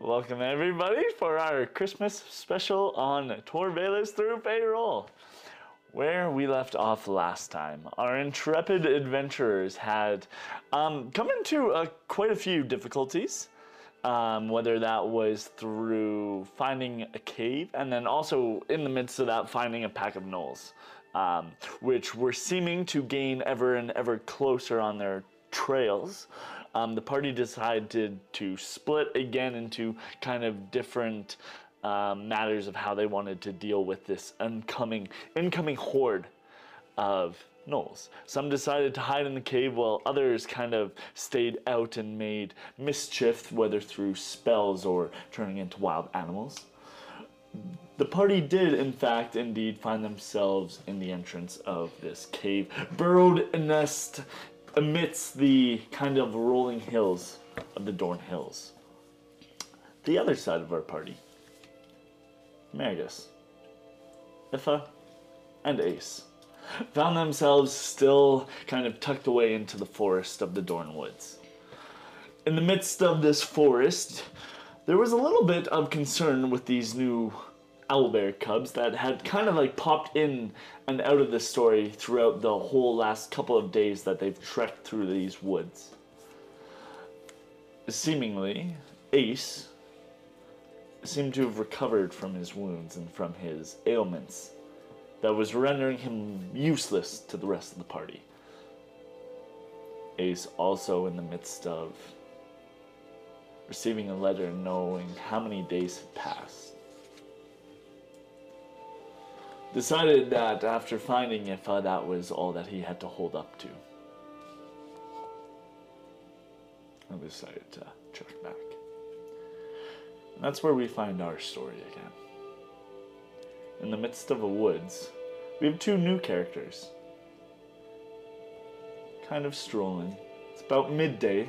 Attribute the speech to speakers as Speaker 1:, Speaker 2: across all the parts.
Speaker 1: Welcome everybody for our Christmas special on Tour Bayless Through Payroll. Where we left off last time, our intrepid adventurers had um, come into uh, quite a few difficulties. Um, whether that was through finding a cave and then also in the midst of that finding a pack of gnolls, um, which were seeming to gain ever and ever closer on their trails. Um, the party decided to split again into kind of different um, matters of how they wanted to deal with this incoming incoming horde of gnolls. Some decided to hide in the cave while others kind of stayed out and made mischief, whether through spells or turning into wild animals. The party did, in fact, indeed find themselves in the entrance of this cave, burrowed a nest amidst the kind of rolling hills of the Dorn Hills. The other side of our party, Magus, Ifa, and Ace found themselves still kind of tucked away into the forest of the Dorn Woods. In the midst of this forest, there was a little bit of concern with these new owlbear cubs that had kind of like popped in and out of the story throughout the whole last couple of days that they've trekked through these woods. Seemingly, Ace seemed to have recovered from his wounds and from his ailments that was rendering him useless to the rest of the party. Ace also in the midst of receiving a letter and knowing how many days had passed. Decided that after finding Ifa, that was all that he had to hold up to. And decided to check back. And that's where we find our story again in the midst of a woods, we have two new characters. Kind of strolling. It's about midday.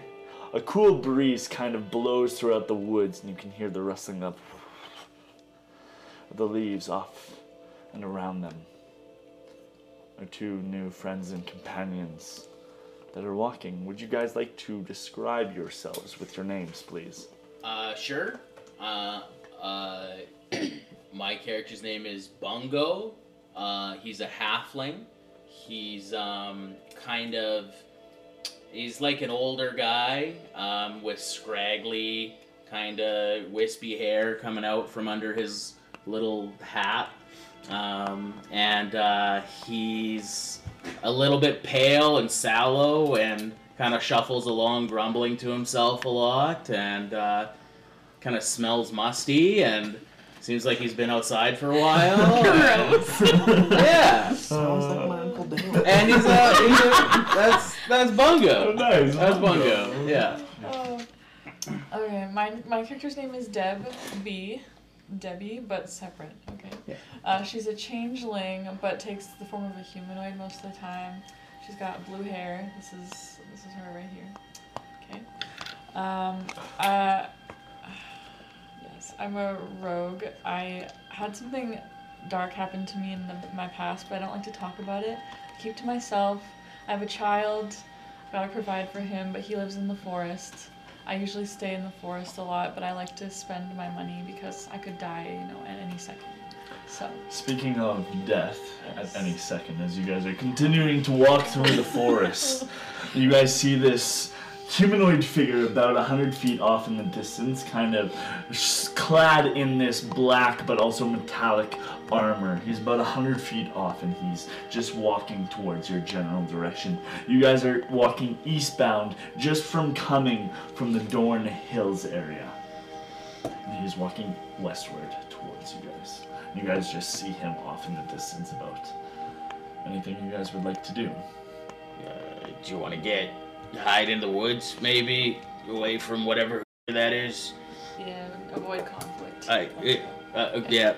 Speaker 1: A cool breeze kind of blows throughout the woods, and you can hear the rustling of the leaves off and around them. Our two new friends and companions that are walking. Would you guys like to describe yourselves with your names, please?
Speaker 2: Uh, sure. Uh, uh, my character's name is Bungo. Uh, he's a halfling. He's um, kind of. He's like an older guy um, with scraggly, kind of wispy hair coming out from under his little hat. Um, and uh, he's a little bit pale and sallow and kind of shuffles along, grumbling to himself a lot and uh, kind of smells musty and seems like he's been outside for a while. yeah.
Speaker 3: Sounds like my Uncle Dan.
Speaker 2: And he's a, he's a that's that's Bungo.
Speaker 1: nice.
Speaker 2: That's Bungo. Yeah.
Speaker 4: Oh. Okay, my, my character's name is Deb B. Debbie, but separate. Okay.
Speaker 2: Yeah.
Speaker 4: Uh, she's a changeling, but takes the form of a humanoid most of the time. She's got blue hair. This is this is her right here. Okay. Um, uh, yes, I'm a rogue. I had something dark happen to me in the, my past, but I don't like to talk about it. I keep to myself. I have a child. I've got to provide for him, but he lives in the forest. I usually stay in the forest a lot, but I like to spend my money because I could die, you know, at any second. So,
Speaker 1: Speaking of death, at
Speaker 4: Yes.
Speaker 1: any second, as you guys are continuing to walk through the forest, you guys see this humanoid figure about 100 feet off in the distance, kind of s- clad in this black but also metallic armor. He's about 100 feet off and he's just walking towards your general direction. You guys are walking eastbound just from coming from the Dorn Hills area. And he's walking westward towards you guys. You guys just see him off in the distance about anything you guys would like to do.
Speaker 2: Uh, do you want to get hide in the woods, maybe away from whatever that is?
Speaker 4: yeah, avoid conflict.
Speaker 2: I uh, uh, yeah.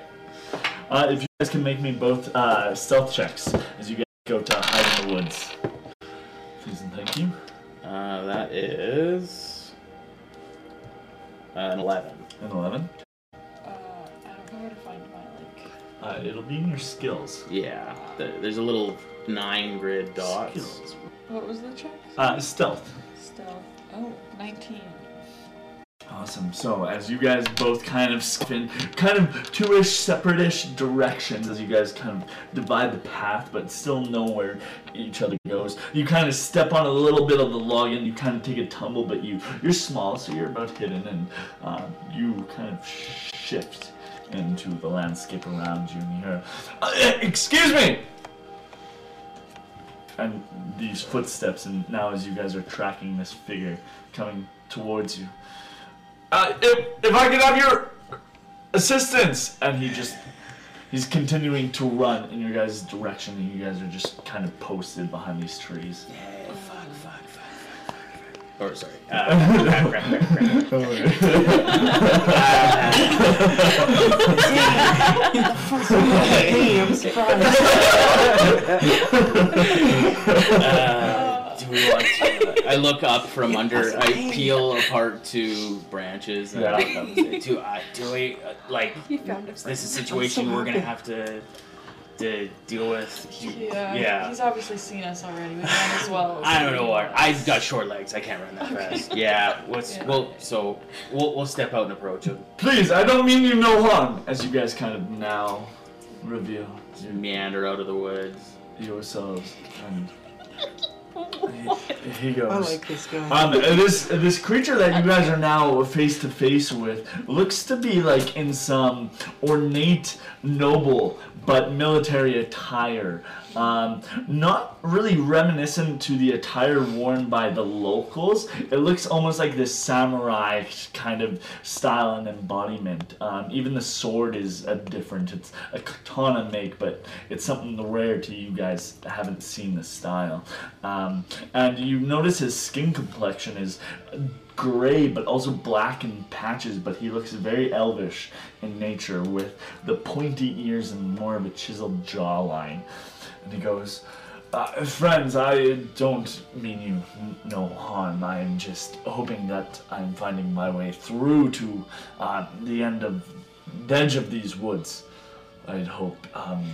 Speaker 1: Uh, if you guys can make me both uh, stealth checks as you guys go to hide in the woods. Please and thank you.
Speaker 2: Uh, that is uh, an eleven.
Speaker 1: And 11.
Speaker 4: Uh, I don't know where to find my link.
Speaker 1: Uh, it'll be in your skills.
Speaker 2: Yeah. There, there's a little nine grid dots.
Speaker 1: Skills.
Speaker 4: What was the check?
Speaker 1: Uh, stealth.
Speaker 4: Stealth. Oh, 19.
Speaker 1: Uh, Awesome. So as you guys both kind of spin, kind of two-ish, separate-ish directions, as you guys kind of divide the path, but still know where each other goes. You kind of step on a little bit of the log, and you kind of take a tumble, but you you're small, so you're about hidden, and uh, you kind of shift into the landscape around you, and you hear, "Uh, eh, "Excuse me." And these footsteps, and now as you guys are tracking this figure coming towards you. Uh, if, if I could have your assistance! And he just, he's continuing to run in your guys' direction, and you guys are just kind of posted behind these trees.
Speaker 2: Oh, Or sorry. Uh, crap, crap, crap, crap.
Speaker 3: hey, I'm surprised.
Speaker 2: Uh, do we want to, I look up from under. I peel apart two branches. And I look up and say, do, uh, do we uh, like?
Speaker 5: You found a
Speaker 2: Is this a situation we're gonna have to to deal with?
Speaker 4: Yeah.
Speaker 2: Yeah.
Speaker 4: He's obviously seen us already. We might as well.
Speaker 2: I don't know why. I've got short legs. I can't run that fast. Yeah. What's
Speaker 4: Yeah.
Speaker 2: well? So we'll we'll step out and approach him.
Speaker 1: Please, I don't mean you no harm! As you guys kind of now reveal your-
Speaker 2: Meander out of the woods.
Speaker 1: yourselves, and he, he goes.
Speaker 3: I like this guy.
Speaker 1: Um, this this creature that you guys are now face to face with looks to be like in some ornate noble but military attire. Um, not really reminiscent to the attire worn by the locals. It looks almost like this samurai kind of style and embodiment. Um, even the sword is a different. It's a katana make, but it's something rare to you guys that haven't seen this style. Um, and you notice his skin complexion is gray, but also black in patches. But he looks very elvish in nature, with the pointy ears and more of a chiseled jawline. And he goes. Uh, friends, I don't mean you n- no harm. I'm just hoping that I'm finding my way through to uh, the end of the edge of these woods. I'd hope. Um,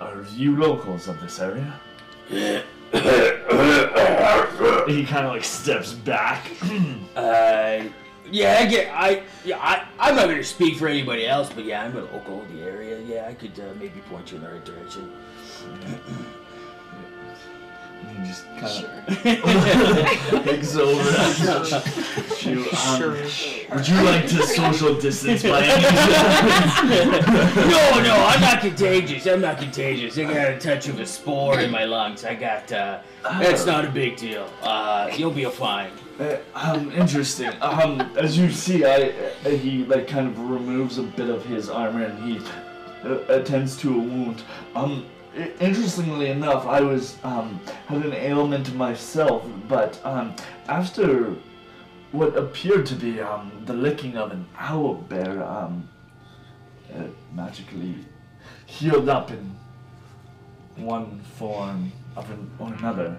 Speaker 1: are you locals of this area? he kind of like steps back.
Speaker 2: Uh, yeah, I get. I yeah. I I'm not gonna speak for anybody else, but yeah, I'm a local of the area. Yeah, I could uh, maybe point you in the right direction.
Speaker 1: and he just kind of
Speaker 4: Sure.
Speaker 1: takes over. you, um,
Speaker 3: Sure.
Speaker 1: Would you like to social distance by any
Speaker 2: No, no, I'm not contagious. I'm not contagious. I got a touch of a spore in my lungs. I got, uh, that's not a big deal. Uh, you'll be fine.
Speaker 1: Uh, um, interesting. Um, as you see, I uh, he like kind of removes a bit of his armor and he uh, attends to a wound. Um, i- interestingly enough, I was um had an ailment myself, but um after what appeared to be um the licking of an owl bear um uh, magically healed up in one form of an, or another.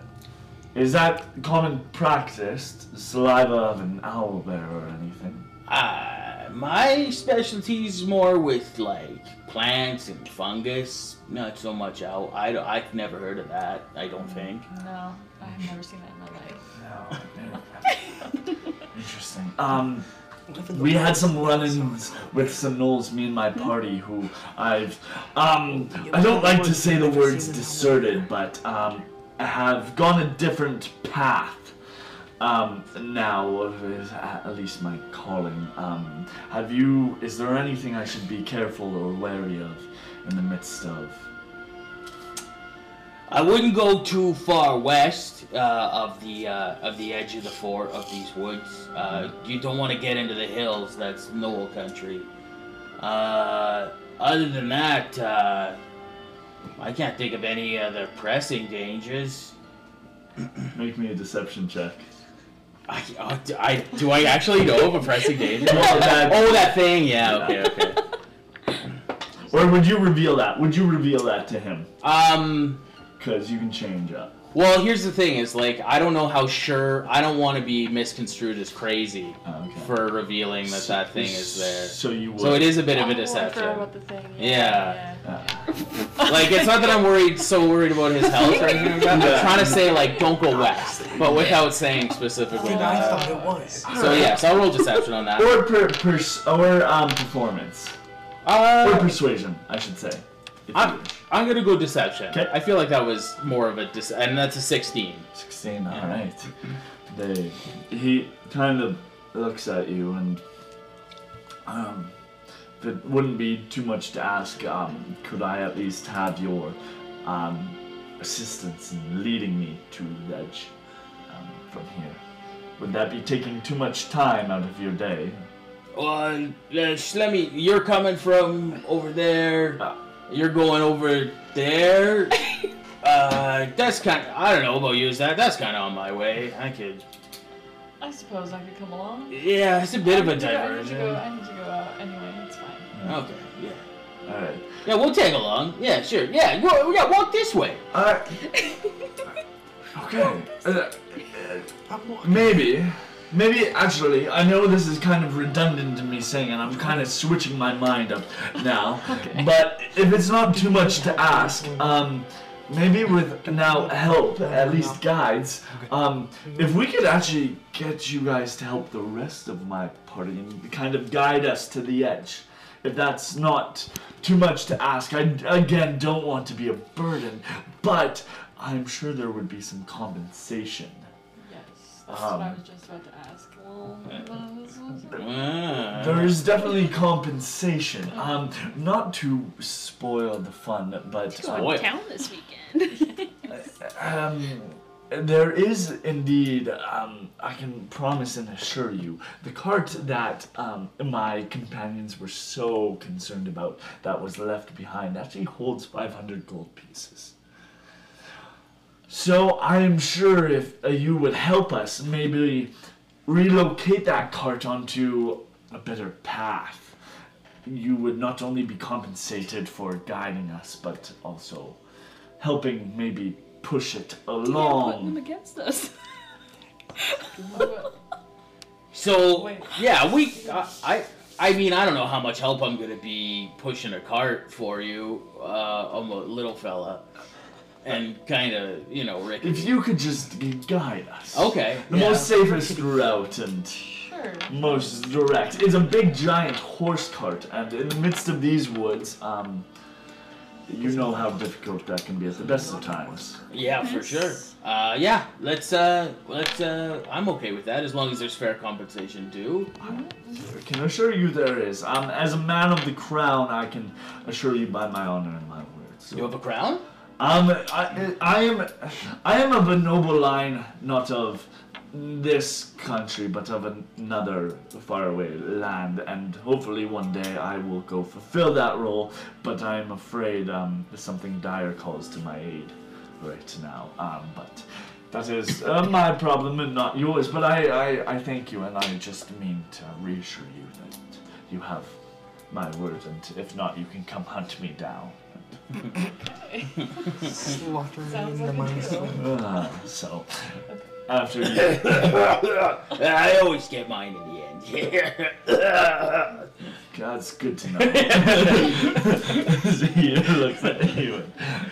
Speaker 1: Is that common practice? Saliva of an owl bear or anything?
Speaker 2: Uh, my specialty's more with, like, plants and fungus. Not so much out. I, don't- I've never heard of that, I don't think.
Speaker 4: No, I have never seen that in my life.
Speaker 1: No. Interesting. Um, we had some run-ins with some gnolls, me and my party, who I've, um, I don't like to say the words deserted, but um, have gone a different path. Um, now, is at at least my calling. Um, have you? Is there anything I should be careful or wary of in the midst of?
Speaker 2: I wouldn't go too far west uh, of the uh, of the edge of the fort of these woods. Uh, you don't want to get into the hills. That's Noel country. Uh, other than that, uh, I can't think of any other pressing dangers.
Speaker 1: Make me a deception check.
Speaker 2: I, uh, do, I, do I actually know of a pressing danger?
Speaker 1: Well, that-
Speaker 2: oh, that thing. Yeah. Okay. Okay.
Speaker 1: Or would you reveal that? Would you reveal that to him?
Speaker 2: Um.
Speaker 1: Because you can change up.
Speaker 2: Well, here's the thing: is like I don't know how sure. I don't want to be misconstrued as crazy
Speaker 1: Oh, okay.
Speaker 2: for revealing that that thing is there.
Speaker 1: So you would.
Speaker 2: So it is a bit of a
Speaker 6: Oh, I forgot
Speaker 2: deception.
Speaker 6: about the thing.
Speaker 2: Yeah.
Speaker 1: Uh,
Speaker 2: Like it's not that I'm worried, so worried about his health or anything like that.
Speaker 1: Yeah.
Speaker 2: I'm trying to say like don't go west, but without saying specifically.
Speaker 3: Dude, I
Speaker 2: that.
Speaker 3: thought it was.
Speaker 2: So yeah, so I'll roll deception on that.
Speaker 1: or per, pers- or um, performance. Or
Speaker 2: Uh,
Speaker 1: persuasion, I should say. If you
Speaker 2: I'm,
Speaker 1: wish.
Speaker 2: I'm gonna go deception.
Speaker 1: 'Kay.
Speaker 2: I feel like that was more of a dis- and that's a 16.
Speaker 1: 16,
Speaker 2: Yeah.
Speaker 1: alright. They, he kind of looks at you and, um, if it wouldn't be too much to ask, um, could I at least have your, um, assistance in leading me to the edge, um, from here? Would that be taking too much time out of your day?
Speaker 2: Well, uh, Slemmy, you're coming from over there.
Speaker 1: Uh.
Speaker 2: You're going over there. uh, that's kind. Of, I don't know about you. Is that that's kind of on my way? I could.
Speaker 4: I suppose I could come along.
Speaker 2: Yeah, it's a bit of
Speaker 4: I
Speaker 2: a
Speaker 4: need to go-
Speaker 2: diversion.
Speaker 4: I need to go, I need to go out anyway. It's fine.
Speaker 2: Okay. Yeah.
Speaker 1: Alright.
Speaker 2: Yeah, we'll tag along. Yeah, sure. Yeah, go, yeah, walk this way.
Speaker 1: Uh, okay. Uh,
Speaker 3: I'm wa-
Speaker 1: Maybe. Maybe, actually, I know this is kind of redundant in me saying, and I'm kind of switching my mind up now. But if it's not too much to ask, um, maybe with now help, at least guides, um, if we could actually get you guys to help the rest of my party and kind of guide us to the edge. If that's not too much to ask, I again don't want to be a burden, but I'm sure there would be some compensation.
Speaker 4: Yes. That's what
Speaker 2: Um,
Speaker 4: I was just about to ask. Well, well,
Speaker 2: Ah.
Speaker 1: There is definitely compensation. Um, not to spoil the fun, but
Speaker 6: Going
Speaker 1: um,
Speaker 2: Boy.
Speaker 6: to town this weekend.
Speaker 1: um, there is indeed. Um, I can promise and assure you, the cart that um, my companions were so concerned about that was left behind actually holds 500 gold pieces. So I am sure if uh, you would help us, maybe relocate that cart onto a better path. You would not only be compensated for guiding us, but also helping maybe push it
Speaker 6: Putting them
Speaker 1: along.
Speaker 6: against us.
Speaker 2: So
Speaker 4: Wait.
Speaker 2: yeah, we. I, I. I mean, I don't know how much help I'm gonna be pushing a cart for you. Uh, I'm a little fella, and kind of, you know, Rick.
Speaker 1: If you could just g- guide us.
Speaker 2: Okay.
Speaker 1: The
Speaker 2: yeah.
Speaker 1: most safest route and
Speaker 4: sure.
Speaker 1: most direct is a big giant horse cart, and in the midst of these woods, um, you know how difficult that can be at the best of times.
Speaker 2: Yeah, for sure. Uh, yeah, let's. Uh, let's. Uh, I'm okay with that as long as there's fair compensation due.
Speaker 1: I can assure you there is. Um, as a man of the crown, I can assure you by my honor and my word. So,
Speaker 2: You have a crown?
Speaker 1: um, I, I am, I am of a noble line, not of this country, but of an- another faraway land, and hopefully one day I will go fulfill that role. But I am afraid um, something dire calls to my aid right now. Um, but. That is uh, my problem and not yours, but I, I, I thank you and I just mean to reassure you that you have my word, and if not, you can come hunt me down.
Speaker 3: Slaughtering
Speaker 4: Sounds
Speaker 3: the
Speaker 4: like a
Speaker 3: mice.
Speaker 4: deal.
Speaker 1: Uh, so, after you.
Speaker 2: I always get mine in the end. Yeah.
Speaker 1: That's good to know. he looks at you.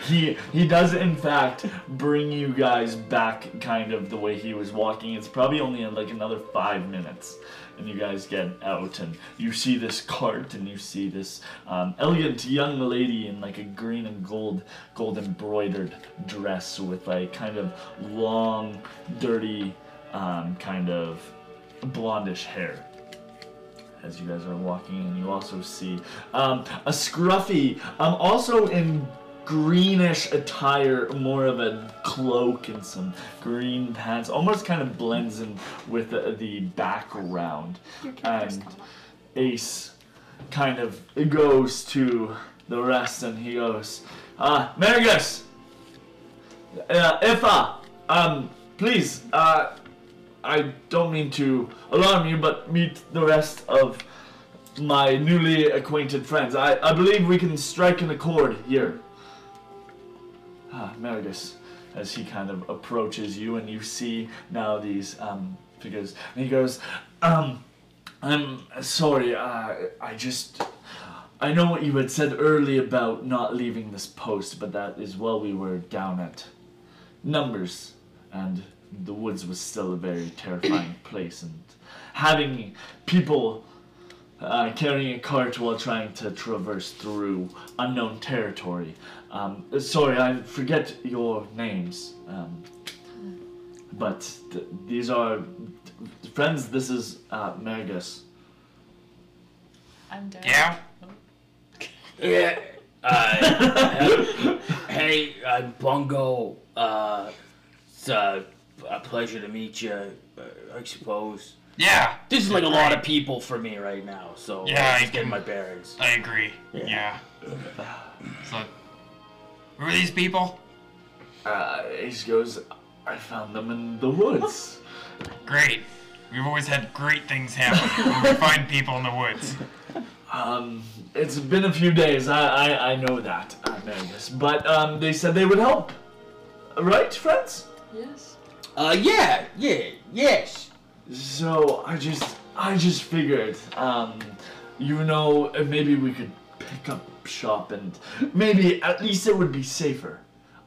Speaker 1: He he does in fact bring you guys back kind of the way he was walking. It's probably only in like another five minutes. And you guys get out and you see this cart and you see this um, elegant young lady in like a green and gold gold embroidered dress with like kind of long, dirty, um, kind of blondish hair as you guys are walking and you also see um, a scruffy um, also in greenish attire more of a cloak and some green pants almost kind of blends in with the, the background
Speaker 6: Your character's
Speaker 1: and
Speaker 6: come up.
Speaker 1: ace kind of goes to the rest and he goes uh, Marigus uh, Ifa um, please uh, I don't mean to alarm you, but meet the rest of my newly acquainted friends. I, I believe we can strike an accord here. Ah, Meridus. as he kind of approaches you, and you see now these. Um, he goes, and he goes, um, I'm sorry. Uh, I just. I know what you had said early about not leaving this post, but that is while we were down at numbers, and the woods was still a very terrifying place. And having people uh, carrying a cart while trying to traverse through unknown territory. Um, sorry, I forget your names, um, but th- these are friends. This is uh, Magus.
Speaker 4: I'm dead.
Speaker 2: Yeah. Yeah. Uh, hey, I'm Bungo. Uh, it's uh, a pleasure to meet you, I suppose.
Speaker 7: Yeah,
Speaker 2: This is like a lot of people for me right now, so uh,
Speaker 7: Yeah, I
Speaker 2: just getting
Speaker 7: can-
Speaker 2: my bearings.
Speaker 7: I agree. Yeah. So, who are these people?
Speaker 1: Uh, he goes, I found them in the woods.
Speaker 7: Great. We've always had great things happen when we find people in the woods.
Speaker 1: Um, it's been a few days. I I, I know that, uh, Magus. But um, they said they would help, right, friends?
Speaker 4: Yes.
Speaker 2: Uh, yeah, yeah, yes.
Speaker 1: So I just I just figured, um, you know, uh, maybe we could pick up shop and maybe at least it would be safer.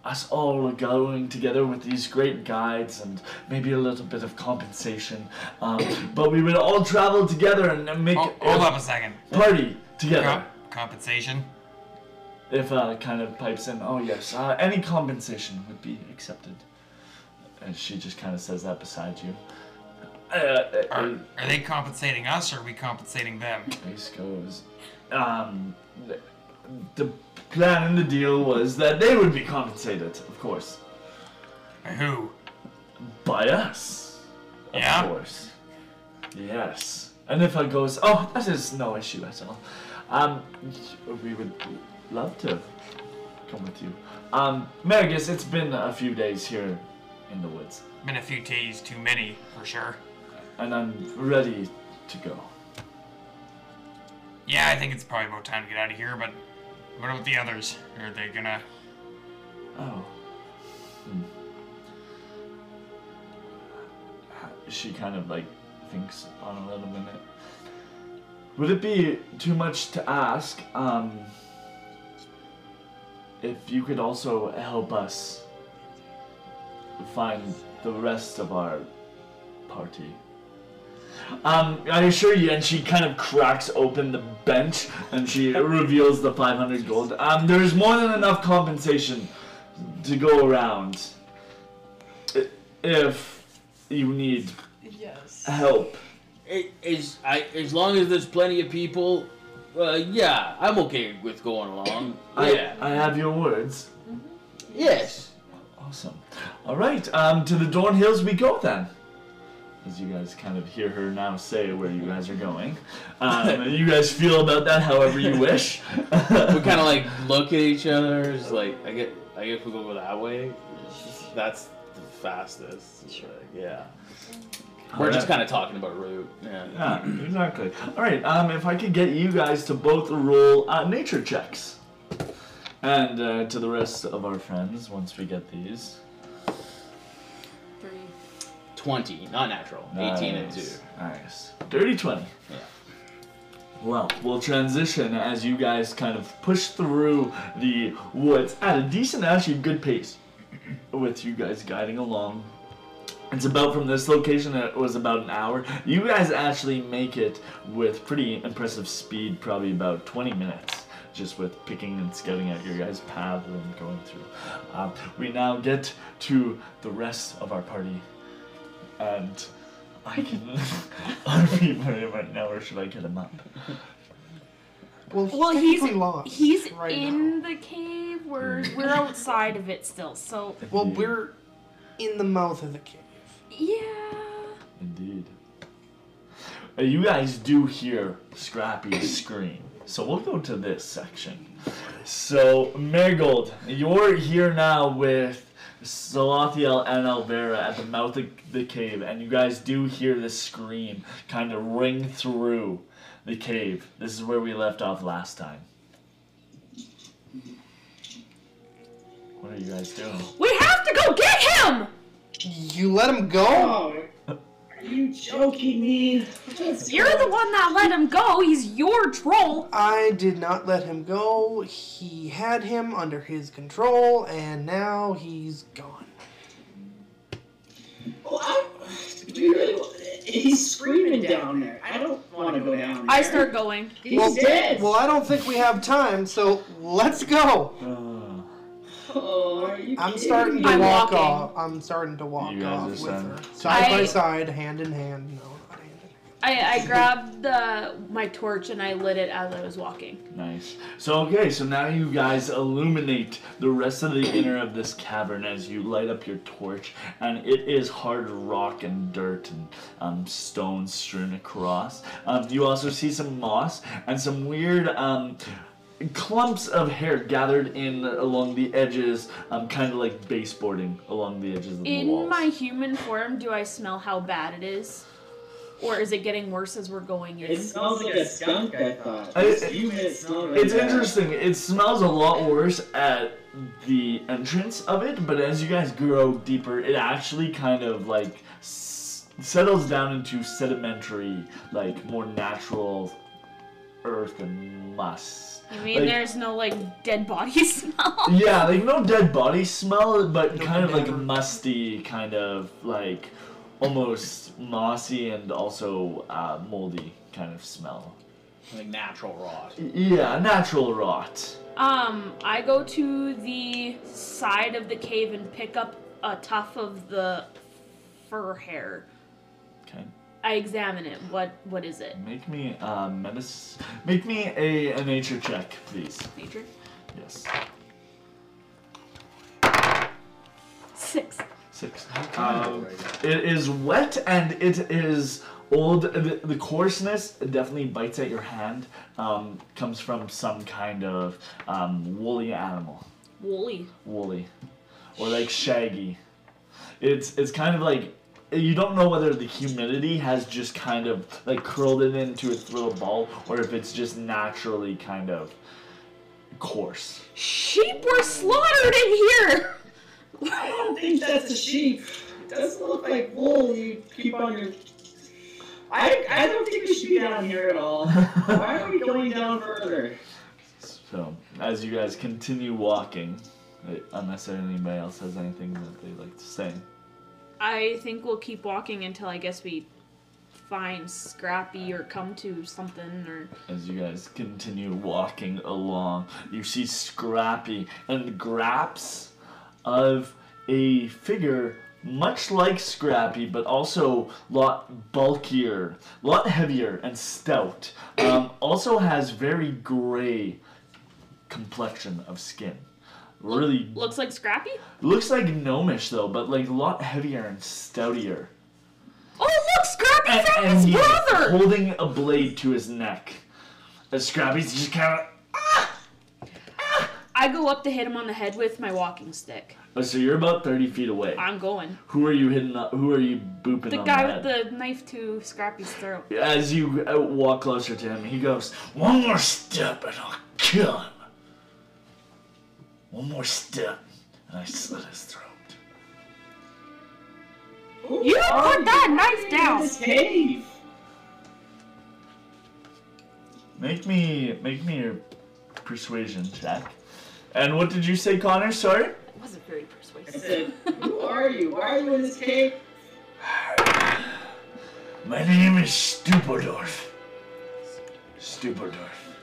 Speaker 1: Us all going together with these great guides and maybe a little bit of compensation, um, but we would all travel together and uh, make
Speaker 7: Oh, hold up a second.
Speaker 1: a party together.
Speaker 7: Com- compensation?
Speaker 1: If uh, kind of pipes in, oh yes, uh, any compensation would be accepted. And she just kind of says that beside you. Uh, uh,
Speaker 7: Are,
Speaker 1: uh,
Speaker 7: are they compensating us or are we compensating them?
Speaker 1: Ace goes, um, th- the plan and the deal was that they would be compensated, of course,
Speaker 7: By who?
Speaker 1: by us. Of
Speaker 7: Yeah?
Speaker 1: course. Yes. And if I goes, oh, that is no issue at all. Um, we would love to come with you. Um, Marigus, it's been a few days here in the woods,
Speaker 7: Been a few T's too many, for sure.
Speaker 1: and I'm ready to go.
Speaker 7: Yeah, I think it's probably about time to get out of here, but what about the others? Are they gonna.
Speaker 1: Oh. Hmm. She kind of like thinks on a little minute. Would it be too much to ask um, if you could also help us find the rest of our party? Um, I assure you, and she kind of cracks open the bench and she reveals the 500 gold. Um, there's more than enough compensation to go around i- if you need
Speaker 4: Yes.
Speaker 1: help.
Speaker 2: It is I as long as there's plenty of people. Uh, yeah, I'm okay with going along. Yeah.
Speaker 1: I, I have your words.
Speaker 2: yes.
Speaker 1: Awesome. All right, um, to the Dawn Hills we go then. As you guys kind of hear her now say where you guys are going. Um, you guys feel about that however you wish.
Speaker 2: We kind of like look at each other. It's like I get. I guess we go that way. That's the fastest. It's like, yeah. We're just kind of talking about route. Yeah.
Speaker 1: Yeah, exactly. All right. Um, if I could get you guys to both roll uh, nature checks, and uh, to the rest of our friends, once we get these.
Speaker 8: Three.
Speaker 2: Twenty, not natural. Eighteen and two.
Speaker 1: Nice, Nice. Dirty 20.
Speaker 2: Yeah.
Speaker 1: Well, we'll transition as you guys kind of push through the woods at a decent, actually good pace, with you guys guiding along. It's about from this location, it was about an hour. You guys actually make it with pretty impressive speed, probably about 20 minutes, just with picking and scouting out your guys' path and going through. Um, we now get to the rest of our party, and I can unmute him right now, or should I get him up?
Speaker 3: Well,
Speaker 8: Well, he's
Speaker 3: he's lost.
Speaker 8: he's
Speaker 3: right Now. Hmm.
Speaker 8: in the cave. We're we're outside of it still. So
Speaker 3: Well, we're in the mouth of the cave.
Speaker 8: yeah.
Speaker 1: Indeed. Uh, you guys do hear Scrappy scream, so we'll go to this section. So, Marigold, you're here now with Salathiel and Alvera at the mouth of the cave, and you guys do hear this scream kind of ring through the cave. This is where we left off last time. What are you guys doing?
Speaker 8: We have to go get him!
Speaker 3: You let him go?
Speaker 9: Oh, are you joking me?
Speaker 8: You're the one that let him go. He's your troll.
Speaker 3: I did not let him go. He had him under his control, and now he's gone.
Speaker 9: Well, I, do you really? wa- He's screaming down there. I don't want to go down there.
Speaker 8: I start going.
Speaker 9: He's
Speaker 3: well,
Speaker 9: dead.
Speaker 3: well, I don't think we have time, so let's go.
Speaker 1: Uh,
Speaker 9: oh, are you
Speaker 3: I'm
Speaker 9: kidding
Speaker 3: starting to
Speaker 9: me?
Speaker 8: I'm
Speaker 3: walk
Speaker 8: walking.
Speaker 3: off. I'm starting to walk
Speaker 1: You guys
Speaker 3: off
Speaker 1: are
Speaker 3: with
Speaker 1: starting-
Speaker 3: her, side by
Speaker 8: I-
Speaker 3: side, hand in hand. No, not hand in hand.
Speaker 8: I, I grabbed the, my torch and I lit it as I was walking.
Speaker 1: nice. So okay, so now you guys illuminate the rest of the inner of this cavern as you light up your torch, and it is hard rock and dirt and um, stones strewn across. Um, you also see some moss and some weird. Um, clumps of hair gathered in along the edges, um, kind of like baseboarding along the edges of the walls.
Speaker 8: In my human form, do I smell how bad it is? Or is it getting worse as we're going?
Speaker 9: It
Speaker 8: It's,
Speaker 9: smells like a skunk. I thought.
Speaker 1: I-
Speaker 9: Just you made it smell like
Speaker 1: It's
Speaker 9: that.
Speaker 1: interesting. It smells a lot worse at the entrance of it, but as you guys grow deeper, it actually kind of like s- settles down into sedimentary, like more natural earth and musk.
Speaker 8: I mean,
Speaker 1: like-
Speaker 8: there's no like dead body smell.
Speaker 1: Yeah, like no dead body smell, but
Speaker 3: No
Speaker 1: kind of like
Speaker 3: cadaver.
Speaker 1: musty, kind of like almost mossy and also uh, moldy kind of smell.
Speaker 2: Like natural rod.
Speaker 1: Yeah, natural rot.
Speaker 8: Um, I go to the side of the cave and pick up a tuft of the fur hair.
Speaker 1: Okay.
Speaker 8: I examine it. What what is it?
Speaker 1: Make me uh, menace. Make me a, a nature check, please.
Speaker 8: Nature.
Speaker 1: Yes.
Speaker 8: Six.
Speaker 1: Six. Um, it is wet and it is old. The, the coarseness definitely bites at your hand. Um, comes from some kind of um, woolly animal.
Speaker 8: Woolly.
Speaker 1: Woolly, or like shaggy. It's it's kind of like you don't know whether the humidity has just kind of like curled it into its little ball, or if it's just naturally kind of coarse.
Speaker 8: Sheep were slaughtered in here.
Speaker 9: I don't think that's a sheep. It doesn't look like wool you keep on your. I, I don't think we should be down here at all. Why are we going down further?
Speaker 1: So, as you guys continue walking, uh, unless anybody else has anything that they'd like to say.
Speaker 8: I think we'll keep walking until I guess we find Scrappy or come to something or
Speaker 1: As you guys continue walking along, you see Scrappy and graps of a figure much like Scrappy, but also lot bulkier, lot heavier and stout. Um, also has very gray complexion of skin. Really
Speaker 8: looks like Scrappy.
Speaker 1: looks like gnomish though, but like a lot heavier and stoutier.
Speaker 8: Oh look, Scrappy
Speaker 1: and,
Speaker 8: found
Speaker 1: and
Speaker 8: his
Speaker 1: he's
Speaker 8: brother.
Speaker 1: holding a blade to his neck. And Scrappy's just kind
Speaker 8: I go up to hit him on the head with my walking stick.
Speaker 1: of. oh, So you're about thirty feet away.
Speaker 8: I'm going.
Speaker 1: Who are you hitting? up- Who are you booping
Speaker 8: The
Speaker 1: on
Speaker 8: guy
Speaker 1: the head?
Speaker 8: with the knife to Scrappy's throat.
Speaker 1: As you uh, walk closer to him, he goes, "One more step and I'll kill him. One more step and I slit his throat."
Speaker 9: Who
Speaker 8: You
Speaker 9: are
Speaker 8: put that
Speaker 9: you?
Speaker 8: knife
Speaker 9: Why are you
Speaker 8: down.
Speaker 9: In this cave.
Speaker 1: Make me, make me your persuasion check. And what did you say, Connor? Sorry.
Speaker 8: It wasn't very
Speaker 9: I
Speaker 8: persuasive.
Speaker 9: said, who are you? Why are you in this cave?
Speaker 1: My name is Stupidorf. Stupidorf.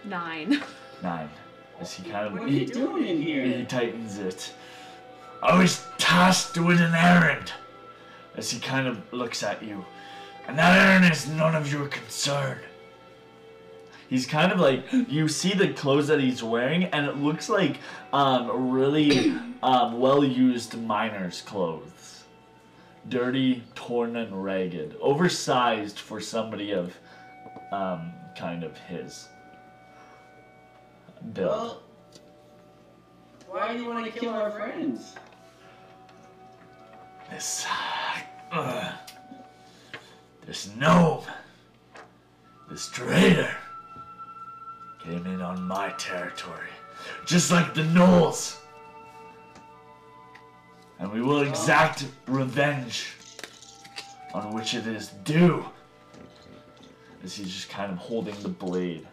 Speaker 8: Nine.
Speaker 1: Nine. As he kind
Speaker 9: What
Speaker 1: of
Speaker 9: are you
Speaker 1: he,
Speaker 9: doing in
Speaker 1: he
Speaker 9: here?
Speaker 1: tightens it. I was tasked with an errand. As he kind of looks at you. And that errand is none of your concern. He's kind of like you see the clothes that he's wearing, and it looks like um, really um, well-used miner's clothes, dirty, torn, and ragged, oversized for somebody of um, kind of his build.
Speaker 9: Well, why do you want to kill our friends?
Speaker 1: This. Uh, this gnome. This traitor. Came in on my territory. Just like the gnolls. and we will exact revenge on which it is due. As he's just kind of holding the blade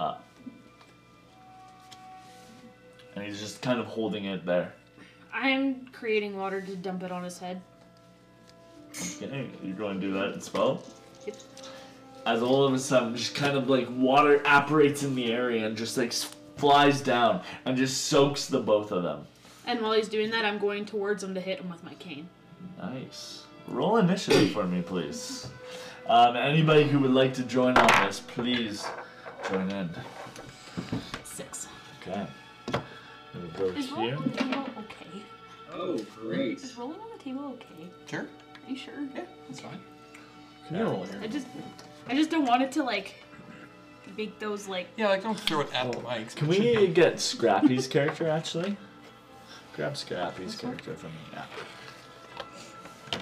Speaker 1: up. And he's just kind of holding it there.
Speaker 8: I'm creating water to dump it on his head.
Speaker 1: Okay, you're going to do that spell?
Speaker 8: Yep.
Speaker 1: As all of a sudden, just kind of like water apparates in the area and just like s- flies down and just soaks the both of them.
Speaker 8: And while he's doing that, I'm going towards him to hit him with my cane.
Speaker 1: Nice. Roll initiative for me, please. Um, anybody who would like to join on this, please join in.
Speaker 8: Six.
Speaker 1: Okay. We'll go
Speaker 8: Is rolling
Speaker 1: here.
Speaker 8: on the table okay?
Speaker 9: Oh, great.
Speaker 8: Is rolling on the table okay?
Speaker 7: Sure.
Speaker 8: Are you sure?
Speaker 7: Yeah, that's fine.
Speaker 8: I just, I just don't want it to like make those like.
Speaker 7: Yeah, like don't throw it at the mics.
Speaker 1: Oh, Can we get Scrappy's character actually? Grab Scrappy's character from me. Yeah.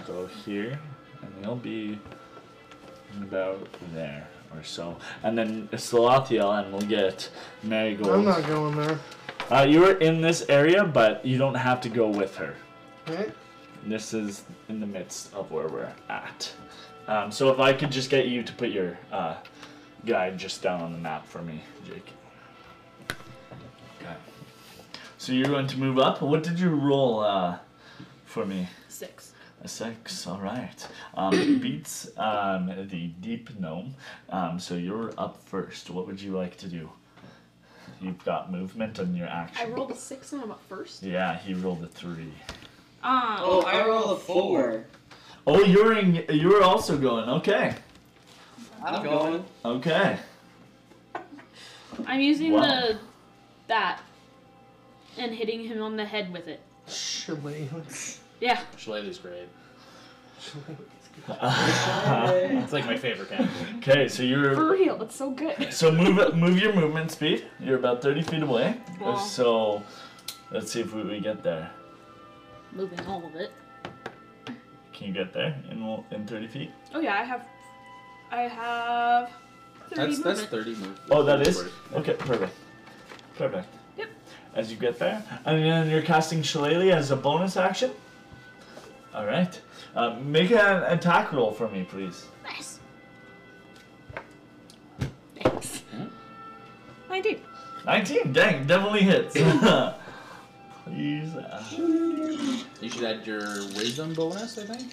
Speaker 1: We'll go here, and they'll be about there or so. And then Salathiel, and we'll get Marigold.
Speaker 3: I'm not going there.
Speaker 1: Uh, you are in this area, but you don't have to go with her.
Speaker 3: Right?
Speaker 1: This is in the midst of where we're at. Um, so if I could just get you to put your uh, guide just down on the map for me, Jake. Okay. So you're going to move up. What did you roll uh, for me?
Speaker 8: Six.
Speaker 1: A six. All right. Um, beats um, the deep gnome. Um, so you're up first. What would you like to do? You've got movement and your
Speaker 8: I
Speaker 1: action.
Speaker 8: rolled a six and I'm up first.
Speaker 1: Yeah, he rolled a three.
Speaker 8: Um,
Speaker 9: Oh, I rolled a four.
Speaker 1: Oh, you're in, you're also going. Okay.
Speaker 9: I'm going.
Speaker 1: Okay.
Speaker 8: I'm using
Speaker 1: Wow.
Speaker 8: the that and hitting him on the head with it.
Speaker 3: Chile.
Speaker 8: Yeah.
Speaker 2: Shillelagh's great.
Speaker 9: Hey.
Speaker 2: It's like my favorite kind.
Speaker 1: Okay, so you're
Speaker 8: For real, it's so good.
Speaker 1: so move move your movement speed. You're about thirty feet away.
Speaker 8: Wow.
Speaker 1: So let's see if we, we get there.
Speaker 8: Moving all of it.
Speaker 1: Can you get there in w- in thirty feet?
Speaker 8: Oh yeah, I have, I have. 30
Speaker 2: That's that's
Speaker 8: movement.
Speaker 2: thirty moves.
Speaker 1: Oh, that is okay. Perfect. Perfect.
Speaker 8: Yep.
Speaker 1: As you get there, and then you're casting Shillelagh as a bonus action. All right. Uh, make an attack roll for me, please.
Speaker 8: Nice. Thanks.
Speaker 2: Hmm?
Speaker 8: I do.
Speaker 1: 19, dang, definitely hits. Please, uh,
Speaker 2: You should add your wisdom bonus, I think.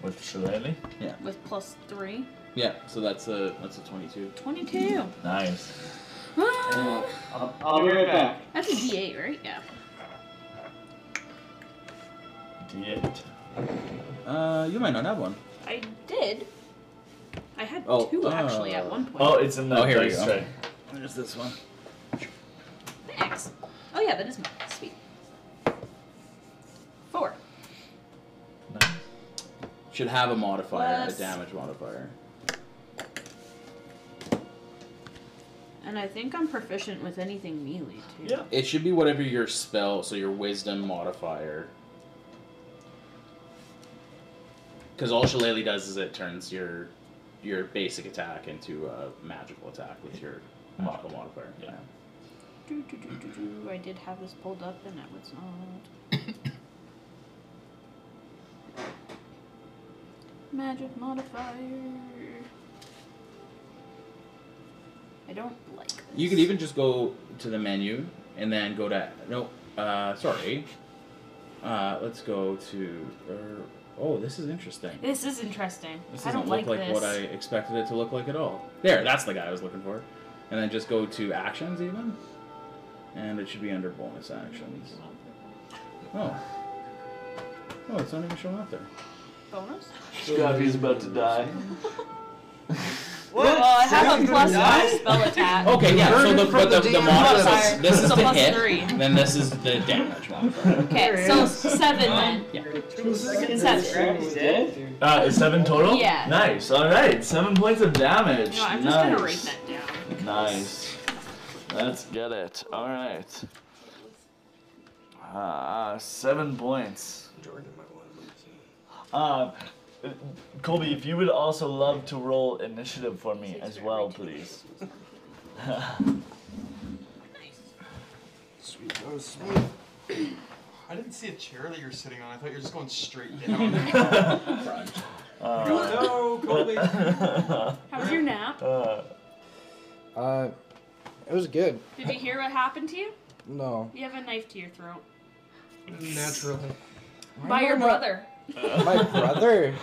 Speaker 1: with Shillelagh.
Speaker 8: With plus three.
Speaker 2: Yeah, so that's a that's a twenty-two.
Speaker 8: 22.
Speaker 2: Hmm.
Speaker 1: Nice.
Speaker 8: Ah,
Speaker 9: I'll, I'll be right back.
Speaker 8: that's a d8, right? Yeah.
Speaker 1: D8.
Speaker 2: Uh, you might not have one.
Speaker 8: I did. I had
Speaker 2: Oh,
Speaker 8: two actually at
Speaker 2: uh,
Speaker 8: one point.
Speaker 1: Oh, it's in the
Speaker 2: Oh, here we
Speaker 1: dice
Speaker 2: go.
Speaker 1: tray.
Speaker 2: There's this one.
Speaker 8: Thanks. Oh yeah, that is mine. Sweet. Four.
Speaker 1: Nice.
Speaker 2: Should have a modifier,
Speaker 8: Plus-
Speaker 2: a damage modifier.
Speaker 8: And I think I'm proficient with anything melee too.
Speaker 1: Yeah.
Speaker 2: It should be whatever your spell, so your wisdom modifier. Because all Shillelagh does is it turns your your basic attack into a magical attack with your magical modifier.
Speaker 1: Yeah.
Speaker 8: Do, do, do, do, do. I did have this pulled up and it was not. Magic modifier. I don't like this.
Speaker 2: You could even just go to the menu and then go to no. Uh, sorry. Uh, let's go to. Uh, oh, this is interesting.
Speaker 8: This is interesting.
Speaker 2: This
Speaker 8: I
Speaker 2: doesn't
Speaker 8: don't
Speaker 2: look
Speaker 8: like,
Speaker 2: like,
Speaker 8: this.
Speaker 2: what I expected it to look like at all. There, that's the guy I was looking for. And then just go to actions even, and it should be under bonus actions. Oh. Oh, it's not even showing up there.
Speaker 8: Bonus?
Speaker 1: Scrappy's about to die.
Speaker 8: Well, I have a
Speaker 9: Sounds
Speaker 8: plus
Speaker 9: good.
Speaker 8: five spell attack.
Speaker 2: Okay, yeah. So the but the, the,
Speaker 3: DM
Speaker 2: modifier.
Speaker 8: modifier.
Speaker 2: Oh, This is
Speaker 8: So
Speaker 2: the
Speaker 8: plus
Speaker 2: hit.
Speaker 8: three.
Speaker 2: and Then this is the damage modifier.
Speaker 8: Okay, so seven then.
Speaker 9: Two seconds.
Speaker 8: Seven.
Speaker 9: Scrappy's dead.
Speaker 1: Uh, is seven total?
Speaker 8: Yeah.
Speaker 1: Nice. All right. Seven points of damage.
Speaker 8: No, I'm just
Speaker 1: nice.
Speaker 8: gonna write that down.
Speaker 1: Nice. Let's get it. All right. Uh, seven points.
Speaker 3: Jordan might want to move.
Speaker 1: Uh, Colby, if you would also love to roll initiative for me as well, please.
Speaker 3: Sweet, that was sweet.
Speaker 7: I didn't see a chair that you're sitting on. I thought you were just going straight down.
Speaker 2: Front.
Speaker 7: no, Colby.
Speaker 8: How was your nap?
Speaker 10: Uh, it was good.
Speaker 8: Did you hear what happened to you?
Speaker 10: No,
Speaker 8: You have a knife to your throat.
Speaker 3: Naturally.
Speaker 8: By your brother.
Speaker 10: my brother.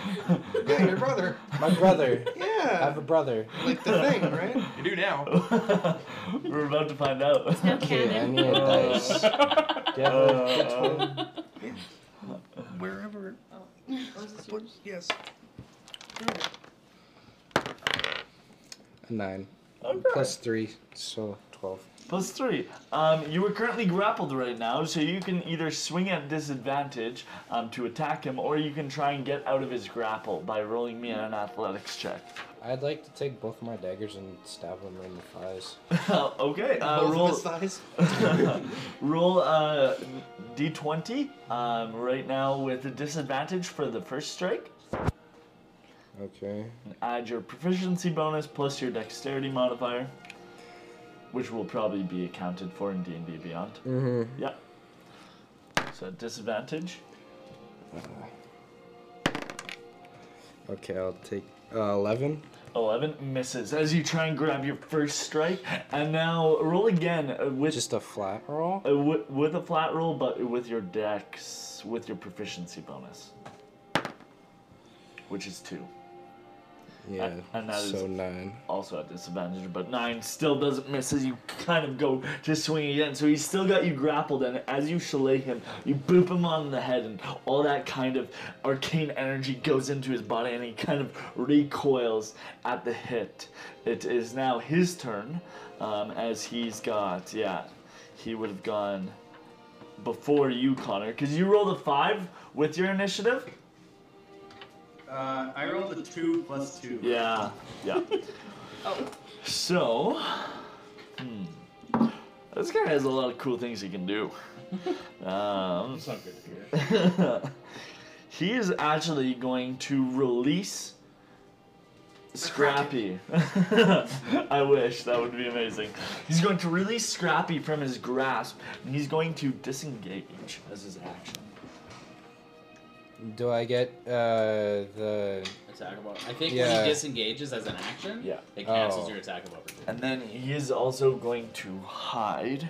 Speaker 7: Yeah, your brother.
Speaker 10: My brother. I have
Speaker 7: Yeah.
Speaker 10: a brother.
Speaker 7: Like the thing, right? You do now.
Speaker 1: We're about to find out.
Speaker 8: No
Speaker 10: Okay, I
Speaker 8: cannon.
Speaker 10: need a dice. Do you have a good
Speaker 1: Uh,
Speaker 10: twin?
Speaker 7: Wherever.
Speaker 11: Or is this yours?
Speaker 7: Yes.
Speaker 8: Uh,
Speaker 10: A nine
Speaker 1: okay.
Speaker 10: plus three, so twelve.
Speaker 1: Plus three. Um, you are currently grappled right now, so you can either swing at disadvantage um, to attack him, or you can try and get out of his grapple by rolling me an athletics check.
Speaker 10: I'd like to take both my daggers and stab him in the thighs.
Speaker 1: okay. Uh,
Speaker 7: Both of
Speaker 1: roll.
Speaker 7: his thighs.
Speaker 1: roll uh, d20 um, right now with a disadvantage for the first strike.
Speaker 10: Okay.
Speaker 1: Add your proficiency bonus plus your dexterity modifier, which will probably be accounted for in D&D Beyond.
Speaker 10: Mm-hmm.
Speaker 1: Yeah. So disadvantage.
Speaker 10: Okay, I'll take uh, eleven.
Speaker 1: 11 misses as you try and grab your first strike and now roll again uh, with
Speaker 10: Just a flat roll.
Speaker 1: uh, wi- with a flat roll but with your dex with your proficiency bonus which is 2
Speaker 10: Yeah.
Speaker 1: and that is-
Speaker 10: so nine.
Speaker 1: also at disadvantage, but nine still doesn't miss as you kind of go to swing again. So he's still got you grappled, and as you fillet him, you boop him on the head, and all that kind of arcane energy goes into his body, and he kind of recoils at the hit. It is now his turn, um, as he's got, yeah, he would have gone before you, Connor, because you rolled a five with your initiative.
Speaker 9: Uh, I rolled a two plus two.
Speaker 1: Yeah, yeah. So, hmm, this guy has a lot of cool things he can do. Um,
Speaker 2: It's not good to hear.
Speaker 1: he is actually going to release Scrappy. I wish that would be amazing. He's going to release Scrappy from his grasp, and he's going to disengage as his action.
Speaker 10: Do I get uh, the?
Speaker 2: Attack of opp- I think when
Speaker 10: Yeah.
Speaker 2: he disengages as an action,
Speaker 1: Yeah.
Speaker 2: it cancels
Speaker 10: Oh.
Speaker 2: your attack of opportunity.
Speaker 1: And then he is also going to hide.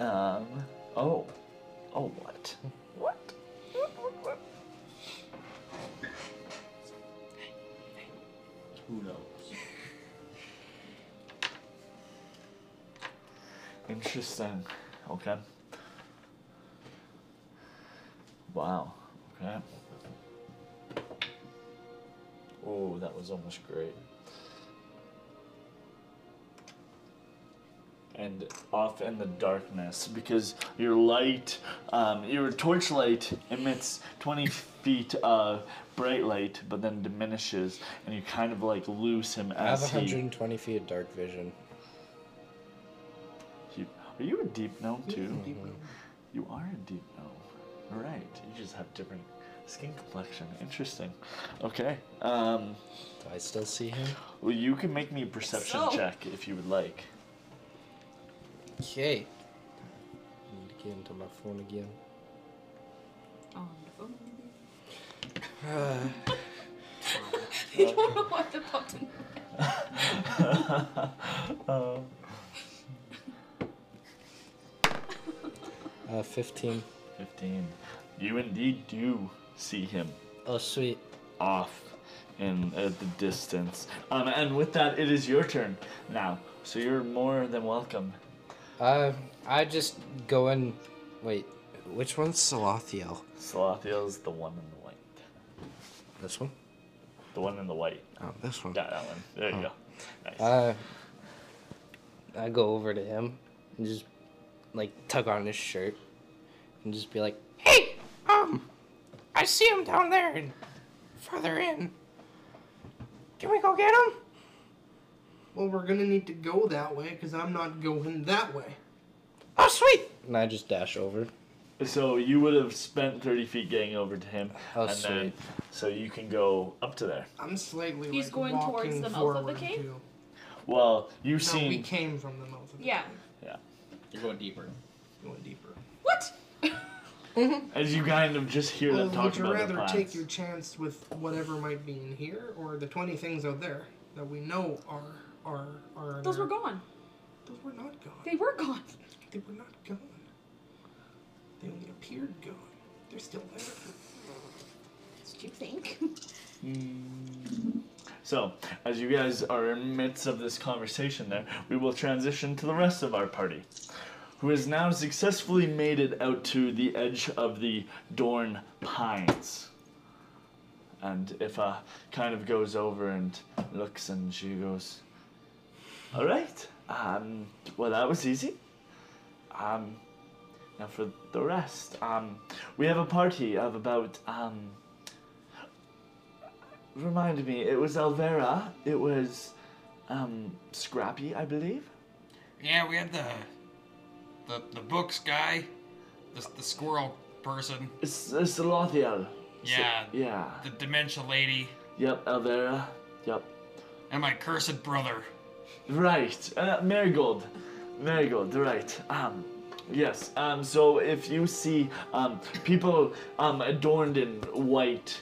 Speaker 1: Um, oh. Oh, what? What? What, what, what?
Speaker 2: Who knows?
Speaker 1: Interesting. Okay. Wow. Okay. Oh, that was almost great. And off in the darkness because your light, um, your torchlight emits 20 feet of bright light, but then diminishes, and you kind of like lose him
Speaker 10: I have
Speaker 1: as he,
Speaker 10: 120 feet of dark vision.
Speaker 1: he. Are you a deep gnome too? You are a deep gnome. Right. You just have different skin complexion. Interesting. Okay. Um,
Speaker 10: Do I still see him?
Speaker 1: well, you can make me a perception
Speaker 8: So-
Speaker 1: check if you would like.
Speaker 10: Okay. Need to get into my phone again.
Speaker 8: On the phone. They don't know what the button.
Speaker 1: Um,
Speaker 10: Uh, 15.
Speaker 1: 15. You indeed do see him
Speaker 10: Oh, sweet.
Speaker 1: off in at the distance. Um, and with that, it is your turn now. So you're more than welcome.
Speaker 10: Uh, I just go in. Wait, which one's Salathiel?
Speaker 1: Slothiel's the one in the white.
Speaker 10: This one?
Speaker 1: The one in the white.
Speaker 10: Oh, this one.
Speaker 1: Yeah, that one. There you go. Nice.
Speaker 10: Uh, I go over to him and just like tug on his shirt and just be like, "Hey, um, I see him down there and further in. Can we go get him?"
Speaker 3: Well, we're gonna need to go that way because I'm not going that way.
Speaker 10: Oh, sweet! And I just dash over.
Speaker 1: So you would have spent 30 feet getting over to him.
Speaker 10: Oh,
Speaker 1: and then,
Speaker 10: sweet.
Speaker 1: so you can go up to there.
Speaker 3: I'm slightly.
Speaker 8: He's
Speaker 3: like,
Speaker 8: going towards
Speaker 3: walking
Speaker 8: the mouth of the
Speaker 3: forward
Speaker 8: cave?
Speaker 3: Too.
Speaker 1: Well, you've
Speaker 3: No, we
Speaker 1: seen.
Speaker 3: came from the mouth of the
Speaker 8: Yeah.
Speaker 2: You're going deeper.
Speaker 3: cave. Going deeper.
Speaker 8: What?
Speaker 1: As you kind of just hear
Speaker 3: Well,
Speaker 1: them talk
Speaker 3: would you
Speaker 1: about their
Speaker 3: rather
Speaker 1: plans.
Speaker 3: take your chance with whatever might be in here, or the twenty things out there that we know are are are?
Speaker 8: Those
Speaker 3: there?
Speaker 8: were gone.
Speaker 3: Those were not gone.
Speaker 8: They were gone.
Speaker 3: They were not gone. They only appeared gone. They're still there.
Speaker 8: Did you think?
Speaker 1: So, as you guys are in midst of this conversation there, we will transition to the rest of our party, who has now successfully made it out to the edge of the Dorn Pines. And Ifa kind of goes over and looks and she goes, All right, um, well, that was easy. Um, now for the rest, um, we have a party of about, um, remind me, it was Elvera, it was um, Scrappy, I believe.
Speaker 7: Yeah, we had the the the books guy, the the squirrel person,
Speaker 1: It's, it's Lothiel.
Speaker 7: Yeah.
Speaker 1: yeah.
Speaker 7: the dementia lady,
Speaker 1: Yep, Elvera. Yep.
Speaker 7: and my cursed brother.
Speaker 1: Right. Uh, Marigold. Marigold, right. Um, yes. Um, so if you see um, people um, adorned in white,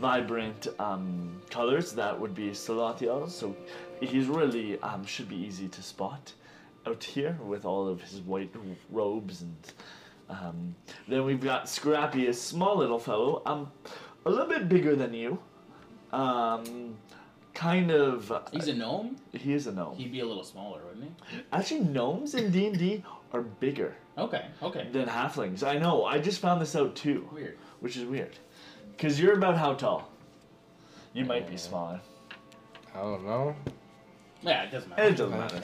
Speaker 1: vibrant um, colors, that would be Salathiel. So he's really um, should be easy to spot out here with all of his white robes and. Um, then we've got Scrappy, a small little fellow, um, a little bit bigger than you, um, kind of.
Speaker 2: He's a gnome.
Speaker 1: He is a gnome.
Speaker 2: He'd be a little smaller, wouldn't he?
Speaker 1: Actually, gnomes in D and D are bigger
Speaker 2: Okay. Okay.
Speaker 1: than halflings. I know. I just found this out too,
Speaker 2: Weird.
Speaker 1: which is weird. Cause you're about how tall? You might be smaller.
Speaker 10: I don't know.
Speaker 2: Yeah, it doesn't matter.
Speaker 1: It doesn't matter.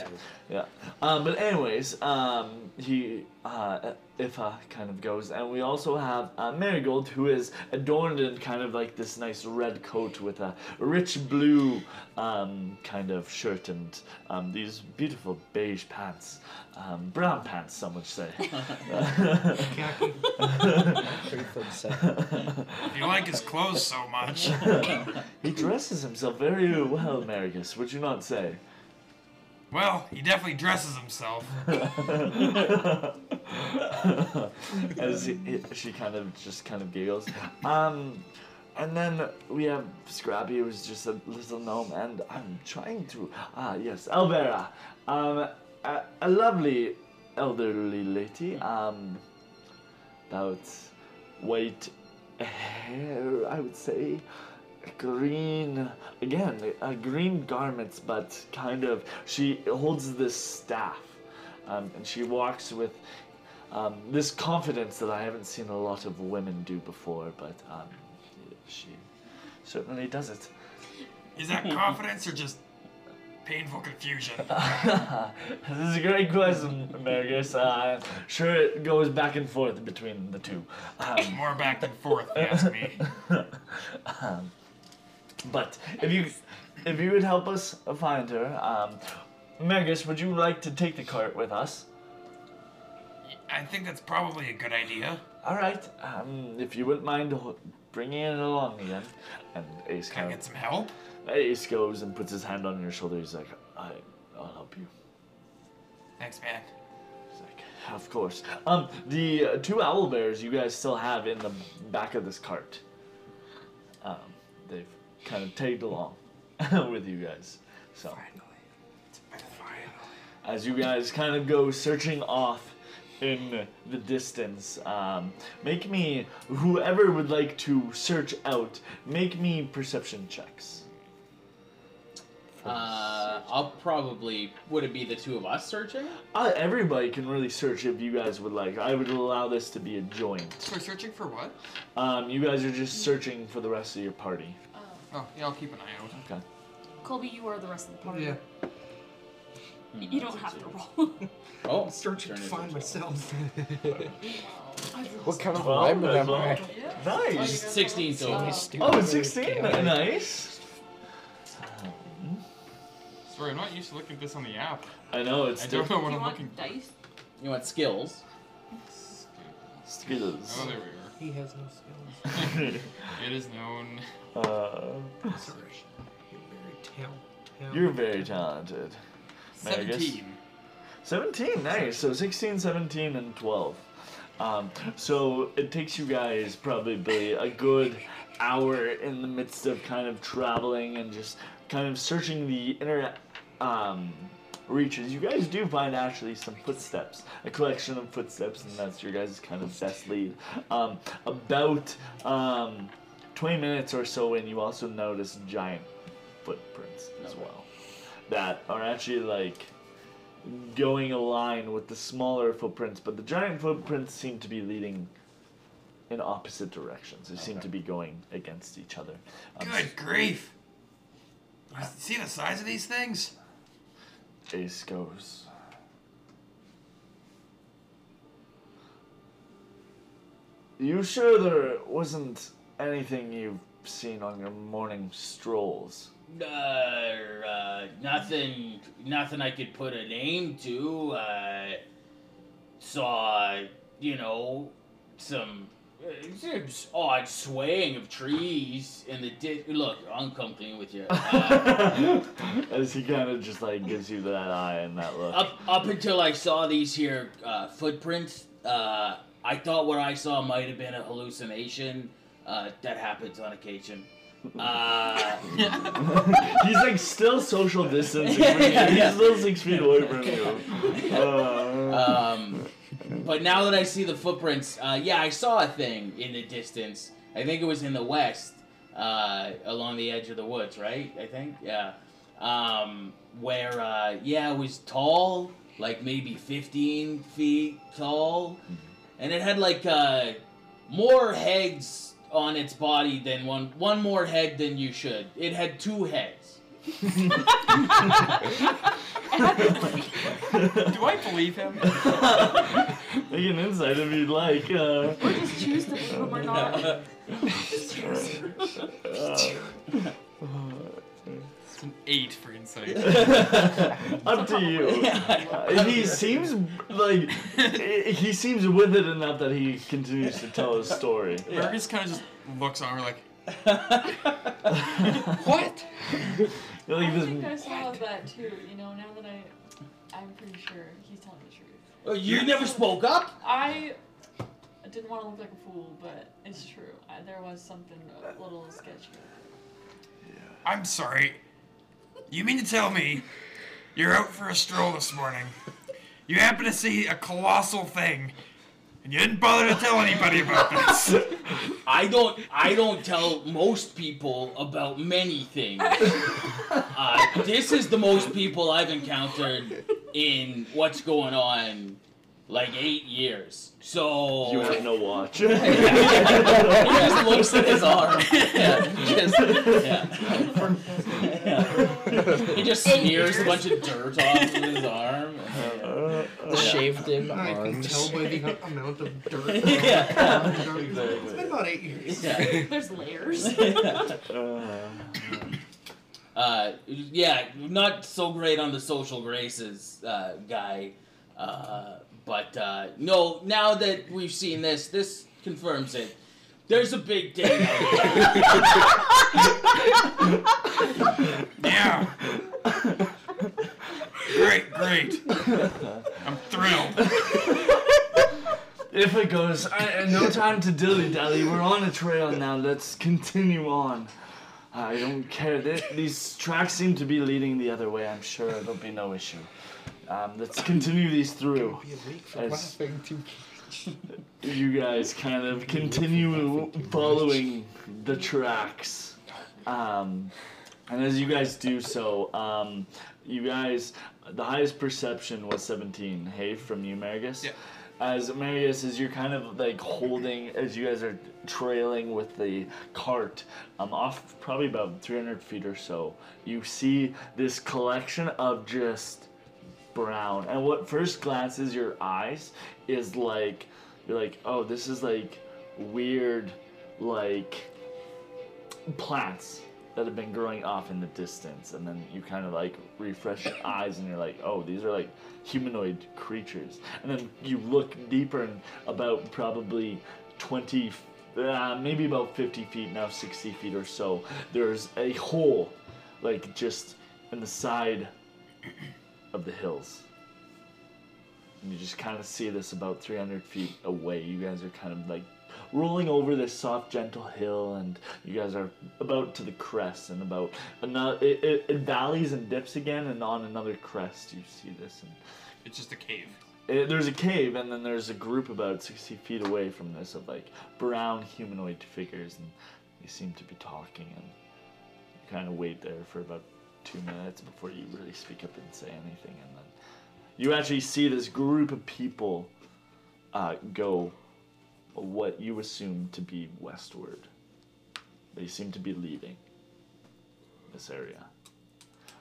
Speaker 1: Yeah. Um, but anyways, um, he uh, Ifa kind of goes, and we also have uh, Marigold, who is adorned in kind of like this nice red coat with a rich blue um, kind of shirt and um, these beautiful beige pants, um, brown pants, some would say.
Speaker 3: Khaki.
Speaker 10: Three foot seven.
Speaker 7: If you like his clothes so much,
Speaker 1: he dresses himself very well, Marigus. Would you not say?
Speaker 7: well, he definitely dresses himself.
Speaker 1: As he, he- she kind of just kind of giggles. Um, and then we have Scrappy, who's just a little gnome, and I'm trying to. Ah, yes, Elvera. Um, a, a lovely elderly lady. Um, about white hair, I would say. Green, again, uh, green garments, but kind of. She holds this staff, um, and she walks with um, this confidence that I haven't seen a lot of women do before, but um, she certainly does it.
Speaker 7: Is that confidence or just painful confusion?
Speaker 1: this is a great question, Marius. Uh, sure, it goes back and forth between the two. Um,
Speaker 7: More back and forth, if you ask me.
Speaker 1: um, but if you if you would help us find her, um, Marius, would you like to take the cart with us?
Speaker 7: I think that's probably a good idea.
Speaker 1: All right, um, if you wouldn't mind ho- bringing it along again. And Ace
Speaker 7: Can I
Speaker 1: kind of-
Speaker 7: get some help?
Speaker 1: Ace goes and puts his hand on your shoulder. He's like, I, I'll help you.
Speaker 7: Thanks, man.
Speaker 1: He's like, of course. Um, the uh, two owl bears you guys still have in the back of this cart. Um, they've kind of tagged along with you guys. So. As you guys kind of go searching off in the distance, um, make me whoever would like to search out, make me perception checks.
Speaker 2: Uh, I'll probably. Would it be the two of us searching?
Speaker 1: Uh, everybody can really search if you guys would like. I would allow this to be a joint.
Speaker 7: So we're searching for what?
Speaker 1: Um, you guys are just searching for the rest of your party.
Speaker 7: Oh, yeah, I'll keep an eye out.
Speaker 1: Okay.
Speaker 8: Colby, you are the rest of the party.
Speaker 3: yeah.
Speaker 8: Y- You don't have to roll.
Speaker 2: Oh,
Speaker 3: I'm searching to
Speaker 2: turn it
Speaker 3: find
Speaker 2: into-
Speaker 3: myself.
Speaker 10: What kind of
Speaker 1: Well,
Speaker 10: alignment
Speaker 1: that's
Speaker 10: am I?
Speaker 1: Nice.
Speaker 2: 16 total.
Speaker 1: Oh, it's 16. Nice.
Speaker 7: Sorry, I'm not used to looking at this on the app.
Speaker 1: I know it's
Speaker 7: I don't know
Speaker 8: Do
Speaker 7: what
Speaker 8: you
Speaker 7: I'm
Speaker 8: want
Speaker 7: looking for.
Speaker 8: dice?
Speaker 2: You want skills?
Speaker 7: Oh,
Speaker 1: skills.
Speaker 7: there we
Speaker 3: he has no skills.
Speaker 7: are. It is known.
Speaker 1: Uh,
Speaker 3: Sorry. You're very talented.
Speaker 1: you're very talented. Marius?
Speaker 7: 17.
Speaker 1: 17, nice. So 16, 17, and 12. Um, so it takes you guys probably a good hour in the midst of kind of traveling and just kind of searching the internet um, reaches. You guys do find actually some footsteps, a collection of footsteps, and that's your guys' kind of best lead. Um, about um, 20 minutes or so in, you also notice giant footprints as well that are actually like going aligned with the smaller footprints, but the giant footprints seem to be leading in opposite directions. They seem to be going against each other. Um,
Speaker 7: Good grief. You see the size of these things?
Speaker 1: Ace goes. You sure there wasn't anything you've seen on your morning strolls?
Speaker 2: Uh, uh, nothing, nothing I could put a name to. Uh, saw, you know, some, uh, some odd swaying of trees in the di- Look, I'm come clean with you. Uh,
Speaker 1: As he kind of just like gives you that eye and that look.
Speaker 2: up, up until I saw these here uh, footprints, uh, I thought what I saw might have been a hallucination. Uh, that happens on occasion. Uh,
Speaker 1: He's like still social distancing. from you.
Speaker 2: Yeah, yeah.
Speaker 1: He's still six feet away from you. Uh,
Speaker 2: Um, but now that I see the footprints, uh, yeah, I saw a thing in the distance. I think it was in the west, uh, along the edge of the woods, right? I think, yeah. Um, where, uh, yeah, it was tall, like maybe 15 feet tall, and it had like uh, more heads on its body than one one more head than you should. It had two heads.
Speaker 12: Do I believe him?
Speaker 1: make an insight if you'd like. Uh,
Speaker 4: Or just choose to believe him or not.
Speaker 12: It's an eight for insight.
Speaker 1: up to you. Uh, he seems like he he seems with it enough that he continues to tell his story.
Speaker 12: Burgess kind of just looks on her like,
Speaker 1: what? You're
Speaker 4: I
Speaker 1: like this.
Speaker 4: think I saw that too. You know, now that I, I'm pretty sure he's telling the truth.
Speaker 2: Uh, You never spoke up.
Speaker 4: I didn't want to look like a fool, but it's true. I, there was something a little sketchy.
Speaker 7: I'm sorry. You mean to tell me you're out for a stroll this morning? You happen to see a colossal thing, and you didn't bother to tell anybody about this.
Speaker 2: I don't. I don't tell most people about many things. Uh, this is the most people I've encountered in what's going on, like eight years. So
Speaker 1: You have no watch.
Speaker 2: he just looks at his arm. Yeah, just, yeah. Yeah. He just smears a bunch of dirt off of his arm.
Speaker 1: Uh,
Speaker 10: Shaved him
Speaker 3: I can
Speaker 10: on.
Speaker 3: tell by the hu- amount of dirt.
Speaker 2: Yeah.
Speaker 3: It's been about eight years.
Speaker 2: yeah.
Speaker 8: There's layers.
Speaker 1: Uh,
Speaker 2: uh, yeah, not so great on the social graces uh, guy, uh, but uh, no. Now that we've seen this, this confirms it. There's a big day. out there.
Speaker 7: Yeah. Great, great. I'm thrilled.
Speaker 1: If it goes, I, I- no time to dilly dally. We're on a trail now. Let's continue on. I don't care. Th these tracks seem to be leading the other way. I'm sure there'll be no issue. Um, let's continue these through.
Speaker 3: Be a week for
Speaker 1: As-
Speaker 3: laughing too.
Speaker 1: You guys kind of continue following the tracks. Um, and as you guys do so, um, you guys, the highest perception was 17, hey, from you, Marigus?
Speaker 12: Yeah.
Speaker 1: As Marius, as you're kind of like holding, as you guys are trailing with the cart, um, off probably about 300 feet or so, you see this collection of just brown. And what first glances your eyes is like, you're like, oh, this is like weird, like plants that have been growing off in the distance. And then you kind of like refresh your eyes and you're like, oh, these are like humanoid creatures. And then you look deeper and about probably 20, uh, maybe about 50 feet, now 60 feet or so, there's a hole, like just in the side of the hills. And you just kind of see this about 300 feet away. You guys are kind of like rolling over this soft, gentle hill, and you guys are about to the crest. And about another, it, it, it valleys and dips again, and on another crest, you see this. And
Speaker 7: It's just a cave.
Speaker 1: it, there's a cave, and then there's a group about 60 feet away from this of like brown humanoid figures, and they seem to be talking. And you kind of wait there for about two minutes before you really speak up and say anything, and then you actually see this group of people uh, go what you assume to be westward. They seem to be leaving this area.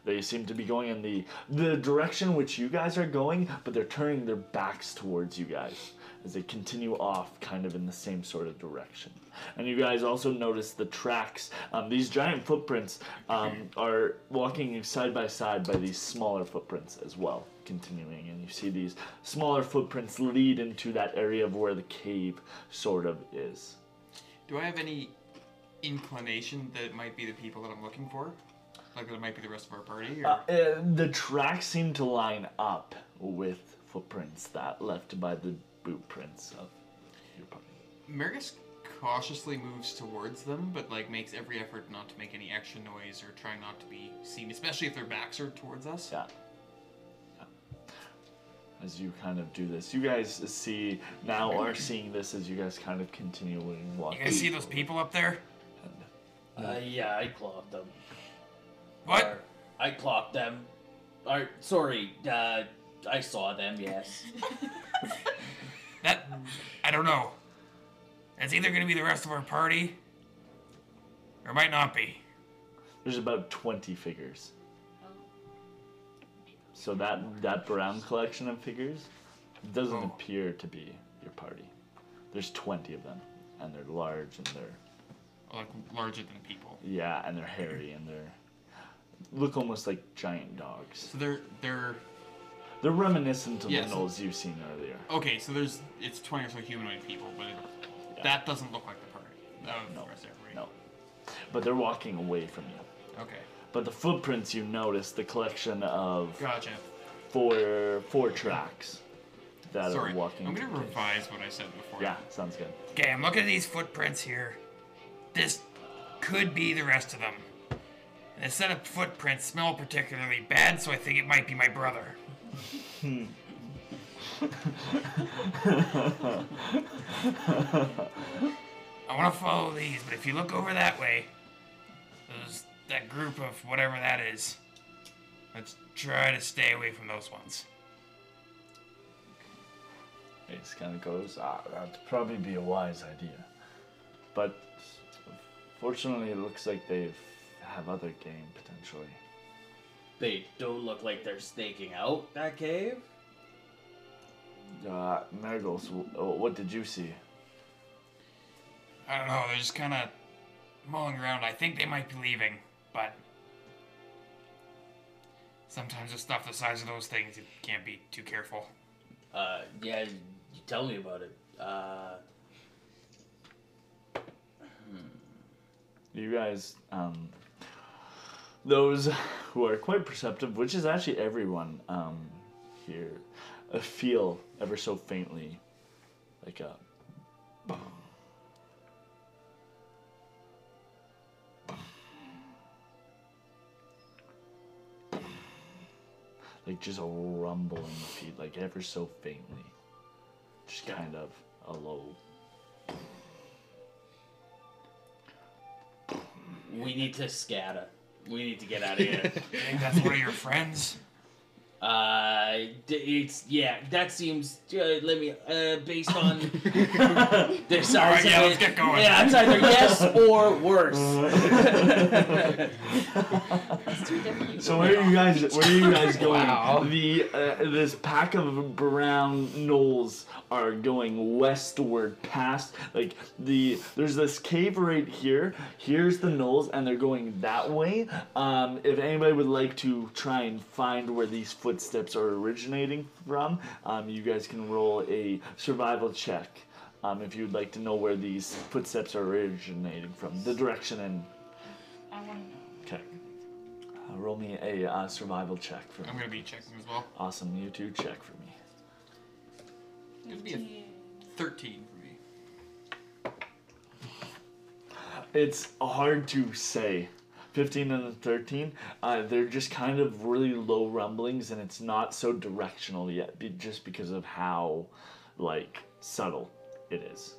Speaker 1: They seem to be going in the the direction which you guys are going, but they're turning their backs towards you guys as they continue off kind of in the same sort of direction. And you guys also notice the tracks. Um, these giant footprints um, are walking side by side by these smaller footprints as well, continuing. And you see these smaller footprints lead into that area of where the cave sort of is.
Speaker 7: Do I have any inclination that it might be the people that I'm looking for? Like that it might be the rest of our party? Or...
Speaker 1: Uh, uh, the tracks seem to line up with footprints that left by the boot prints of your party.
Speaker 7: Mergus cautiously moves towards them, but like makes every effort not to make any extra noise or try not to be seen, especially if their backs are towards us.
Speaker 1: Yeah. As you kind of do this, you guys see now are seeing this as you guys kind of continue walking.
Speaker 7: You guys see those people up there?
Speaker 2: Uh, yeah, I clocked them.
Speaker 7: What?
Speaker 2: Or, I clocked them. Or, sorry, uh, I saw them, yes.
Speaker 7: That I don't know. That's either gonna be the rest of our party, or it might not be.
Speaker 1: There's about 20 figures. So that that brown collection of figures doesn't
Speaker 7: Oh.
Speaker 1: appear to be your party. There's 20 of them, and they're large and they're
Speaker 7: Like larger than people.
Speaker 1: yeah, and they're hairy and they're look almost like giant dogs.
Speaker 7: So they're they're
Speaker 1: They're reminiscent of
Speaker 7: Yes.
Speaker 1: the gnolls you've seen earlier.
Speaker 7: okay. So there's it's twenty or so humanoid people, but it, that doesn't look like the party. Uh,
Speaker 1: No,
Speaker 7: the rest of everybody.
Speaker 1: no. But they're walking away from you.
Speaker 7: Okay.
Speaker 1: But the footprints you notice, the collection of
Speaker 7: Gotcha.
Speaker 1: four four tracks that
Speaker 7: Sorry.
Speaker 1: are walking.
Speaker 7: I'm gonna
Speaker 1: together.
Speaker 7: revise what I said before.
Speaker 1: Yeah, sounds good.
Speaker 7: Okay, I'm looking at these footprints here. This could be the rest of them. And this set of footprints smell particularly bad, so I think it might be my brother. I want to follow these, but if you look over that way, there's that group of whatever that is. Let's try to stay away from those ones.
Speaker 1: It just kind of goes, ah, that'd probably be a wise idea. But fortunately, it looks like they have other game potentially.
Speaker 2: they don't look like they're snaking out that cave.
Speaker 1: Uh, Mergles, wh- uh, what did you see?
Speaker 7: I don't know, they're just kind of mulling around. I think they might be leaving, but sometimes with stuff the size of those things, you can't be too careful.
Speaker 2: Uh, yeah, you tell me about it. Uh,
Speaker 1: You guys, um, those who are quite perceptive, which is actually everyone um, here, uh, feel ever so faintly like a. Like just a rumble in the feet, like ever so faintly. Just kind of a low.
Speaker 2: we need to scatter. We need to get out of here.
Speaker 7: I think that's one of your friends.
Speaker 2: uh, d- it's yeah. That seems. Uh, let me. Uh, based on the size
Speaker 7: Alright,
Speaker 2: of
Speaker 7: yeah,
Speaker 2: it,
Speaker 7: let's get going.
Speaker 2: Yeah, it's either yes or worse.
Speaker 1: So where are you guys? Where are you guys going?
Speaker 13: Wow.
Speaker 1: The uh, this pack of brown gnolls are going westward past like the there's this cave right here. Here's the gnolls, and they're going that way. Um, if anybody would like to try and find where these footsteps are originating from, um, you guys can roll a survival check. Um, if you'd like to know where these footsteps are originating from, the direction and
Speaker 14: I want to know.
Speaker 1: Okay. Uh, roll me a uh, survival check for me.
Speaker 7: I'm gonna be checking as well.
Speaker 1: Awesome, you two check for me.
Speaker 7: It's gonna be a 13 for me.
Speaker 1: It's hard to say. 15 and 13, uh, they're just kind of really low rumblings, and it's not so directional yet, be- just because of how, like, subtle it is.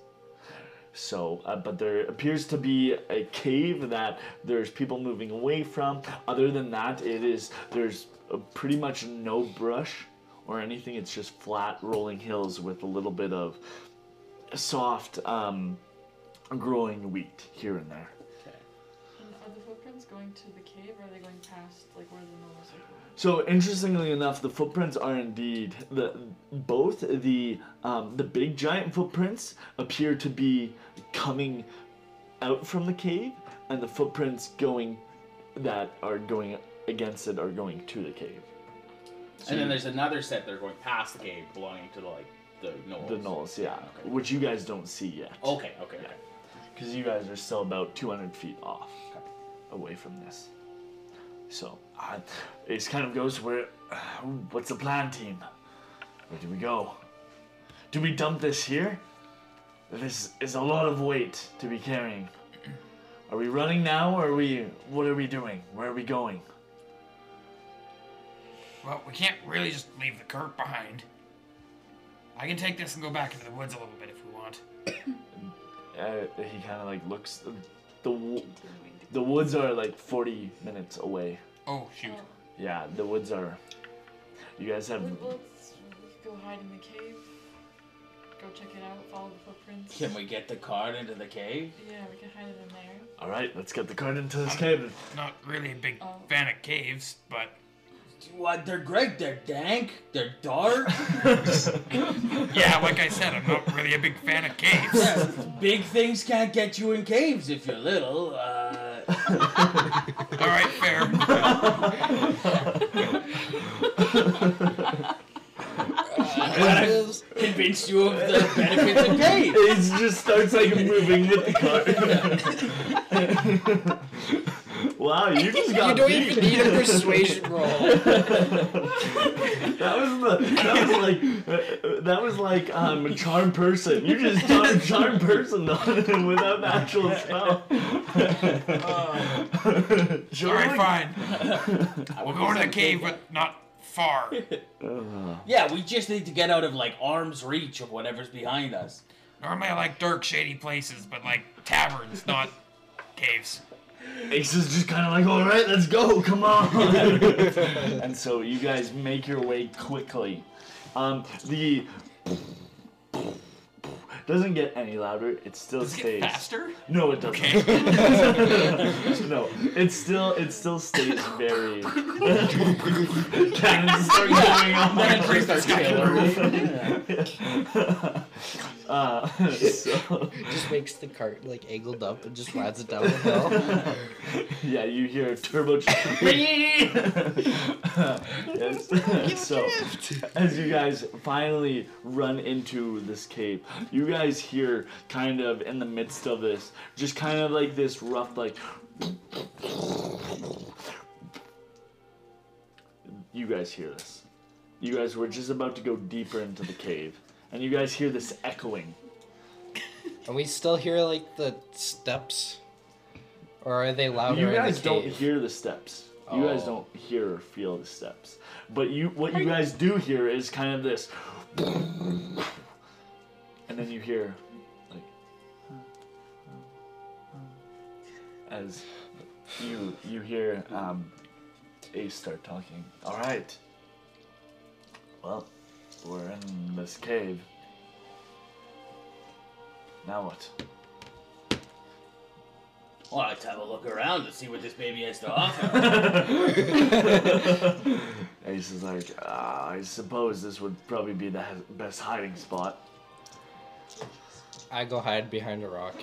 Speaker 1: So, uh, but there appears to be a cave that there's people moving away from. Other than that, it is there's uh, pretty much no brush or anything. It's just flat rolling hills with a little bit of soft um, growing wheat here and there.
Speaker 4: And are the footprints going to the cave or are they going past like where the noise are going?
Speaker 1: So interestingly enough, the footprints are indeed the both the um, the big giant footprints appear to be coming out from the cave, and the footprints going that are going against it are going to the cave,
Speaker 2: And then there's another set that are going past the cave belonging to the, like the Knolls.
Speaker 1: the knolls, yeah,
Speaker 2: Okay.
Speaker 1: which you guys don't see yet,
Speaker 2: Okay, okay, okay.
Speaker 1: because you guys are still about 200 feet off away from this. So uh, it kind of goes where. what's the plan, team? Where do we go? Do we dump this here? This is a lot of weight to be carrying. Are we running now, or are we? What are we doing? Where are we going?
Speaker 7: Well, we can't really just leave the cart behind. I can take this and go back into the woods a little bit if we want.
Speaker 1: Uh, he kind of like looks. uh, The wo- the woods are like 40 minutes away.
Speaker 7: Oh, shoot.
Speaker 1: Yeah, the woods are. You guys have.
Speaker 4: Well, let's we could go hide in the cave. Go check it out, follow the footprints.
Speaker 2: Can we get the card into the cave?
Speaker 4: Yeah, we can hide it in there.
Speaker 1: All right, let's get the cart into this cave.
Speaker 7: Not really a big
Speaker 4: Oh.
Speaker 7: fan of caves, but
Speaker 2: What? They're great. They're dank. They're dark.
Speaker 7: yeah, like I said, I'm not really a big fan of caves.
Speaker 2: yeah, big things can't get you in caves if you're little. Uh,
Speaker 7: All right, fair.
Speaker 2: I've convinced you of the benefits of caves.
Speaker 1: It just starts like moving with the cart. wow, you just got
Speaker 10: You don't
Speaker 1: beat.
Speaker 10: even need a persuasion roll.
Speaker 1: that was the, that was like uh, uh, that was like um charm person. You just charm, charm person on him without the actual spell.
Speaker 7: All right, fine.
Speaker 2: I
Speaker 7: We'll
Speaker 2: would
Speaker 7: go
Speaker 2: do
Speaker 7: to the
Speaker 2: something.
Speaker 7: cave, but not far.
Speaker 2: Yeah, we just need to get out of like arm's reach of whatever's behind us.
Speaker 7: Normally, I like dark, shady places, but like taverns, not caves.
Speaker 1: Ace is just kind of like, all right, let's go, come on. and so you guys make your way quickly. Um, the doesn't get any louder. It still
Speaker 7: Let's
Speaker 1: stays.
Speaker 7: get faster.
Speaker 1: No, it doesn't. no, it still it still stays very. Cannons start going off.
Speaker 2: Then it just starts tailing.
Speaker 1: Uh, so,
Speaker 10: Just makes the cart like angled up and just rides it down the hill.
Speaker 1: yeah, you hear a turbo. yes. so, as you guys finally run into this cave, you guys hear kind of in the midst of this, just kind of like this rough, like. You guys hear this. You guys were just about to go deeper into the cave, and you guys hear this echoing.
Speaker 10: And we still hear like the steps, or are they louder?
Speaker 1: You
Speaker 10: in the
Speaker 1: guys don't
Speaker 10: cave?
Speaker 1: hear the steps. You guys
Speaker 10: Oh.
Speaker 1: don't hear or feel the steps. But you what you guys do hear is kind of this and then you hear like as you you hear um Ace start talking. Alright. Well, we're in this cave. Now what?
Speaker 2: well, let's have a look around and see what this baby has to offer.
Speaker 1: Ace is like, ah, I suppose this would probably be the he- best hiding spot.
Speaker 10: I go hide behind a rock.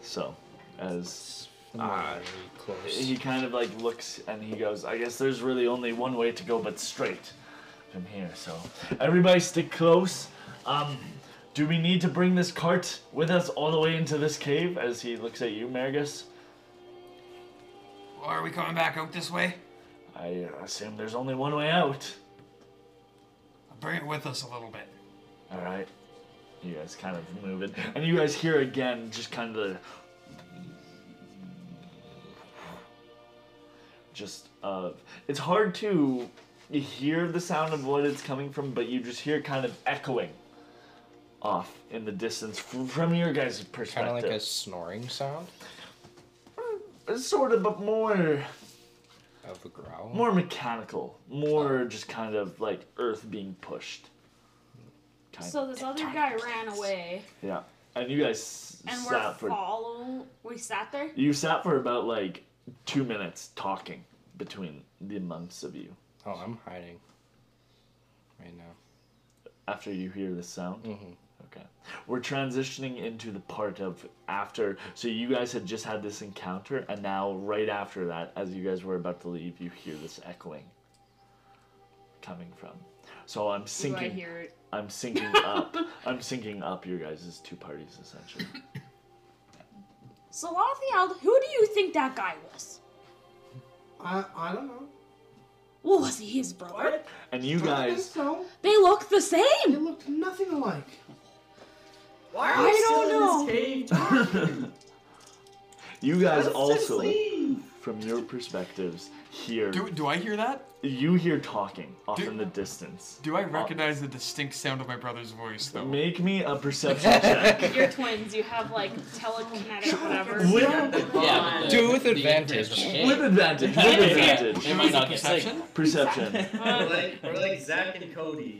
Speaker 1: So, as
Speaker 10: Ah, close.
Speaker 1: he kind of like looks and he goes, I guess there's really only one way to go but straight from here. So, everybody stick close. Um, do we need to bring this cart with us all the way into this cave? As he looks at you, Margus.
Speaker 7: Well, are we coming back out this way?
Speaker 1: I assume there's only one way out.
Speaker 7: I'll bring it with us a little bit.
Speaker 1: All right. You guys kind of move it, and you guys hear again, just kind of the, just uh, it's hard to hear the sound of what it's coming from, but you just hear kind of echoing off in the distance f- from your guys'
Speaker 10: Kind
Speaker 1: perspective.
Speaker 10: of like a snoring sound
Speaker 1: sort of, but more
Speaker 10: of a growl.
Speaker 1: more mechanical, more just kind of like earth being pushed. Kind
Speaker 8: So this other guy ran away,
Speaker 1: yeah, and you guys s-
Speaker 8: and we're
Speaker 1: sat for
Speaker 8: follow. We sat there.
Speaker 1: you sat for about like two minutes talking between the months of you
Speaker 10: Oh, I'm hiding right now.
Speaker 1: after you hear this sound.
Speaker 10: Mhm.
Speaker 1: Okay, we're transitioning into the part of after. So you guys had just had this encounter, and now right after that, as you guys were about to leave, you hear this echoing coming from. So I'm
Speaker 8: Do I
Speaker 1: sinking.
Speaker 8: hear it?
Speaker 1: I'm syncing up. I'm syncing up your guys' two parties essentially.
Speaker 8: Salathiel, who do you think that guy was?
Speaker 3: I, I don't know.
Speaker 8: Well, was he his brother?
Speaker 1: And you
Speaker 3: I think
Speaker 1: guys
Speaker 3: so.
Speaker 8: They look the
Speaker 3: They
Speaker 8: same.
Speaker 3: looked nothing alike.
Speaker 9: Why are we
Speaker 8: I don't
Speaker 9: still
Speaker 8: know.
Speaker 9: in this cave? Let's
Speaker 1: you guys
Speaker 9: just
Speaker 1: also
Speaker 9: leave.
Speaker 1: from your perspectives hear
Speaker 7: Do, do I hear that?
Speaker 1: you hear talking off
Speaker 7: Do-
Speaker 1: in the distance.
Speaker 7: Do I recognize the distinct sound of my brother's voice, though?
Speaker 1: Make me a perception check.
Speaker 8: You're twins. You have like telekinetic whatever.
Speaker 1: With,
Speaker 2: Yeah, but the-
Speaker 10: Do it with
Speaker 2: the
Speaker 10: advantage.
Speaker 2: impression
Speaker 1: with
Speaker 2: changed.
Speaker 1: advantage. With advantage.
Speaker 2: They might not get sick.
Speaker 1: Perception.
Speaker 9: We're like, we're like Zach and Cody.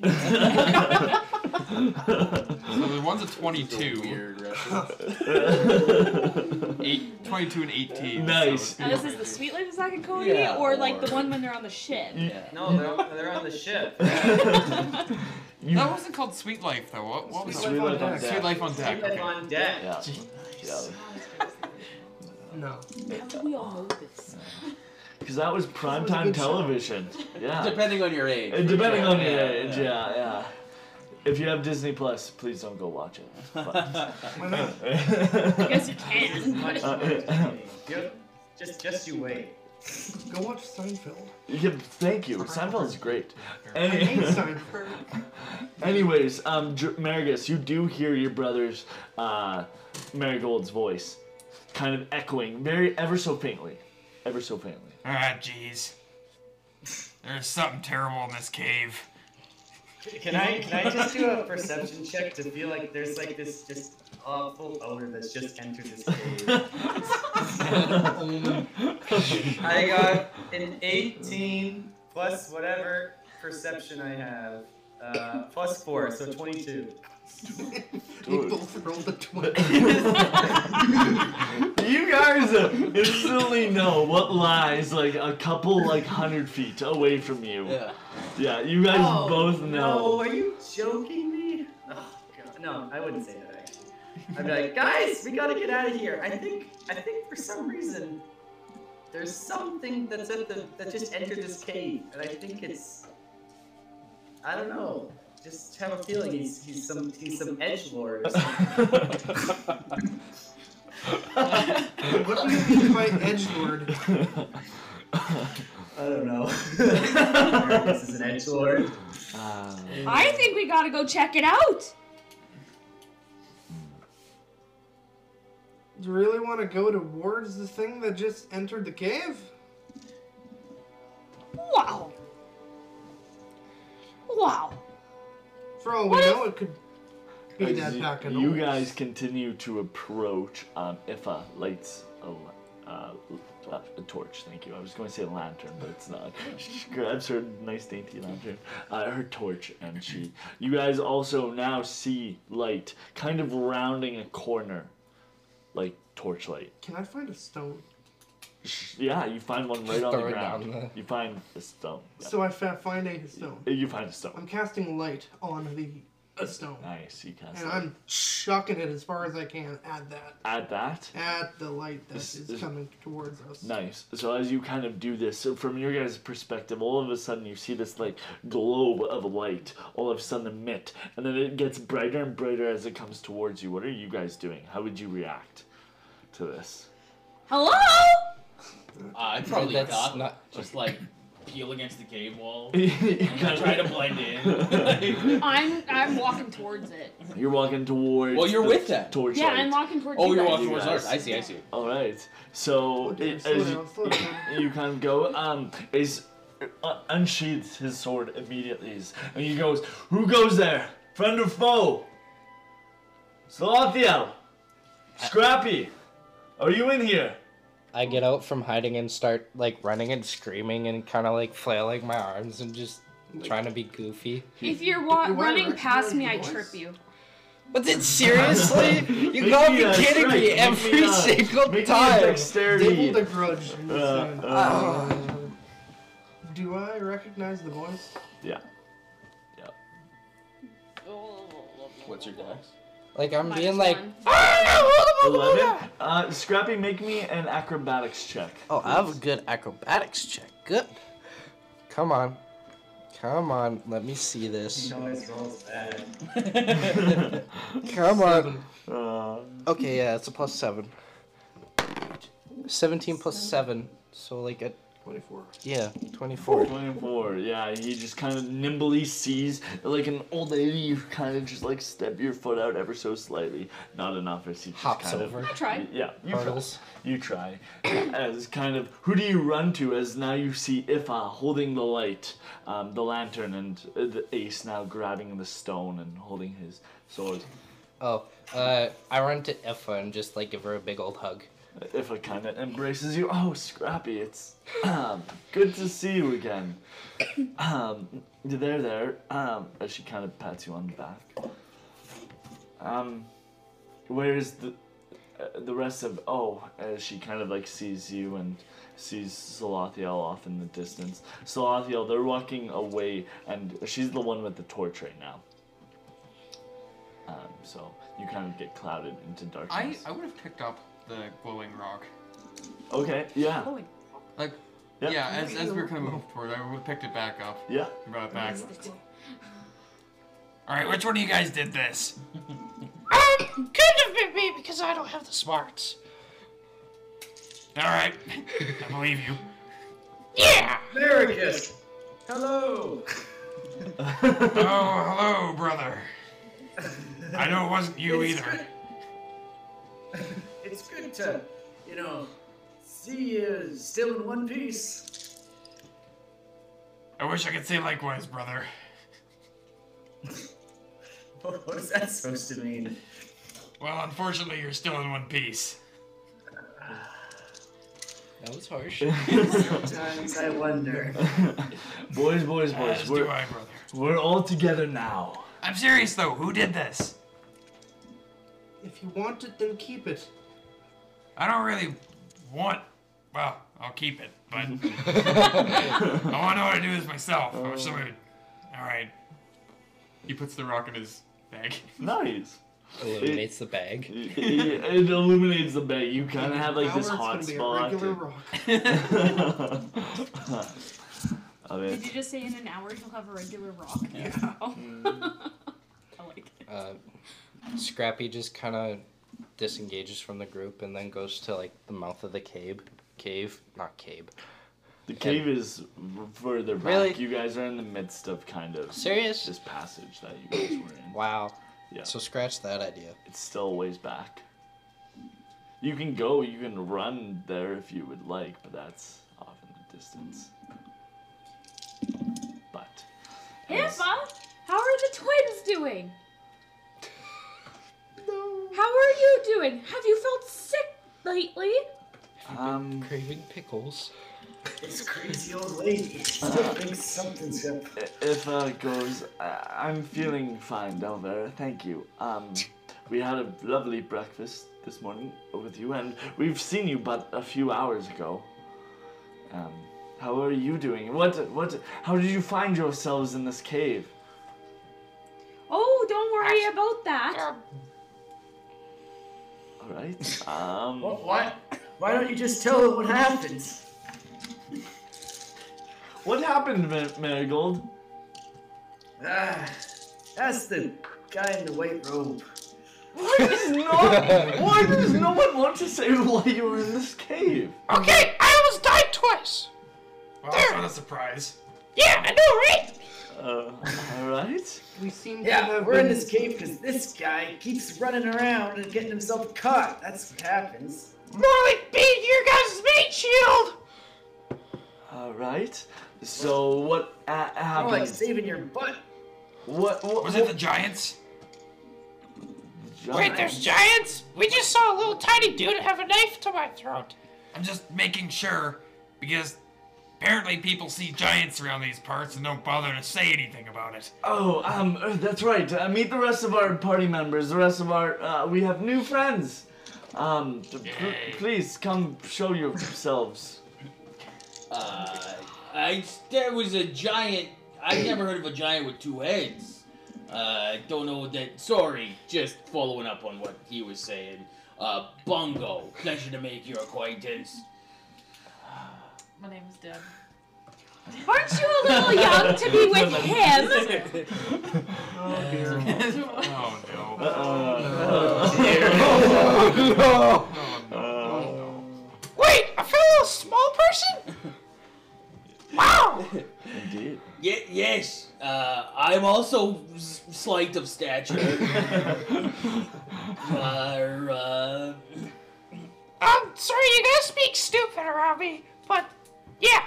Speaker 7: So the one's a 22.
Speaker 2: Weird reference.
Speaker 7: Eight, 22 and 18.
Speaker 1: Nice.
Speaker 8: Now, Oh, this is the sweet life of Zack and Cody,
Speaker 1: Yeah, Mm.
Speaker 8: or like the
Speaker 2: or-
Speaker 8: one when they're on the ship.
Speaker 2: Yeah.
Speaker 9: No, they're on, they're on the ship.
Speaker 1: You-
Speaker 7: That wasn't called Sweet Life, though. What, what was
Speaker 1: Sweet
Speaker 7: that?
Speaker 1: Life on
Speaker 3: Deck.
Speaker 7: Sweet Life on
Speaker 9: Sleep
Speaker 7: Deck.
Speaker 9: like
Speaker 7: Okay.
Speaker 9: on deck.
Speaker 1: Yeah. Yeah.
Speaker 3: No.
Speaker 8: How do we all know this?
Speaker 1: Because that was
Speaker 3: was a
Speaker 1: primetime
Speaker 3: good show.
Speaker 1: television. Yeah.
Speaker 2: Depending on your age.
Speaker 1: Uh, Depending on your
Speaker 2: Yeah,
Speaker 1: age, yeah, yeah. If you have Disney Plus, please don't go watch it.
Speaker 2: Uh,
Speaker 1: But-
Speaker 8: I guess you
Speaker 9: This is
Speaker 8: can.
Speaker 9: much more entertaining. You- Just, just you wait.
Speaker 3: Go watch Seinfeld.
Speaker 1: yeah, thank you. Seinfeld's great.
Speaker 3: I
Speaker 1: Any-
Speaker 3: hate Seinfeld.
Speaker 1: anyways, um, Dr- Marigus, you do hear your brother's uh, Marigold's voice, kind of echoing, very ever so faintly, ever so faintly.
Speaker 15: Ah, jeez. There's something terrible in this cave.
Speaker 9: Can I, can I just do a perception check to feel like there's like this just awful odor that's just entered this cave? I got an 18 plus whatever perception I have. Uh, plus four, so 22.
Speaker 3: You both rolled a 20.
Speaker 1: You guys instantly know what lies like a couple like hundred feet away from you. Yeah,
Speaker 2: Yeah.
Speaker 1: you guys
Speaker 9: Oh,
Speaker 1: both
Speaker 9: No,
Speaker 1: know.
Speaker 9: are you joking me? Oh, God. No, I wouldn't say that actually. I'd be like, guys, we gotta get out of here. I think, I think for some reason, there's something that's at the that just entered this cave, and I think it's, I don't know. Just have a feeling he's he's some he's some edge lord.
Speaker 3: What do you mean by edgelord?
Speaker 9: I don't know. this is an edge lord.
Speaker 1: Uh,
Speaker 8: I think we gotta go check it out.
Speaker 3: Do you really want to go towards the thing that just entered the cave?
Speaker 8: Wow. Wow.
Speaker 3: For all we
Speaker 8: What if-
Speaker 3: know, it could be
Speaker 1: As
Speaker 3: that
Speaker 1: you-
Speaker 3: pack of
Speaker 1: You
Speaker 3: gnolls.
Speaker 1: guys continue to approach um, Ifa lights a, l- uh, l- a torch. Thank you. I was going to say lantern, but it's not. She grabs her nice dainty lantern, uh, her torch, and she. You guys also now see light kind of rounding a corner, like torchlight.
Speaker 3: Can I find a stone?
Speaker 1: Sh- Yeah, you find one right
Speaker 10: Just
Speaker 1: on
Speaker 10: throw
Speaker 1: the
Speaker 10: it
Speaker 1: ground.
Speaker 10: down there.
Speaker 1: You find a stone. Yeah.
Speaker 3: So I fa- find a stone.
Speaker 1: You find a stone.
Speaker 3: I'm casting light on the stone.
Speaker 1: Nice. You cast.
Speaker 3: And
Speaker 1: it.
Speaker 3: I'm chucking it as far as I can at that.
Speaker 1: Add that.
Speaker 3: At the light that
Speaker 1: This
Speaker 3: is
Speaker 1: is-
Speaker 3: coming towards us.
Speaker 1: Nice. So as you kind of do this, so from your guys' perspective, all of a sudden you see this like globe of light all of a sudden emit, and then it gets brighter and brighter as it comes towards you. What are you guys doing? How would you react to this?
Speaker 8: Hello.
Speaker 2: I probably
Speaker 10: That's
Speaker 2: got
Speaker 10: not-
Speaker 2: just like peel against the cave wall. I try
Speaker 1: You're
Speaker 2: to blend in.
Speaker 8: I'm I'm walking towards it.
Speaker 1: walking towards.
Speaker 2: Well, you're
Speaker 1: the
Speaker 2: with them.
Speaker 1: Torch
Speaker 8: Yeah,
Speaker 1: light.
Speaker 8: I'm walking towards.
Speaker 2: oh,
Speaker 8: you
Speaker 2: you're
Speaker 8: guys.
Speaker 2: walking towards
Speaker 1: You
Speaker 2: ours.
Speaker 1: guys.
Speaker 2: I see. I see.
Speaker 1: All right. So
Speaker 3: Oh, dear,
Speaker 1: it-
Speaker 3: slow
Speaker 1: as
Speaker 3: down, slow down.
Speaker 1: you, you kind of go, um, is uh, unsheathes his sword immediately, He's- and he goes, "Who goes there? Friend or foe? Slothiel, Scrappy, are you in here?"
Speaker 10: I get out from hiding and start like running and screaming and kind of like flailing my arms and just trying to be goofy.
Speaker 8: If you're wa-
Speaker 3: You're wearing
Speaker 8: running
Speaker 3: a
Speaker 8: past me, I
Speaker 3: recognize
Speaker 8: trip
Speaker 3: voice.
Speaker 8: you.
Speaker 10: But then seriously, you go
Speaker 1: Make me
Speaker 10: be
Speaker 1: a
Speaker 10: kidding
Speaker 1: uh, strike,
Speaker 10: me
Speaker 1: make
Speaker 10: every
Speaker 1: me a-
Speaker 10: single
Speaker 1: Make me a
Speaker 10: time.
Speaker 1: dexterity.
Speaker 3: Dable the grudge.
Speaker 1: Uh, uh,
Speaker 3: Uh, do I recognize the voice?
Speaker 1: yeah.
Speaker 2: What's your dex?
Speaker 10: Like I'm
Speaker 8: Minus
Speaker 10: being like,
Speaker 8: one.
Speaker 1: Eleven. Uh, Scrappy, make me an acrobatics check.
Speaker 10: oh, I have a good acrobatics check. Good. Come on, come on. Let me see this.
Speaker 9: Always rolls bad.
Speaker 10: Come on.
Speaker 1: Uh,
Speaker 10: Okay, yeah, it's a plus seven. Seventeen plus seven, so like a
Speaker 3: 24.
Speaker 10: yeah, twenty-four.
Speaker 1: 24, yeah, he just kind of nimbly sees, like an old lady, you kind of just like step your foot out ever so slightly. Not enough as he just
Speaker 10: Hops
Speaker 1: kind
Speaker 10: over.
Speaker 1: Of,
Speaker 10: I
Speaker 8: try.
Speaker 1: Yeah, you
Speaker 10: Hurdles.
Speaker 1: try. You try. as kind of, who do you run to as now you see Ifa holding the light, um, the lantern, and uh, the ace now grabbing the stone and holding his sword.
Speaker 10: Oh, uh, I run to Effa and just like give her a big old hug.
Speaker 1: Ifa kind of embraces you. Oh, Scrappy, it's um, good to see you again. Um, there, there. Um, as she kind of pats you on the back. Um, where is the uh, the rest of? Oh, as she kind of like sees you and sees Salathiel off in the distance. Salathiel, they're walking away, and she's the one with the torch right now. Um, so you kind of get clouded into
Speaker 16: I,
Speaker 1: darkness.
Speaker 16: I would have picked up the glowing rock.
Speaker 1: Okay, yeah.
Speaker 16: Like,
Speaker 1: Yeah.
Speaker 16: yeah, as, as we were kind of moving forward, I would have picked it back up.
Speaker 1: Yeah.
Speaker 16: and Brought it back.
Speaker 7: All right, which one of you guys did this?
Speaker 10: Um, could have been me because I don't have the smarts.
Speaker 7: All right, I believe you.
Speaker 10: Yeah.
Speaker 9: Americus! Hello!
Speaker 7: Oh, hello, brother. I know it wasn't you
Speaker 9: It's
Speaker 7: either.
Speaker 9: good- it's good to, you know, see you still in one piece.
Speaker 7: I wish I could say likewise, brother.
Speaker 9: What what is that supposed to mean?
Speaker 7: Well, unfortunately, you're still in one piece.
Speaker 10: That was harsh.
Speaker 9: Sometimes I wonder.
Speaker 1: boys, boys, boys.
Speaker 7: As do
Speaker 1: We're,
Speaker 7: I, brother.
Speaker 1: we're all together now.
Speaker 7: I'm serious though. Who did this?
Speaker 3: If you want it, then keep it.
Speaker 7: I don't really want. Well, I'll keep it, but I want to know how to do this myself. I wish somebody would. All right.
Speaker 16: Uh. He puts the rock in his bag.
Speaker 1: Nice.
Speaker 10: Illuminates the bag.
Speaker 1: It, it illuminates the bay. You kind of have like
Speaker 3: Now
Speaker 1: this
Speaker 3: it's gonna
Speaker 1: hot
Speaker 3: be a
Speaker 1: spot.
Speaker 3: regular rock.
Speaker 1: of
Speaker 8: Did you
Speaker 1: it.
Speaker 8: just say in an hour he'll have a regular rock? Yeah. Oh. I like it.
Speaker 10: Uh, Scrappy just kind of disengages from the group and then goes to like the mouth of the cave. Cave, not cave.
Speaker 1: The cave is r- further back.
Speaker 10: Really?
Speaker 1: You guys are in the midst of kind of
Speaker 10: Serious?
Speaker 1: this passage that you guys were in.
Speaker 10: Wow.
Speaker 1: Yeah.
Speaker 10: So scratch that idea.
Speaker 1: It's still a ways back. You can go, you can run there if you would like, but that's off in the distance. But as-
Speaker 8: Ifa, how are the twins doing? How are you doing? Have you felt sick lately?
Speaker 1: um,
Speaker 10: Craving pickles.
Speaker 9: This crazy old lady still thinks something's up.
Speaker 1: If uh, goes, I- I'm feeling fine, Delvera. Thank you. Um, we had a lovely breakfast this morning with you, and we've seen you but a few hours ago. Um, how are you doing? What? What? How did you find yourselves in this cave?
Speaker 8: Oh, don't worry about that.
Speaker 1: All right. Um,
Speaker 9: What? Why don't you just tell them what happened?
Speaker 1: what happened, Ma- Marigold?
Speaker 9: Ah, that's the guy in the white robe.
Speaker 1: Why does not? Why does no one want to say why you were in this cave?
Speaker 10: Okay, I almost died twice.
Speaker 7: Well, that's not a surprise.
Speaker 10: Yeah, I know, right?
Speaker 1: Uh, all right.
Speaker 3: We seem to
Speaker 9: Yeah,
Speaker 3: have
Speaker 9: we're in
Speaker 3: been-
Speaker 9: this cave because this guy keeps running around and getting himself caught. That's what happens.
Speaker 10: More like being your guys' mate shield.
Speaker 1: All right. So what a-
Speaker 9: More like
Speaker 1: happens?
Speaker 9: saving your butt.
Speaker 1: What, what
Speaker 7: Was it the giants?
Speaker 1: the
Speaker 10: Wait, there's giants? We just saw a little tiny dude have a knife to my throat.
Speaker 7: I'm just making sure because apparently people see giants around these parts and don't bother to say anything about it.
Speaker 1: Oh, um, uh, that's right. Uh, meet the rest of our party members. The rest of our, uh, we have new friends. Um, p- p-
Speaker 7: Yay.
Speaker 1: please come show yourselves.
Speaker 2: Uh, I there was a giant. I've never heard of a giant with two heads. Uh, I don't know that. Sorry, just following up on what he was saying. Uh, Bungo, pleasure to make your acquaintance.
Speaker 4: My name's Deb.
Speaker 8: Aren't you a little young to be with him?
Speaker 3: Oh, dear.
Speaker 7: Oh no.
Speaker 1: Uh,
Speaker 10: no.
Speaker 7: Oh no. Oh,
Speaker 10: Wait, I feel a little small person? Wow!
Speaker 1: Indeed.
Speaker 2: Ye- yes, uh, I'm also s- slight of stature. uh, uh,
Speaker 10: I'm Um, sorry you guys speak stupid around me, but yeah.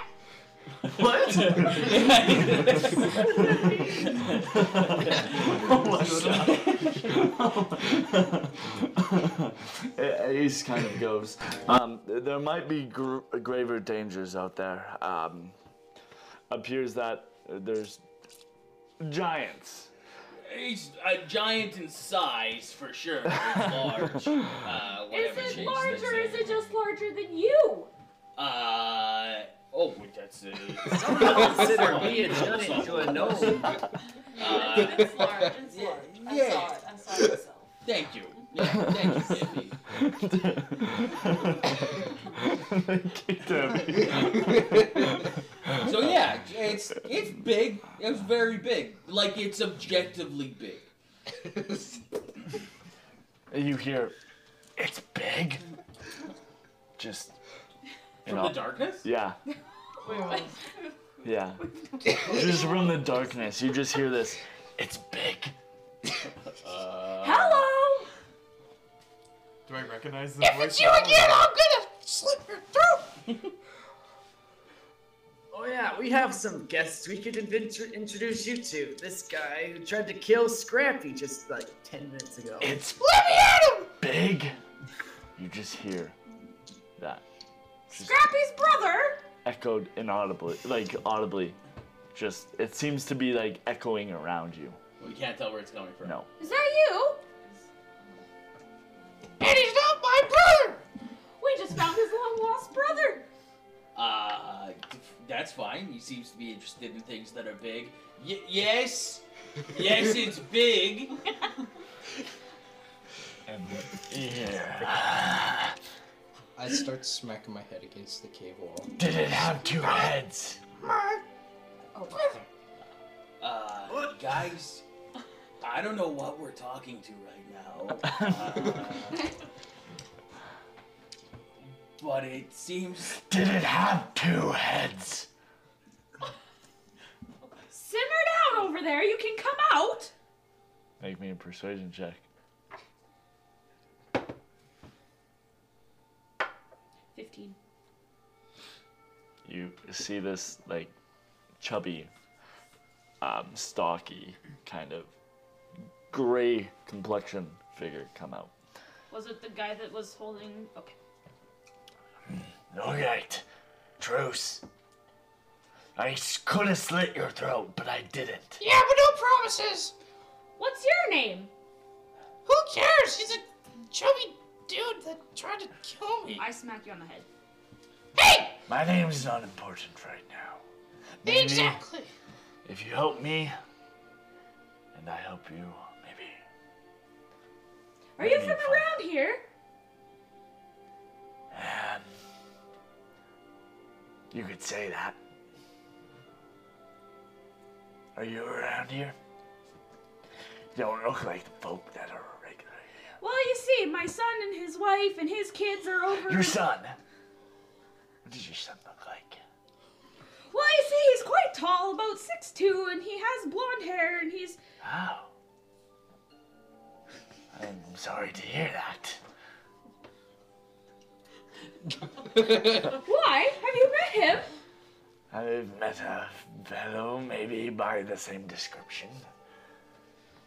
Speaker 1: What? oh my god. Ace Uh, kind of goes. Um, there might be gr- graver dangers out there. Um, appears that there's giants.
Speaker 2: he's a giant in size for sure. It's large. Uh,
Speaker 8: Is
Speaker 2: whatever
Speaker 8: it
Speaker 2: shapes
Speaker 8: large
Speaker 2: they
Speaker 8: or
Speaker 2: say.
Speaker 8: is it just larger than you?
Speaker 2: Uh, oh, wait, that's a.
Speaker 9: Consider me a giant to a gnome.
Speaker 2: Uh,
Speaker 4: It's large. It's large. I saw
Speaker 2: yeah,
Speaker 4: it. I saw it myself.
Speaker 2: thank you. Yeah, thank you, Tiffany. So yeah, it's it's big. It's very big. Like it's objectively big.
Speaker 1: you hear, it's big. Just. you
Speaker 2: From
Speaker 1: know,
Speaker 2: the darkness.
Speaker 1: Yeah.
Speaker 4: Wait, what?
Speaker 1: Yeah. just from the darkness, you just hear this. It's big.
Speaker 8: Hello!
Speaker 7: Do I recognize the
Speaker 10: If
Speaker 7: voice?
Speaker 10: it's you again, I'm gonna slit your throat.
Speaker 9: Oh yeah, we have some guests we could invent- introduce you to. This guy who tried to kill Scrappy just like ten minutes ago.
Speaker 1: It's
Speaker 10: Let me at him.
Speaker 1: big. You just hear that
Speaker 8: Scrappy's brother!
Speaker 1: echoed inaudibly, like audibly. Just it seems to be like echoing around you.
Speaker 2: We can't tell where it's coming from.
Speaker 1: No.
Speaker 8: Is that you?
Speaker 10: And he's not my brother.
Speaker 8: We just found his long lost brother!
Speaker 2: Uh, that's fine. He seems to be interested in things that are big. Y- yes, yes, it's big.
Speaker 1: Yeah.
Speaker 10: I start smacking my head against the cave wall.
Speaker 1: Did it have two heads?
Speaker 10: Oh,
Speaker 2: Uh, guys, I don't know what we're talking to right now. Uh, but it seems
Speaker 1: Did it have two heads?
Speaker 8: Simmer down over there, you can come out!
Speaker 1: Make me a persuasion check.
Speaker 8: Fifteen.
Speaker 1: You see this like chubby, um, stocky kind of gray complexion figure come out.
Speaker 8: Was it the guy that was holding. Okay.
Speaker 1: All right, truce. I could have slit your throat, but I didn't.
Speaker 10: Yeah, but no promises.
Speaker 8: What's your name?
Speaker 10: Who cares? He's a chubby dude that tried to kill me.
Speaker 8: I smack you on the head.
Speaker 10: Hey,
Speaker 1: My name's not important right now. Maybe
Speaker 10: exactly.
Speaker 1: If you help me, and I help you, maybe.
Speaker 8: Are you
Speaker 1: Maybe
Speaker 8: from
Speaker 1: fine.
Speaker 8: around here?
Speaker 1: And you could say that. Are you around here? You don't look like the folk that are regular here.
Speaker 8: Well, you see, my son and his wife and his kids are over.
Speaker 1: Your son. What does your son look like?
Speaker 8: tall, about six two, and he has blonde hair, and he's
Speaker 1: Oh. I'm sorry to hear that.
Speaker 8: why? Have you met him?
Speaker 1: I've met a fellow maybe by the same description.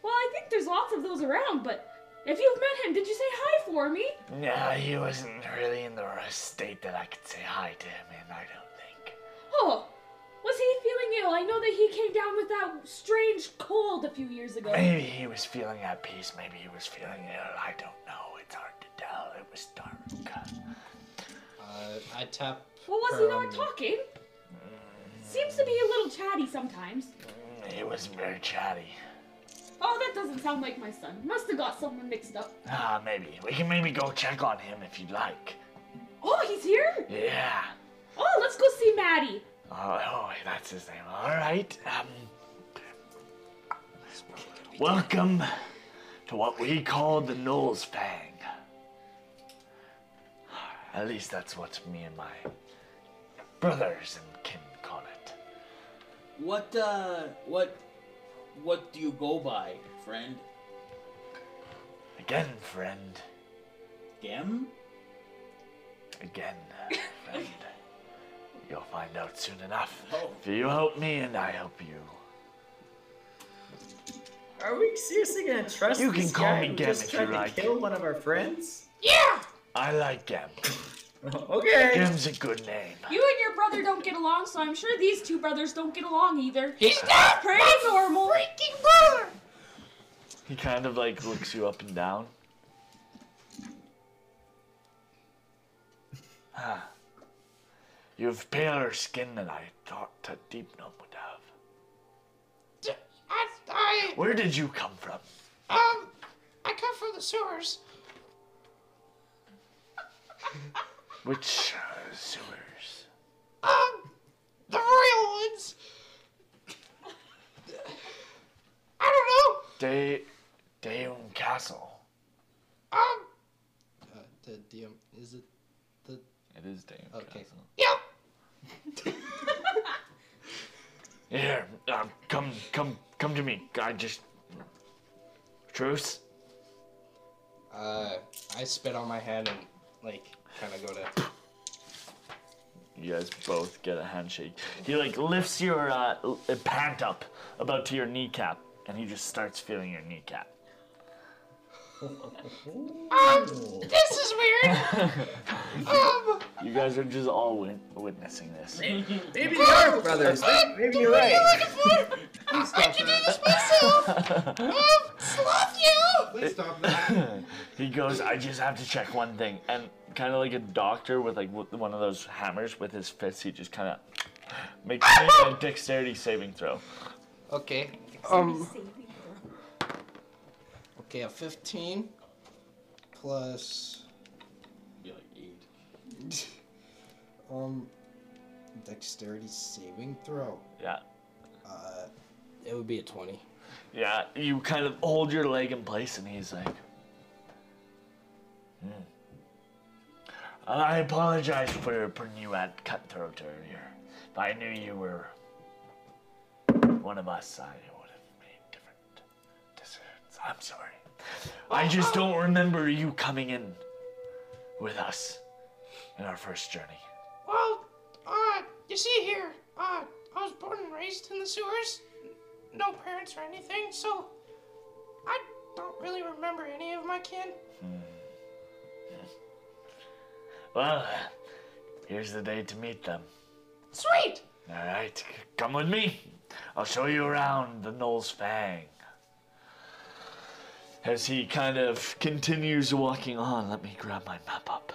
Speaker 8: Well, I think there's lots of those around, but if you've met him, did you say hi for me?
Speaker 1: Nah, he wasn't really in the right state that I could say hi to him in, I don't think.
Speaker 8: Oh, was he feeling ill? I know that he came down with that strange cold a few years ago.
Speaker 1: Maybe he was feeling at peace, maybe he was feeling ill, I don't know. It's hard to tell. It was dark.
Speaker 10: Uh, I tap.
Speaker 8: Well, was he
Speaker 10: Um,
Speaker 8: not talking? Seems to be a little chatty sometimes.
Speaker 1: He was very chatty.
Speaker 8: Oh, that doesn't sound like my son. Must have got someone mixed up.
Speaker 1: Ah, maybe. We can maybe go check on him if you'd like.
Speaker 8: Oh, he's here?
Speaker 1: Yeah.
Speaker 8: Oh, let's go see Maddie.
Speaker 1: Oh, oh that's his name. All right. Um, welcome to what we call the Knowles Fang. At least that's what me and my brothers and kin call it.
Speaker 2: What uh what what do you go by, friend?
Speaker 1: Again, friend.
Speaker 2: Gem?
Speaker 1: Again, friend. You'll find out soon enough.
Speaker 2: Oh.
Speaker 1: If you help me, and I help you.
Speaker 9: Are we seriously gonna trust
Speaker 1: You can
Speaker 9: this
Speaker 1: call
Speaker 9: guy
Speaker 1: me
Speaker 9: who
Speaker 1: Gem
Speaker 9: just
Speaker 1: if
Speaker 9: tried
Speaker 1: you
Speaker 9: to
Speaker 1: like.
Speaker 9: kill one of our friends?
Speaker 1: I like Gem.
Speaker 9: okay.
Speaker 1: Gem's a good name.
Speaker 8: You and your brother don't get along, so I'm sure these two brothers don't get along either. He's not pretty normal. Freaking brother.
Speaker 1: He kind of like looks you up and down. Ah. You have paler skin than I thought a deep gnome would have.
Speaker 10: I, I,
Speaker 1: Where did you come from?
Speaker 10: um, I come from the sewers.
Speaker 1: Which uh, sewers?
Speaker 10: Um, the royal ones. I don't know.
Speaker 1: Day, Dayum Castle.
Speaker 10: Um, uh, the DM is it the
Speaker 1: It is Dayum
Speaker 10: okay? Yep.
Speaker 1: Here, um, come, come, come to me. I just. Truce.
Speaker 10: Uh, I spit on my head and like kind of go to.
Speaker 1: You guys both get a handshake. He like lifts your uh, l- pant up about to your kneecap, and he just starts feeling your kneecap.
Speaker 10: Um, this is weird. um,
Speaker 1: You guys are just all win- witnessing this.
Speaker 9: Maybe they are brothers. Maybe you're right.
Speaker 10: I can do this myself. Um, sloth you.
Speaker 3: Please stop that.
Speaker 1: He goes, I just have to check one thing, and kind of like a doctor with like w- one of those hammers with his fist, he just kind of makes me a dexterity saving throw.
Speaker 10: Okay. Um. Okay, a fifteen plus
Speaker 2: Be like eight.
Speaker 10: um dexterity saving throw.
Speaker 1: Yeah.
Speaker 10: Uh, it would be a twenty.
Speaker 1: Yeah, you kind of hold your leg in place, and he's like, "Hmm. I apologize for putting you at cutthroat earlier. If I knew you were one of us, I would have made different decisions. I'm sorry. I just don't remember you coming in with us in our first journey.
Speaker 10: Well, uh, you see here, uh, I was born and raised in the sewers. No parents or anything, so I don't really remember any of my kin.
Speaker 1: Well, here's the day to meet them.
Speaker 10: Sweet!
Speaker 1: All right, c- come with me. I'll show you around the Knoll's Fang. As he kind of continues walking on, let me grab my map up.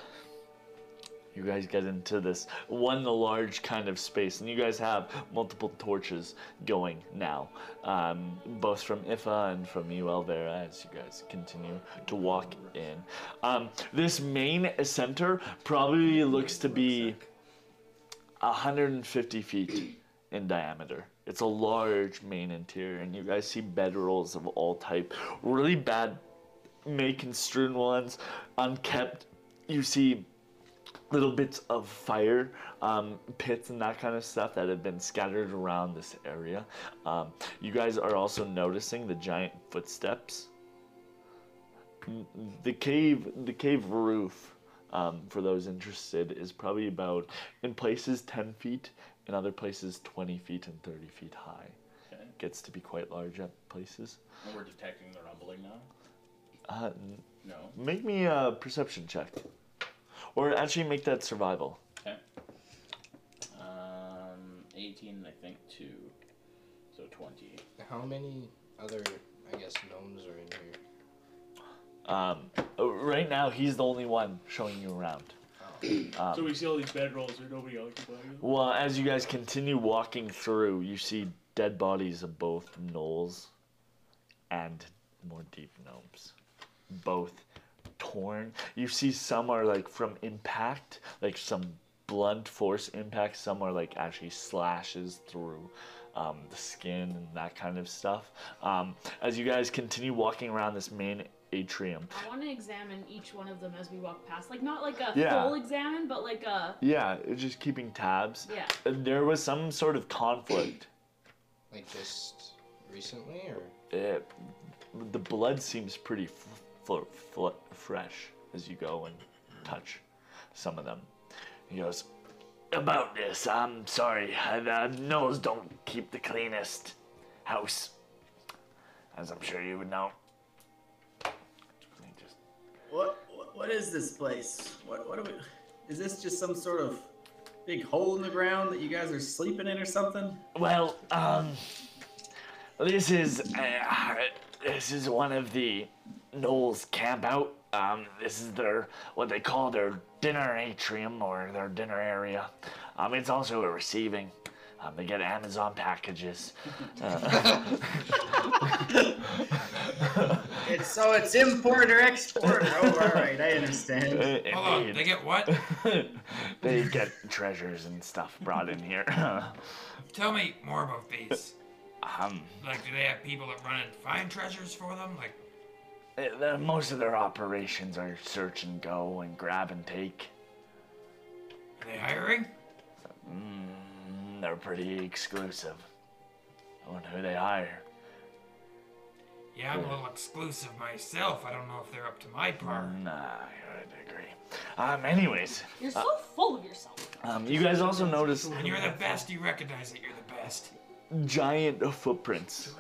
Speaker 1: You guys get into this one large kind of space, and you guys have multiple torches going now, um, both from Ifa and from you, Elvera, as you guys continue to walk in. Um, this main center probably looks to be. 150 feet in diameter. It's a large main interior, and you guys see bedrolls of all type, really bad, may construed ones, unkept. You see little bits of fire um, pits and that kind of stuff that have been scattered around this area. Um, you guys are also noticing the giant footsteps. N- The cave, the cave roof, um, for those interested, is probably about in places 10 feet, in other places 20 feet and 30 feet high.
Speaker 2: Okay.
Speaker 1: Gets to be quite large at places.
Speaker 2: And we're detecting the rumbling now.
Speaker 1: Uh, n-
Speaker 2: No.
Speaker 1: make me a perception check, or actually make that survival.
Speaker 2: Okay. Um, 18, I think, two. So 20.
Speaker 10: How many other, I guess, gnomes are in here?
Speaker 1: Um, uh, right now, he's the only one showing you around. Um,
Speaker 17: so we see all these bedrolls that nobody occupies.
Speaker 1: Well, as you guys continue walking through, you see dead bodies of both gnolls and more deep gnomes. Both torn. You see some are like from impact, like some blunt force impact, some are like actually slashes through um, the skin and that kind of stuff. Um, as you guys continue walking around this main atrium,
Speaker 8: I want to examine each one of them as we walk past. Like, not like a
Speaker 1: Yeah.
Speaker 8: full examine, but like a.
Speaker 1: yeah, it's just keeping tabs.
Speaker 8: Yeah.
Speaker 1: Uh, There was some sort of conflict.
Speaker 10: Like just recently, or
Speaker 1: Eh, the blood seems pretty f- f- f- fresh as you go and touch some of them. He goes, About this, I'm sorry. uh, The gnolls don't keep the cleanest house. As I'm sure you would know. He just-
Speaker 9: What, what what is this place? What what are we? Is this just some sort of big hole in the ground that you guys are sleeping in or something?
Speaker 1: Well, um, this is uh, this is one of the Knowles camp out. Um, this is their what they call their dinner atrium or their dinner area. Um, it's also a receiving. Um, they get Amazon packages. Uh,
Speaker 9: It's so it's import or export. Oh, all right, I understand.
Speaker 7: Hold on,
Speaker 1: indeed.
Speaker 7: they get what?
Speaker 1: they get treasures and stuff brought in here.
Speaker 7: Tell me more about these.
Speaker 1: um,
Speaker 7: Like, do they have people that run and find treasures for them? Like,
Speaker 1: eh, the- most of their operations are search and go and grab and take.
Speaker 7: are they hiring?
Speaker 1: Mm, they're pretty exclusive. I wonder who they hire.
Speaker 7: Yeah, I'm a little exclusive myself. I don't know if they're up to my par.
Speaker 1: Nah, I would agree. Um, anyways,
Speaker 8: You're so full of yourself.
Speaker 1: um, you guys also notice
Speaker 7: When you're the best, you recognize that you're the best.
Speaker 1: giant footprints.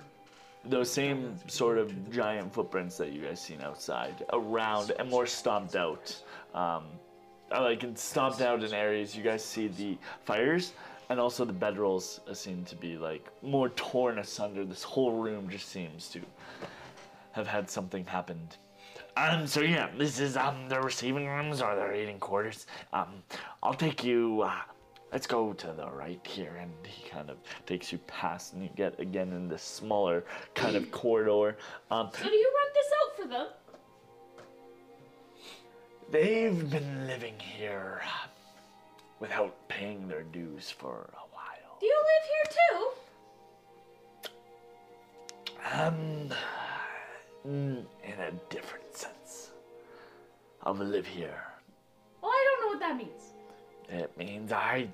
Speaker 1: Those same sort of giant footprints that you guys seen outside, around and more stomped out. Um, uh, like in stomped out in areas, you guys see the fires, and also the bedrolls uh, seem to be like more torn asunder. This whole room just seems to have had something happened. Um, so yeah, this is um their receiving rooms or their eating quarters. Um, I'll take you. Uh, let's go to the right here, and he kind of takes you past, and you get again in this smaller kind of corridor. Um,
Speaker 8: So, do you rent this out for them?
Speaker 1: they've been living here without paying their dues for a while.
Speaker 8: Do you live here too?
Speaker 1: Um, mm, in a different sense, I'll live here.
Speaker 8: Well, I don't know what that means.
Speaker 1: It means I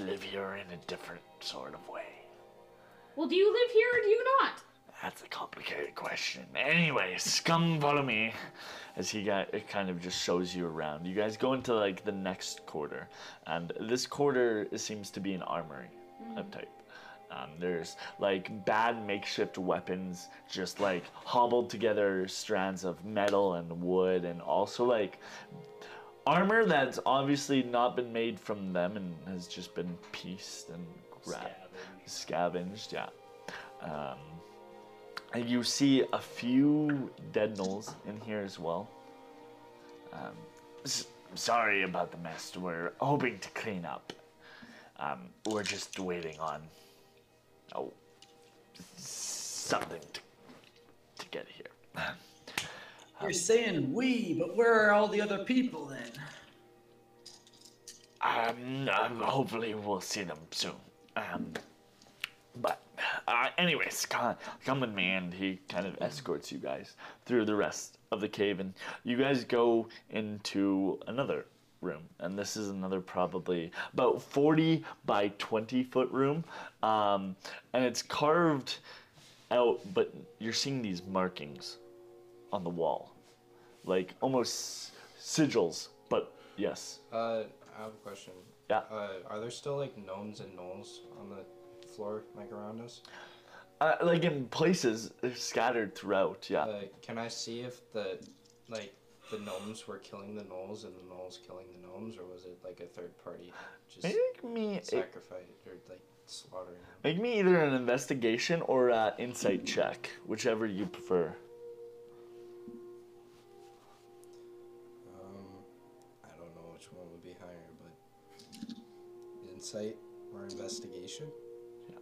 Speaker 1: live here in a different sort of way.
Speaker 8: Well, do you live here or do you not?
Speaker 1: That's a complicated question. Anyways, come follow me. As he got, it kind of just shows you around. You guys go into like the next quarter, and this quarter seems to be an armory of type. Um, there's like bad makeshift weapons, just like hobbled together strands of metal and wood, and also like armor that's obviously not been made from them and has just been pieced and grabbed, scavenged. Yeah. Um, and you see a few dead gnolls in here as well. Um, s- sorry about the mess. We're hoping to clean up. Um, we're just waiting on oh something to, to get here.
Speaker 9: You're saying we, but where are all the other people then?
Speaker 1: Um, um, hopefully we'll see them soon. Um, but uh, anyways, come, come with me, and he kind of escorts you guys through the rest of the cave, and you guys go into another room, and this is another probably about 40 by 20 foot room, um, and it's carved out, but you're seeing these markings on the wall, like almost sigils, but yes.
Speaker 10: Uh, I have a question.
Speaker 1: Yeah.
Speaker 10: Uh, are there still like gnomes and gnolls on the floor, like around us?
Speaker 1: Uh, like in places they're scattered throughout, yeah.
Speaker 10: Uh, can I see if the, like, the gnomes were killing the gnolls and the gnolls killing the gnomes, or was it like a third party just
Speaker 1: Make me a-
Speaker 10: sacrifice or like slaughtering? them?
Speaker 1: Make me either an investigation or an insight check, whichever you prefer.
Speaker 10: Um, I don't know which one would be higher, but insight or investigation? Yeah.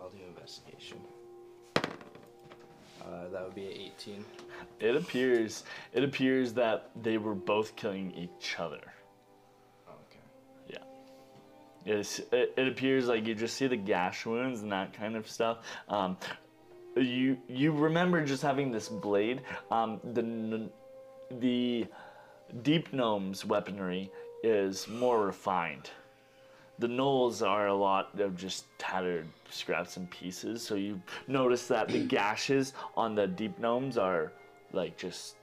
Speaker 10: I'll do investigation. Uh, that would be a 18.
Speaker 1: It appears it appears that they were both killing each other.
Speaker 10: Oh,
Speaker 1: Okay. Yeah. It's, it, it appears like you just see the gash wounds and that kind of stuff. Um, you you remember just having this blade. Um, the n- the deep gnome's weaponry is more refined. The knolls are a lot of just tattered scraps and pieces, so you notice that the gashes on the deep gnomes are like just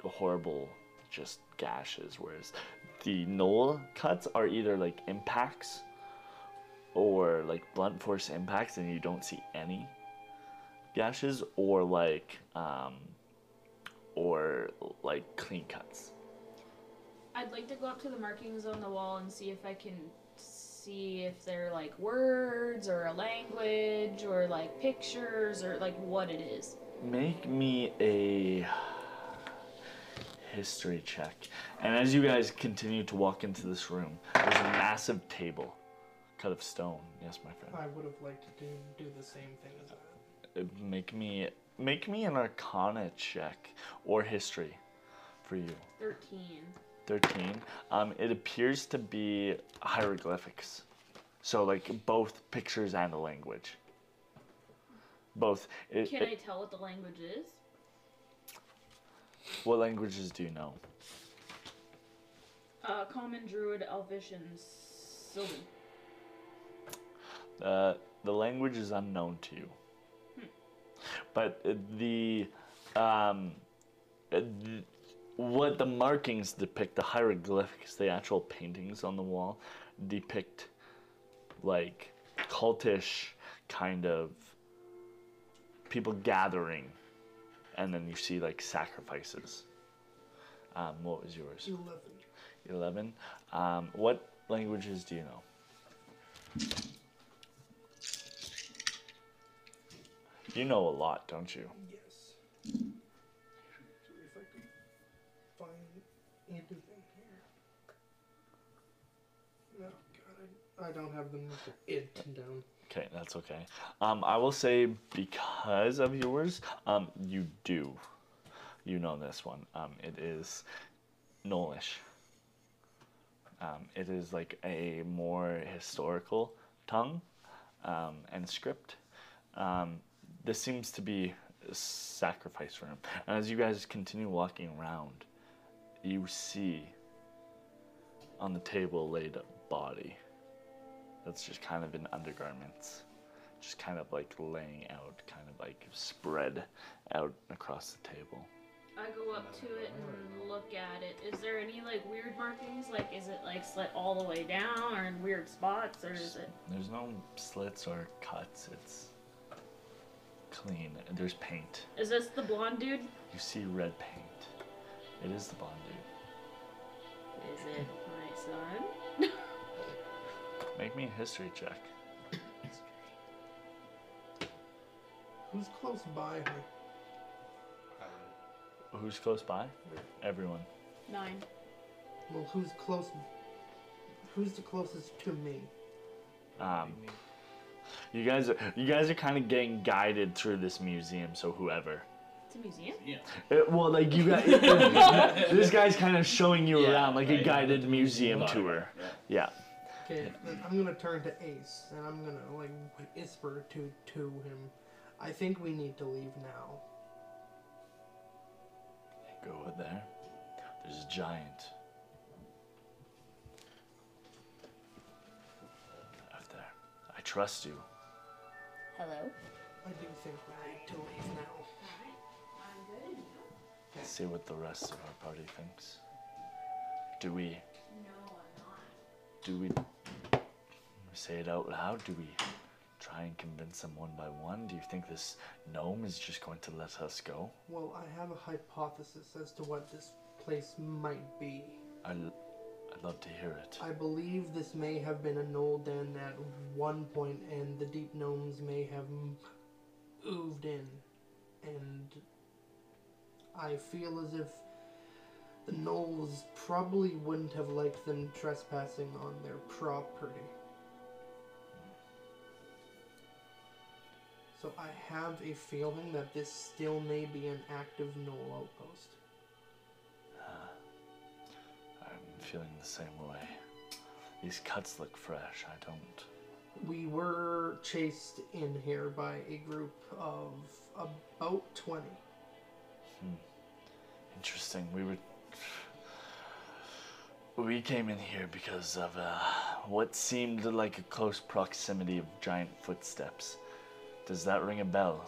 Speaker 1: horrible, just gashes, whereas the knoll cuts are either like impacts or like blunt force impacts, and you don't see any gashes, or like, um, or like clean cuts.
Speaker 8: I'd like to go up to the markings on the wall and see if I can see if they're like words or a language or like pictures or like what it is.
Speaker 1: Make me a history check. And as you guys continue to walk into this room, there's a massive table cut of stone. Yes, my friend.
Speaker 3: I would have liked to do, do the same thing as that.
Speaker 1: Uh, Make me make me an arcana check or history for you.
Speaker 8: 13.
Speaker 1: 13. Um, it appears to be hieroglyphics. So like both pictures and a language. Both. It-
Speaker 8: Can
Speaker 1: it-
Speaker 8: I tell what the language is?
Speaker 1: what languages do you know?
Speaker 8: Uh, common, druid, elvish, and sylvan.
Speaker 1: Uh, the language is unknown to you. But uh, the um, uh, th- what the markings depict, the hieroglyphics, the actual paintings on the wall, depict like cultish kind of people gathering, and then you see like sacrifices. Um, what was yours?
Speaker 3: 11.
Speaker 1: Eleven. Um, what languages do you know? You know a lot, don't you?
Speaker 3: Yes. So if I could find anything here. No, God, I, I don't have them it down.
Speaker 1: Okay, that's okay. Um, I will say because of yours, um, you do. You know this one. Um, it is Nolish. Um, it is like a more historical tongue um, and script. Um, this seems to be a sacrifice room. And as you guys continue walking around, you see on the table laid a body that's just kind of in undergarments, just kind of like laying out, kind of like spread out across the table.
Speaker 8: I go up to it and look at it. Is there any like weird markings? Like, is it like slit all the way down or in weird spots or is it?
Speaker 1: There's no slits or cuts, it's clean. and There's paint.
Speaker 8: Is this the blonde dude?
Speaker 1: You see red paint. It is the Bond dude.
Speaker 8: Is it my son?
Speaker 1: Make me a history check.
Speaker 3: Who's close by her?
Speaker 1: Who's close by? Everyone.
Speaker 8: Nine.
Speaker 3: Well, who's close? Who's the closest to me?
Speaker 1: Um, you guys are you guys are kind of getting guided through this museum, so whoever.
Speaker 8: It's a museum.
Speaker 2: Yeah.
Speaker 1: It- well, like you guys, this guy's kind of showing you around like a guided museum tour. Yeah.
Speaker 3: Okay, then I'm gonna turn to Ace and I'm gonna like whisper to to him. I think we need to leave now.
Speaker 1: Go over there. There's a giant trust you.
Speaker 8: Hello?
Speaker 3: I do think we need to leave now.
Speaker 8: I'm good.
Speaker 1: See what the rest of our party thinks. Do we
Speaker 8: No, I'm not.
Speaker 1: do we say it out loud? Do we try and convince them one by one? Do you think this gnome is just going to let us go?
Speaker 3: Well, I have a hypothesis as to what this place might be.
Speaker 1: I l- I'd love to hear it.
Speaker 3: I believe this may have been an old den at one point, and the deep gnomes may have m- ooved in. And I feel as if the gnolls probably wouldn't have liked them trespassing on their property. So I have a feeling that this still may be an active gnoll outpost.
Speaker 1: I'm feeling the same way. These cuts look fresh. I don't.
Speaker 3: We were chased in here by a group of about 20.
Speaker 1: Interesting. We were. We came in here because of uh, what seemed like a close proximity of giant footsteps. Does that ring a bell?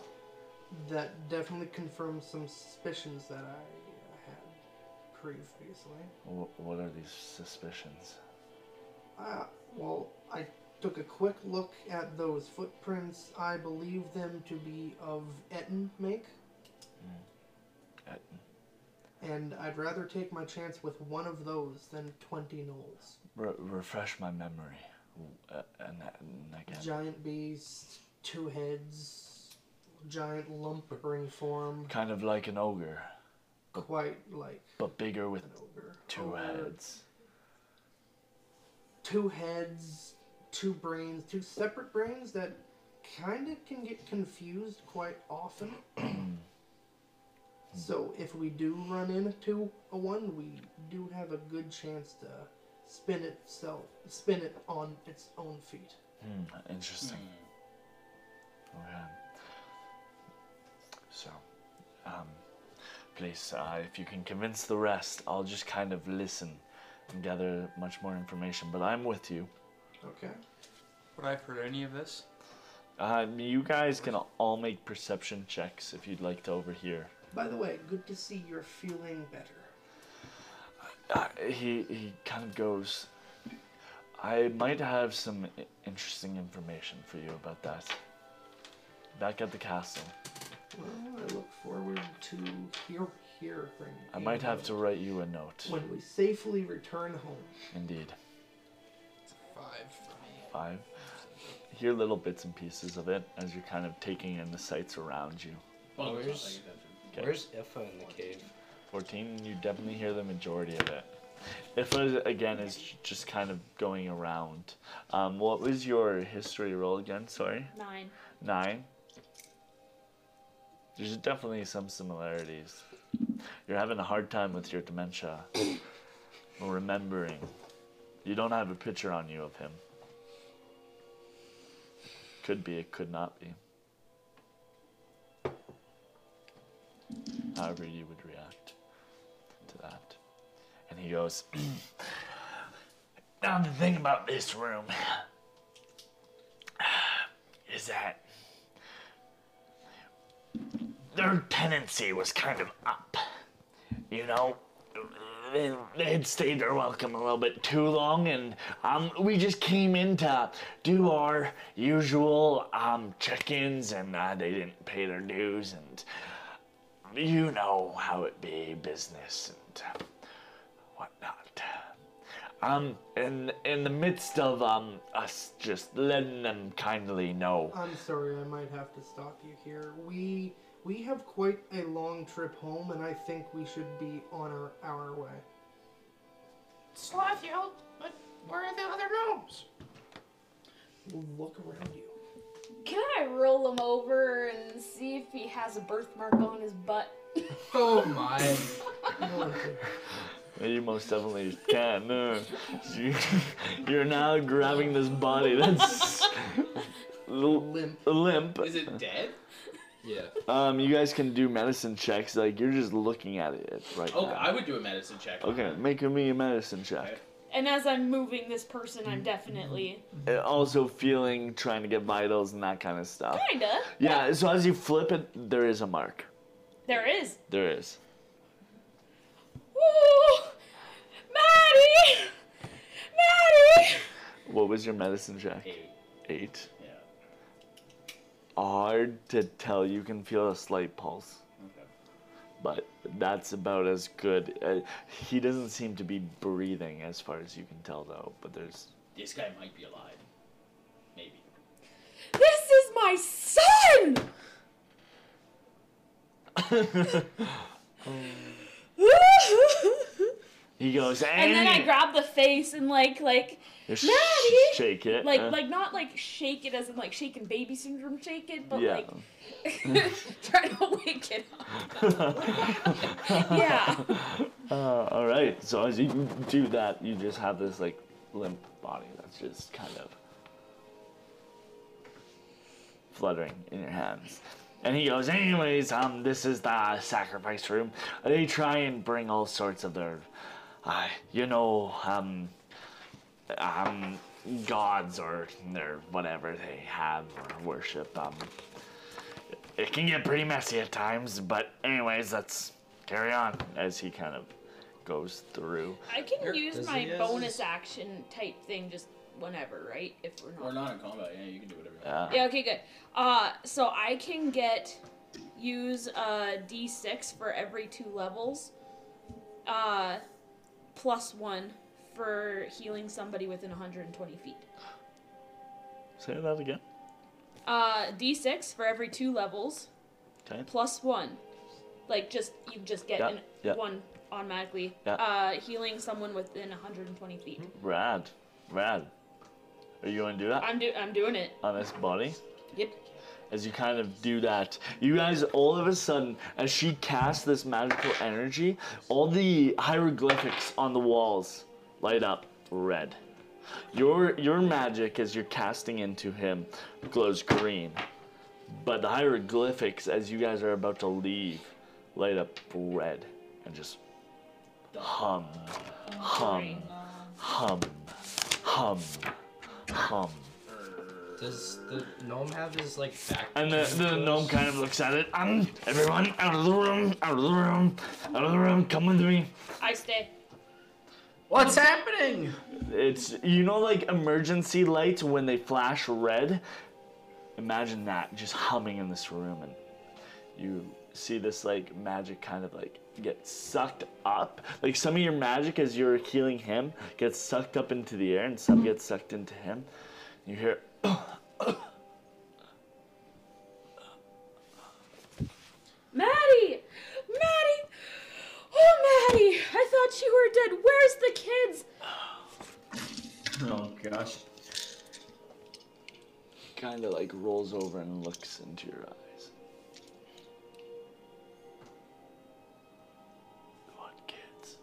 Speaker 3: That definitely confirms some suspicions that I had previously.
Speaker 1: Wh- What are these suspicions?
Speaker 3: Uh, well, I took a quick look at those footprints. I believe them to be of Etten make,
Speaker 1: Uh,
Speaker 3: and I'd rather take my chance with one of those than 20 gnolls.
Speaker 1: Re- refresh my memory. Uh, and, and again.
Speaker 3: Giant beast, two heads, giant lumbering form,
Speaker 1: Kind of like an ogre,
Speaker 3: quite like
Speaker 1: but bigger with
Speaker 3: an ogre.
Speaker 1: two
Speaker 3: Ogre.
Speaker 1: heads.
Speaker 3: two heads, two brains, two separate brains that kind of can get confused quite often. so if we do run into a one, we do have a good chance to spin itself, spin it on its own feet.
Speaker 1: Hmm, interesting. Hmm. Okay. So, um, please, uh, if you can convince the rest, I'll just kind of listen and gather much more information. But I'm with you.
Speaker 3: Okay.
Speaker 18: Would I have heard any of this?
Speaker 1: Uh, you guys can all make perception checks if you'd like to overhear.
Speaker 3: By the way, good to see you're feeling better.
Speaker 1: Uh, he he kind of goes. I might have some i- interesting information for you about that. Back at the castle,
Speaker 3: Well, I look forward to hear hearing.
Speaker 1: I might have to write you a note.
Speaker 3: when we safely return home.
Speaker 1: Indeed.
Speaker 18: Five for me.
Speaker 1: five. Hear little bits and pieces of it as you're kind of taking in the sights around you.
Speaker 2: Well, it's not
Speaker 10: Where's-
Speaker 2: like that.
Speaker 1: Okay.
Speaker 10: Where's Ifa in the cave?
Speaker 1: 14, you definitely hear the majority of it. Ifa, again, is j- just kind of going around. Um, what was your history roll again? Sorry?
Speaker 8: Nine.
Speaker 1: Nine? There's definitely some similarities. You're having a hard time with your dementia. or remembering. You don't have a picture on you of him. Could be, it could not be. However, you would react to that. And he goes, Now, the thing about this room is that their tenancy was kind of up. You know, they, they had stayed their welcome a little bit too long, and um, we just came in to do our usual um, check ins, and uh, they didn't pay their dues, and you know how it be business and whatnot. Um, in, in the midst of um, us just letting them kindly know.
Speaker 3: I'm sorry, I might have to stop you here. We we have quite a long trip home, and I think we should be on our our way.
Speaker 10: Sloth yelled, but where are the other gnomes?
Speaker 3: Look around you.
Speaker 8: Can I roll him over and see if he has a birthmark on his butt?
Speaker 18: Oh my.
Speaker 3: No one cares.
Speaker 1: You most definitely can. uh, you, you're now grabbing this body that's l-
Speaker 3: Limp.
Speaker 1: limp.
Speaker 2: Is it dead?
Speaker 10: Yeah.
Speaker 1: Um, you guys can do medicine checks. Like you're just looking at it right
Speaker 2: Oh,
Speaker 1: now.
Speaker 2: I would do a medicine check.
Speaker 1: Okay, make me a medicine check.
Speaker 2: Okay.
Speaker 8: And as I'm moving this person, I'm definitely
Speaker 1: And also feeling, trying to get vitals and that kind of stuff.
Speaker 8: kinda.
Speaker 1: Yeah, so as you flip it, there is a mark.
Speaker 8: There is.
Speaker 1: There is.
Speaker 8: Ooh, Maddie, Maddie.
Speaker 1: What was your medicine check?
Speaker 2: Eight.
Speaker 1: Eight.
Speaker 2: Yeah.
Speaker 1: Hard to tell. You can feel a slight pulse,
Speaker 2: Okay.
Speaker 1: but that's about as good. Uh, he doesn't seem to be breathing, as far as you can tell, though. But there's
Speaker 2: This guy might be alive. Maybe.
Speaker 8: This is my son.
Speaker 1: he goes
Speaker 8: and then I grab the face and like like
Speaker 1: Sh-
Speaker 8: Maddie!
Speaker 1: shake it.
Speaker 8: like
Speaker 1: uh,
Speaker 8: like not like shake it as in like shaken baby syndrome shake it, but
Speaker 1: Yeah.
Speaker 8: like try to wake it up. yeah.
Speaker 1: Uh, all right. So as you do that, you just have this like limp body that's just kind of fluttering in your hands. And he goes, anyways, um, this is the sacrifice room. They try and bring all sorts of their, uh, you know, um, um, gods or their whatever they have or worship. Um, it can get pretty messy at times, but anyways, let's carry on as he kind of goes through.
Speaker 8: I can use
Speaker 10: Does
Speaker 8: my
Speaker 10: he has
Speaker 8: bonus action type thing just whenever, right? If we're not.
Speaker 2: We're not in combat. Yeah, you can do whatever. You want.
Speaker 1: Uh,
Speaker 8: Yeah. Okay. Good. Uh, so I can get use a d6 for every two levels, uh, plus one for healing somebody within 120 feet.
Speaker 1: Say that again.
Speaker 8: Uh, d6 for every two levels,
Speaker 1: Okay.
Speaker 8: plus one. Like just you just get
Speaker 1: Yeah,
Speaker 8: an,
Speaker 1: yeah.
Speaker 8: one automatically.
Speaker 1: Yeah. Mm-hmm.
Speaker 8: Uh, healing someone within 120 feet.
Speaker 1: Rad. Rad. Are you going to do that
Speaker 8: I'm do I'm doing it.
Speaker 1: on this body?
Speaker 8: Yep.
Speaker 1: As you kind of do that, you guys all of a sudden, as she casts this magical energy, all the hieroglyphics on the walls light up red. Your your magic as you're casting into him glows green, but the hieroglyphics as you guys are about to leave light up red and just hum, hum, hum, hum, hum.
Speaker 10: Does the gnome have his like back?
Speaker 1: And the, the gnome kind of looks at it. Um, everyone, out of the room, out of the room, out of the room. Come with me.
Speaker 8: I stay.
Speaker 9: What's happening?
Speaker 1: It's you know like emergency lights when they flash red. Imagine that just humming in this room, and you see this like magic kind of like get sucked up. Like some of your magic as you're healing him gets sucked up into the air, and some gets sucked into him. You hear.
Speaker 8: Maddie! Maddie! Oh, Maddie! I thought you were dead. Where's the kids?
Speaker 9: Oh gosh.
Speaker 1: kind of like rolls over and looks into your eyes. What kids?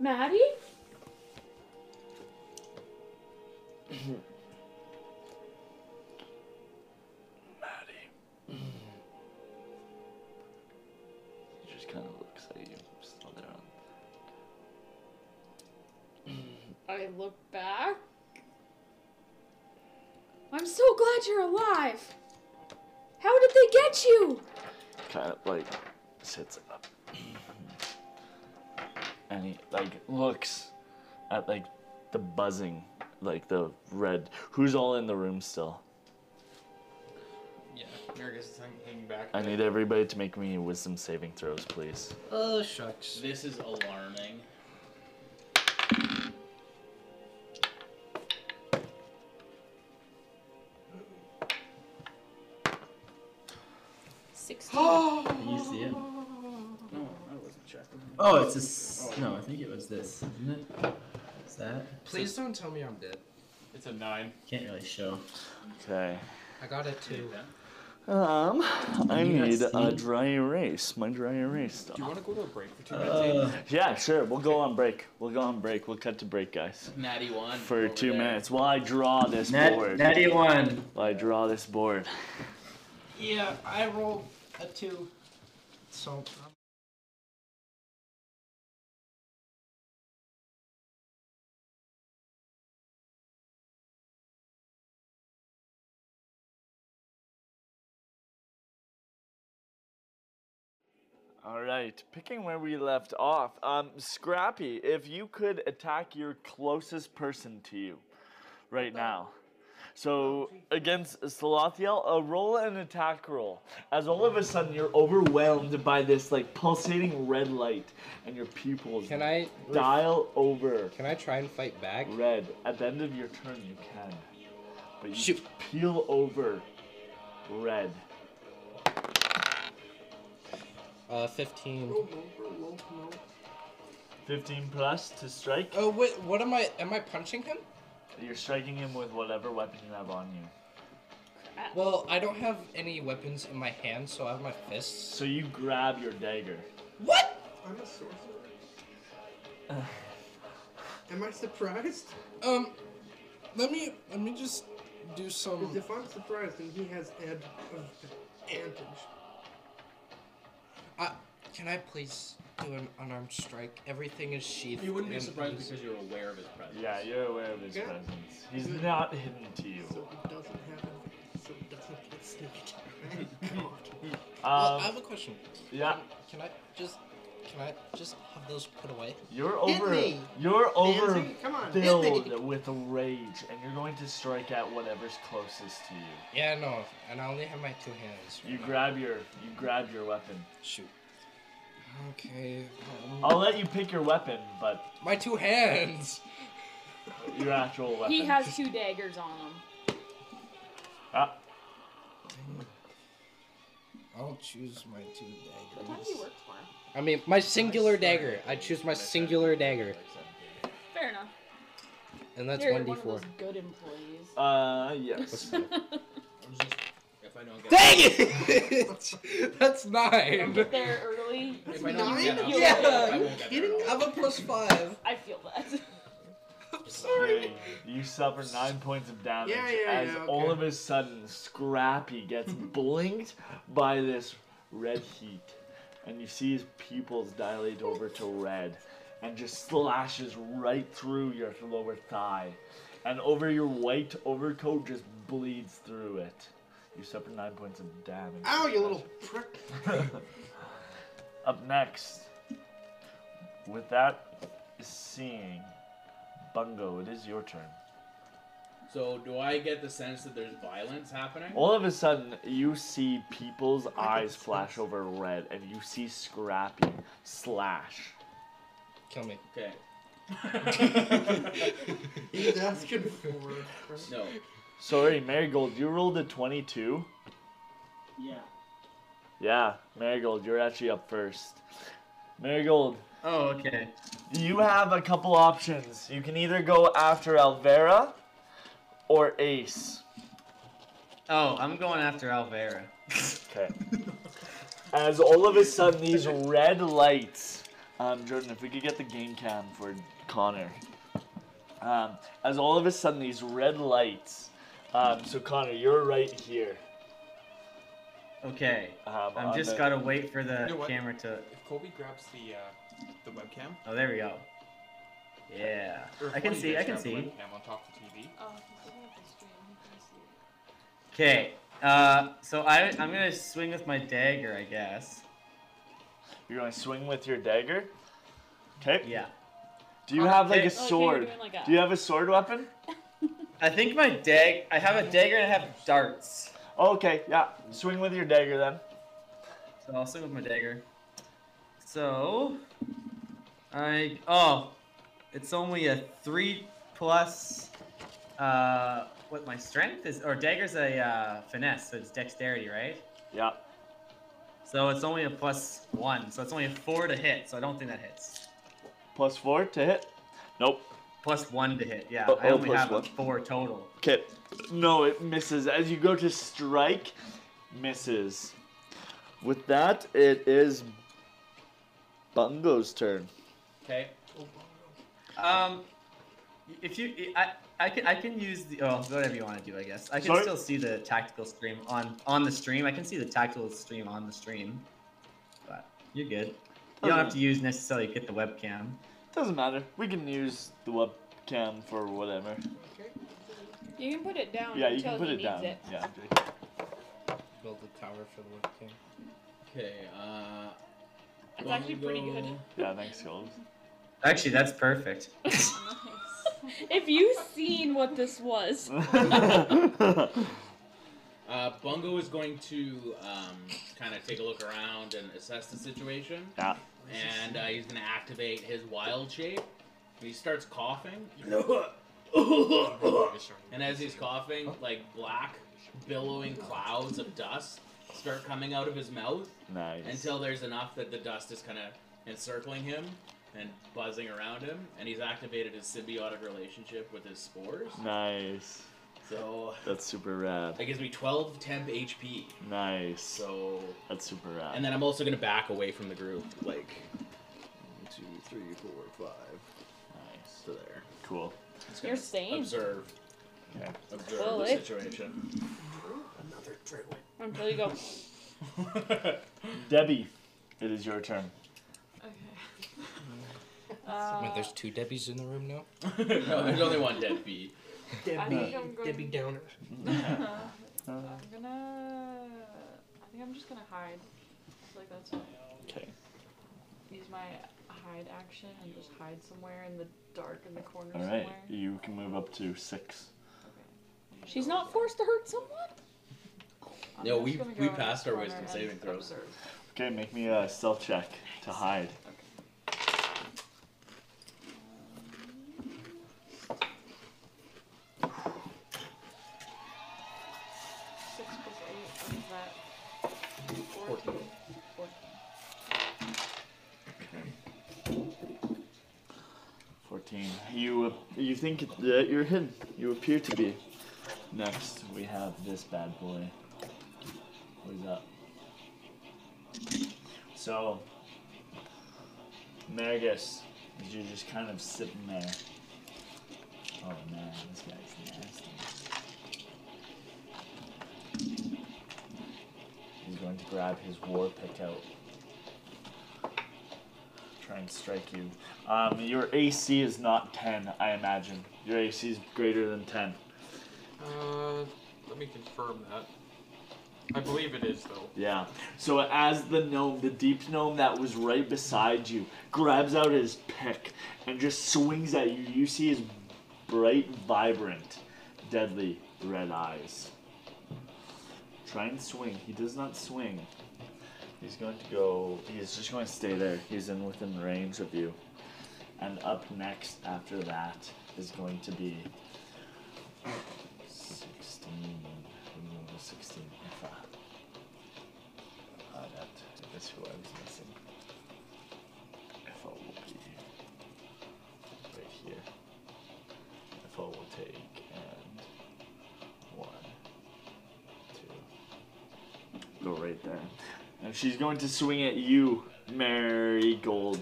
Speaker 8: Maddie?
Speaker 1: Maddie. Mm-hmm. he just kind of looks at you, still there. On.
Speaker 8: I look back. I'm so glad you're alive. How did they get you?
Speaker 1: Kind of like sits up. and he like looks at like the buzzing, like the red. Who's all in the room still?
Speaker 18: Yeah. Marigus is hanging back.
Speaker 1: I need everybody to make me wisdom saving throws, please.
Speaker 10: Oh shucks.
Speaker 2: This is alarming.
Speaker 8: Sixteen.
Speaker 9: UCM.
Speaker 2: No, I wasn't checking.
Speaker 9: Oh, it's this. No, I think it was this, isn't it? Is that?
Speaker 10: Please don't tell me I'm dead.
Speaker 18: It's a nine.
Speaker 9: Can't really show.
Speaker 1: Okay.
Speaker 10: I got it too.
Speaker 1: Um, I
Speaker 9: You got
Speaker 1: need a
Speaker 9: Steam?
Speaker 1: dry erase. My dry erase
Speaker 18: Do you
Speaker 1: stuff.
Speaker 18: want to go to a break for two minutes?
Speaker 9: Uh,
Speaker 1: Yeah, sure. We'll go on break. We'll go on break. We'll cut to break, guys,
Speaker 2: Natty one.
Speaker 1: for
Speaker 2: over
Speaker 1: two
Speaker 2: there.
Speaker 1: minutes while I draw this
Speaker 9: Nat,
Speaker 1: board.
Speaker 9: Natty one.
Speaker 1: While I draw this board.
Speaker 3: Yeah, I rolled a two. So
Speaker 1: All right, picking where we left off. Um, Scrappy, if you could attack your closest person to you right now. So against Slothiel, a roll an attack roll. As all of a sudden you're overwhelmed by this like pulsating red light, and your pupils
Speaker 10: Can I
Speaker 1: dial over
Speaker 10: Can I try and fight back?
Speaker 1: red. At the end of your turn, you can, but you
Speaker 10: Shoot.
Speaker 1: peel over red.
Speaker 10: Uh, 15.
Speaker 3: Roll, roll, roll, roll.
Speaker 1: 15 plus to strike.
Speaker 10: Oh wait, what am I? Am I punching him?
Speaker 1: You're striking him with whatever weapon you have on you.
Speaker 10: Well, I don't have any weapons in my hand, so I have my fists.
Speaker 1: So you grab your dagger.
Speaker 10: What?
Speaker 3: I'm a sorcerer. Am I surprised?
Speaker 10: Um, let me let me just do
Speaker 3: Because
Speaker 10: some.
Speaker 3: if I'm surprised, then he has ad- advantage.
Speaker 10: Uh, can I please do an unarmed strike? Everything is sheathed.
Speaker 2: You wouldn't be
Speaker 10: and-
Speaker 2: surprised because you're aware of his presence.
Speaker 1: Yeah, you're aware of his
Speaker 3: Yeah. Mm-hmm.
Speaker 1: presence. He's not hidden to you. Um,
Speaker 3: So he doesn't have advantage. So he doesn't get sneaked. Thank God.
Speaker 10: Well, Uh, I
Speaker 1: Um,
Speaker 10: have a question.
Speaker 1: yeah,
Speaker 10: Can I just can I just have those put away?
Speaker 1: you're over.
Speaker 3: me,
Speaker 1: You're over
Speaker 3: Nancy, come on, hit
Speaker 1: filled with rage, and you're going to strike at whatever's closest to you.
Speaker 10: Yeah, no, and I only have my two hands.
Speaker 1: You grab your, you grab your weapon.
Speaker 10: Shoot. Okay. um,
Speaker 1: I'll let you pick your weapon, but
Speaker 10: my two hands.
Speaker 1: your actual weapon.
Speaker 8: He has two daggers on him.
Speaker 1: Ah,
Speaker 10: I'll choose my two daggers.
Speaker 8: What do you work for?
Speaker 10: I mean, my singular dagger. I choose my singular dagger,
Speaker 8: Fair enough.
Speaker 10: and that's
Speaker 8: You're
Speaker 10: one d
Speaker 8: one of
Speaker 10: four.
Speaker 8: those good employees.
Speaker 1: uh, yes.
Speaker 2: If I don't get
Speaker 10: Dang it! that's nine.
Speaker 8: Get there early.
Speaker 2: If I don't get
Speaker 3: Nine?
Speaker 2: up,
Speaker 10: Yeah,
Speaker 2: I
Speaker 10: you
Speaker 2: won't get there at all.
Speaker 10: I'm a plus five.
Speaker 8: I feel that.
Speaker 10: I'm sorry.
Speaker 1: You suffer nine points of damage
Speaker 3: Yeah, yeah,
Speaker 1: as
Speaker 3: yeah, okay.
Speaker 1: all of a sudden Scrappy gets blinked by this red heat. And you see his pupils dilate over to red and just slashes right through your lower thigh. And over your white overcoat just bleeds through it. You suffer nine points of damage.
Speaker 3: Ow, you little prick.
Speaker 1: Up next, with that is seeing Bungo, it is your turn.
Speaker 2: So do I get the sense that there's violence happening?
Speaker 1: All of a sudden, you see people's eyes flash over red, and you see Scrappy slash.
Speaker 10: Kill me.
Speaker 2: Okay.
Speaker 3: He's asking for it. right?
Speaker 2: No.
Speaker 1: Sorry, Marigold, you rolled a 22.
Speaker 9: Yeah.
Speaker 1: Yeah, Marigold, you're actually up first. Marigold,
Speaker 9: Oh, okay.
Speaker 1: you have a couple options. You can either go after Alvera or Ace.
Speaker 9: Oh, I'm going after Alvera.
Speaker 1: Okay. As all of a sudden, these red lights. Um, Jordan, if we could get the game cam for Connor. Um, as all of a sudden, these red lights. Um, so, Connor, you're right here.
Speaker 9: Okay.
Speaker 1: Um,
Speaker 9: I'm
Speaker 1: on
Speaker 9: just
Speaker 1: the-
Speaker 9: gotta wait for the
Speaker 18: You know what?
Speaker 9: camera to.
Speaker 18: If Colby grabs the uh, the webcam,
Speaker 9: Oh, there we go. Yeah.
Speaker 18: or if
Speaker 9: I can
Speaker 18: one of you
Speaker 9: see.
Speaker 18: guys
Speaker 9: I can
Speaker 18: grab the
Speaker 9: see.
Speaker 18: Webcam on top of the TV.
Speaker 8: Oh, he's gonna have to stream. He can see it.
Speaker 9: Okay. Uh, so I I'm gonna swing with my dagger, I guess.
Speaker 1: You're going to swing with your dagger. Okay.
Speaker 9: Yeah.
Speaker 1: Do you have like
Speaker 9: Okay.
Speaker 1: a
Speaker 8: Oh, okay, you're
Speaker 1: sword?
Speaker 8: doing like a-
Speaker 1: Do you have a sword weapon?
Speaker 9: I think my dag. I have a dagger and I have darts.
Speaker 1: Oh, Okay, yeah. Swing with your dagger then.
Speaker 9: So I'll swing with my dagger. So I oh, it's only a three plus. Uh, what my strength is, or dagger's a uh, finesse, so it's dexterity, right?
Speaker 1: Yeah.
Speaker 9: So it's only a plus one, so it's only a four to hit. So I don't think that hits.
Speaker 1: Plus four to hit. Nope.
Speaker 9: Plus one to hit. Yeah,
Speaker 1: Oh,
Speaker 9: I
Speaker 1: oh,
Speaker 9: only
Speaker 1: plus
Speaker 9: have a
Speaker 1: one.
Speaker 9: four total.
Speaker 1: Okay. No, it misses. As you go to strike, misses. With that, it is Bungo's turn.
Speaker 2: Okay.
Speaker 9: Um, if you, I, I can, I can use the, oh, whatever you want to do, I guess. I can
Speaker 1: Sorry?
Speaker 9: still see the tactical stream on on the stream. I can see the tactical stream on the stream, but you're good. You don't have to use necessarily get the webcam.
Speaker 1: Doesn't matter. We can use the webcam for whatever.
Speaker 8: You can put it down
Speaker 1: Yeah, you
Speaker 8: until
Speaker 1: can put
Speaker 8: he
Speaker 1: it
Speaker 8: Oh, needs
Speaker 1: down.
Speaker 8: it.
Speaker 1: Yeah.
Speaker 10: Build the tower for the webcam.
Speaker 2: Okay. Uh,
Speaker 4: It's actually pretty good.
Speaker 1: Yeah, thanks, Gold.
Speaker 9: Actually, that's perfect.
Speaker 8: If you seen what this was.
Speaker 10: Uh, Bungo is going to um, kind of take a look around and assess the situation.
Speaker 1: Yeah.
Speaker 10: And uh, he's going to activate his wild shape. And he starts coughing. and as he's coughing, like black, billowing clouds of dust start coming out of his mouth
Speaker 1: Nice.
Speaker 10: until there's enough that the dust is kind of encircling him and buzzing around him. And he's activated his symbiotic relationship with his spores.
Speaker 1: Nice.
Speaker 10: So
Speaker 1: That's super rad.
Speaker 10: that gives me 12 temp HP.
Speaker 1: Nice.
Speaker 10: So
Speaker 1: That's super rad.
Speaker 10: And then I'm also gonna back away from the group, like one, two, three, four, five.
Speaker 1: Nice.
Speaker 10: So there.
Speaker 1: Cool.
Speaker 10: It's gonna
Speaker 8: You're sane.
Speaker 10: Observe. Observe
Speaker 8: Well,
Speaker 10: the
Speaker 8: eh?
Speaker 10: situation.
Speaker 19: Another druid.
Speaker 8: Until you go.
Speaker 1: Debbie, it is your turn.
Speaker 20: Wait,
Speaker 4: Uh,
Speaker 20: there's two Debbies in the room now?
Speaker 10: no, there's only one dead bee.
Speaker 4: I
Speaker 19: Debbie,
Speaker 4: think I'm going.
Speaker 19: Debbie Downer.
Speaker 10: Uh-huh.
Speaker 4: I'm gonna. I think I'm just gonna hide. I feel like that's what.
Speaker 1: Okay.
Speaker 4: Use my hide action and just hide somewhere in the dark in the corner
Speaker 1: All right.
Speaker 4: somewhere.
Speaker 1: You can move up to six.
Speaker 8: She's not forced to hurt someone?
Speaker 4: I'm
Speaker 10: No,
Speaker 4: just
Speaker 10: we
Speaker 4: gonna go
Speaker 10: we
Speaker 4: in
Speaker 10: passed
Speaker 4: the
Speaker 10: our
Speaker 4: corner
Speaker 10: wisdom
Speaker 4: and
Speaker 10: saving throws.
Speaker 4: observe.
Speaker 1: Okay, make me a stealth check to hide.
Speaker 4: Six plus eight what is that fourteen.
Speaker 1: 14.
Speaker 4: Fourteen.
Speaker 1: You uh, you think that you're hidden. You appear to be. Next, we have this bad boy. What is up? So, Margus, you're just kind of sitting there. Oh man, this guy's nasty. He's going to grab his war pick out. Try and strike you. Um, your AC is not 10, I imagine. Your AC is greater than 10.
Speaker 7: Uh, let me confirm that. I believe it is though.
Speaker 1: Yeah. So as the gnome, the deep gnome that was right beside you, grabs out his pick and just swings at you, you see his bright, vibrant, deadly red eyes. Try and swing. He does not swing. He's going to go. He's just going to stay there. He's in within range of you. And up next after that is going to be 16. Remove the 16. If, uh, Ah, that is who I was missing. FO will be right here. FO will take and one, two. Go right there. And she's going to swing at you, Marigold.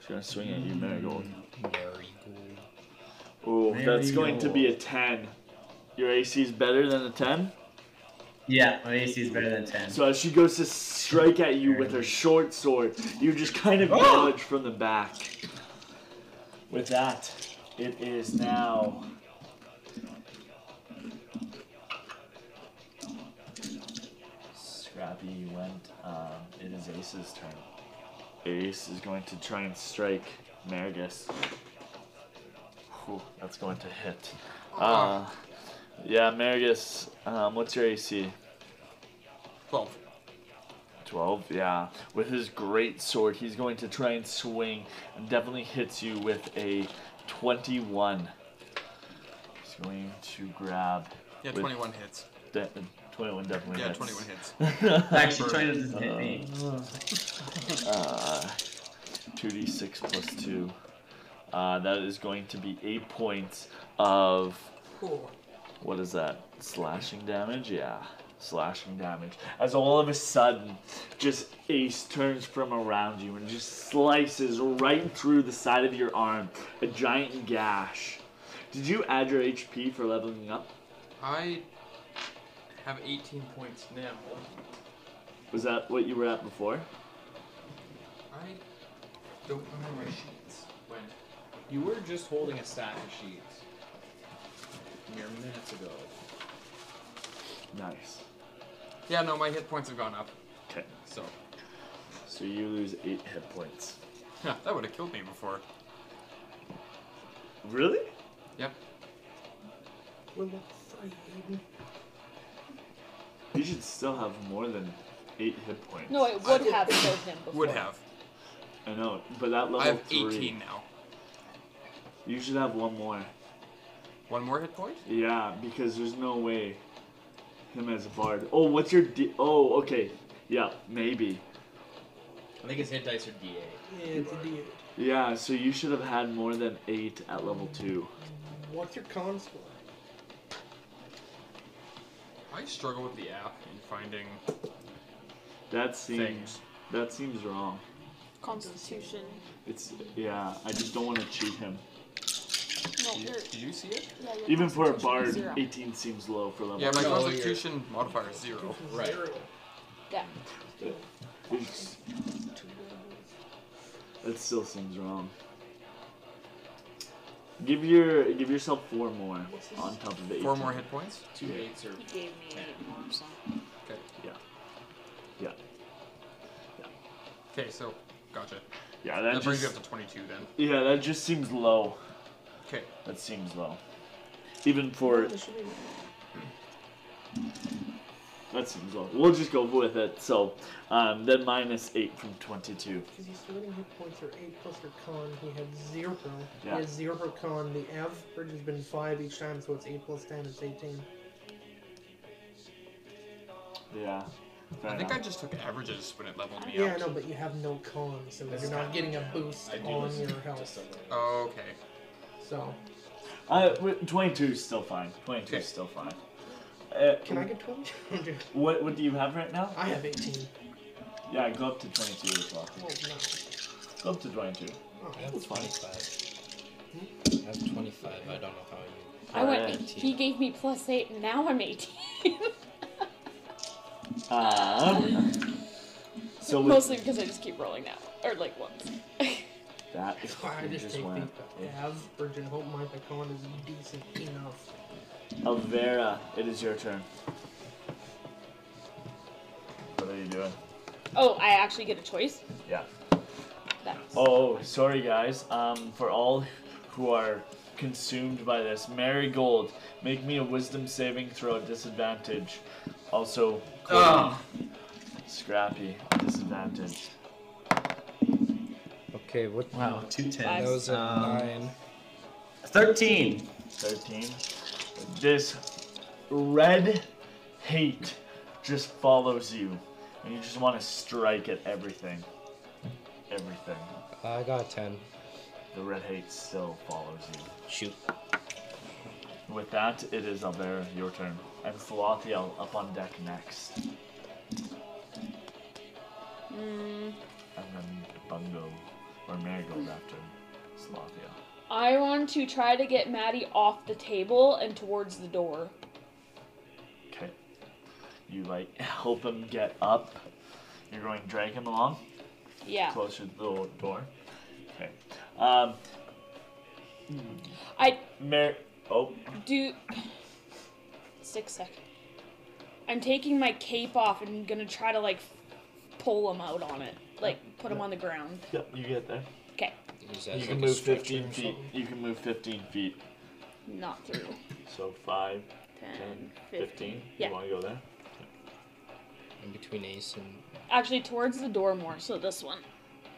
Speaker 1: She's going to swing at you, Marigold. Oh, that's going to be a 10. Your AC is better than a 10?
Speaker 9: Yeah, my AC is better than 10.
Speaker 1: So as she goes to strike at you with her short sword, you just kind of dodge from the back. With that, it is now. Scrappy went. Um, it is Ace's turn. Ace is going to try and strike Margus. Whew, that's going to hit. Uh, yeah, Margus, um, what's your AC?
Speaker 7: 12.
Speaker 1: 12, yeah. With his great sword, he's going to try and swing and definitely hits you with a 21. He's going to grab.
Speaker 7: Yeah,
Speaker 1: with
Speaker 7: 21 hits.
Speaker 1: de- 21 definitely
Speaker 7: Yeah,
Speaker 1: hits.
Speaker 7: 21 hits.
Speaker 9: Actually, 20 doesn't hit me.
Speaker 1: Uh, 2d6 plus 2. Uh, that is going to be 8 points of.
Speaker 19: Cool.
Speaker 1: What is that? Slashing damage? Yeah. Slashing damage. As all of a sudden, just Ace turns from around you and just slices right through the side of your arm. A giant gash. Did you add your HP for leveling up?
Speaker 7: I have 18 points now.
Speaker 1: Was that what you were at before?
Speaker 7: I don't remember my sheets. When?
Speaker 10: You were just holding a stack of sheets. Mere minutes ago.
Speaker 1: Nice.
Speaker 7: Yeah, no, my hit points have gone up.
Speaker 1: Okay.
Speaker 7: So,
Speaker 1: So So you lose eight hit points.
Speaker 18: Yeah, that would have killed me before.
Speaker 1: Really?
Speaker 18: Yep.
Speaker 3: We're not sorry, Aiden.
Speaker 1: You should still have more than eight hit points.
Speaker 8: No, it would have killed him before.
Speaker 18: Would have.
Speaker 1: I know, but that level
Speaker 18: I have
Speaker 1: Oh, three.
Speaker 18: 18 now.
Speaker 1: You should have one more.
Speaker 18: One more hit point?
Speaker 1: Yeah, because there's no way him as a bard. Oh, what's your D? Oh, okay. Yeah, maybe.
Speaker 2: I think his hit dice are D8.
Speaker 3: Yeah, it's a D8.
Speaker 1: Yeah, so you should have had more than eight at level two.
Speaker 3: What's your con score?
Speaker 18: I struggle with the app and finding.
Speaker 1: That seems
Speaker 18: Things.
Speaker 1: that seems wrong.
Speaker 8: Constitution.
Speaker 1: It's yeah. I just don't want to cheat him.
Speaker 8: No,
Speaker 18: Did you, did you see it?
Speaker 8: yeah, your
Speaker 1: Even for a
Speaker 8: constitution
Speaker 1: bard,
Speaker 8: is zero.
Speaker 1: 18 seems low for level.
Speaker 18: Yeah, my
Speaker 1: two.
Speaker 18: constitution modifier is zero.
Speaker 2: Right.
Speaker 8: Yeah.
Speaker 1: It's- That still seems wrong. Give your give yourself four more on top of eight.
Speaker 18: Four more hit points?
Speaker 2: Two eights or
Speaker 8: He gave me eight more, so.
Speaker 18: Okay.
Speaker 1: Yeah. Yeah.
Speaker 18: Okay, so, gotcha.
Speaker 1: Yeah, that,
Speaker 18: brings you
Speaker 1: just,
Speaker 18: up to 22 then.
Speaker 1: yeah, that just seems low.
Speaker 18: Okay.
Speaker 1: That seems low. Even for that seems low. We'll just go with it. So, um, then minus eight from twenty-two.
Speaker 3: Because he's splitting hit points are 8 plus your con. He had 0.
Speaker 1: Yeah.
Speaker 3: He has 0 per con. The average has been 5 each time, so it's 8 plus 10 is 18.
Speaker 1: Yeah.
Speaker 18: I
Speaker 1: fair
Speaker 18: think I
Speaker 1: enough.
Speaker 18: just took averages when it leveled me
Speaker 3: Yeah, I
Speaker 18: out.
Speaker 3: know, but you have no con, so
Speaker 2: That's
Speaker 3: you're
Speaker 2: fine.
Speaker 3: not getting a boost
Speaker 2: I do
Speaker 3: on
Speaker 2: listen
Speaker 3: your
Speaker 2: to
Speaker 3: health.
Speaker 2: something.
Speaker 18: Oh, Okay.
Speaker 3: So,
Speaker 1: Uh, wi- 22 is still fine. 22 is
Speaker 18: Okay.
Speaker 1: still fine. Uh,
Speaker 3: can I get 20?
Speaker 1: What What do you have right now?
Speaker 3: I have 18.
Speaker 1: Yeah, go up to 22 as well.
Speaker 3: Well, no. Oh,
Speaker 1: Go up to 22.
Speaker 10: I have 25. I have 25. I don't know how you.
Speaker 8: I went.
Speaker 1: Alright.
Speaker 8: He gave me plus eight, and now I'm eighteen.
Speaker 1: Um, so with
Speaker 8: Mostly because I just keep rolling now, or like once.
Speaker 1: that is
Speaker 3: Why I
Speaker 1: you
Speaker 3: just
Speaker 1: just
Speaker 3: take
Speaker 1: went.
Speaker 3: the average and hope my con is decent enough.
Speaker 1: Alvera, it is your turn. What are you doing?
Speaker 8: oh, I actually get a choice.
Speaker 1: Yeah.
Speaker 8: That's
Speaker 1: Oh, sorry guys. Um, for all who are consumed by this, Marigold, make me a wisdom saving throw at disadvantage. Also, Cody,
Speaker 21: Oh.
Speaker 1: Scrappy, disadvantage.
Speaker 10: Okay, what?
Speaker 9: Oh,
Speaker 21: Wow, two
Speaker 10: That
Speaker 21: tens.
Speaker 10: was a
Speaker 21: Um,
Speaker 10: nine.
Speaker 21: Thirteen.
Speaker 1: 13. This red hate just follows you, and you just want to strike at everything. Everything.
Speaker 10: I got a ten.
Speaker 1: The red hate still follows you.
Speaker 10: Shoot.
Speaker 1: With that, it is Albert, your turn. And Slothiel up on deck next. And then Bungo, or Marigold after Slothiel.
Speaker 8: I want to try to get Maddie off the table and towards the door.
Speaker 1: Okay. You like help him get up. You're going to drag him along.
Speaker 8: Yeah.
Speaker 1: closer to the door. Okay. Um,
Speaker 8: I
Speaker 1: Mar- oh,
Speaker 8: do. Six seconds. I'm taking my cape off and gonna try to like pull him out on it, like put him on the ground.
Speaker 1: yep, you get there.
Speaker 8: Okay,
Speaker 10: Is
Speaker 1: You
Speaker 10: that
Speaker 1: can
Speaker 10: like a
Speaker 1: move
Speaker 10: structure
Speaker 1: 15
Speaker 10: or
Speaker 1: feet.
Speaker 10: something?
Speaker 1: You can move 15 feet.
Speaker 8: not through.
Speaker 1: So 5, 10,
Speaker 8: 10,
Speaker 1: 15.
Speaker 8: 15.
Speaker 1: You
Speaker 8: Yeah.
Speaker 1: want to go there?
Speaker 10: In between ace and
Speaker 8: Actually, towards the door more, so this one.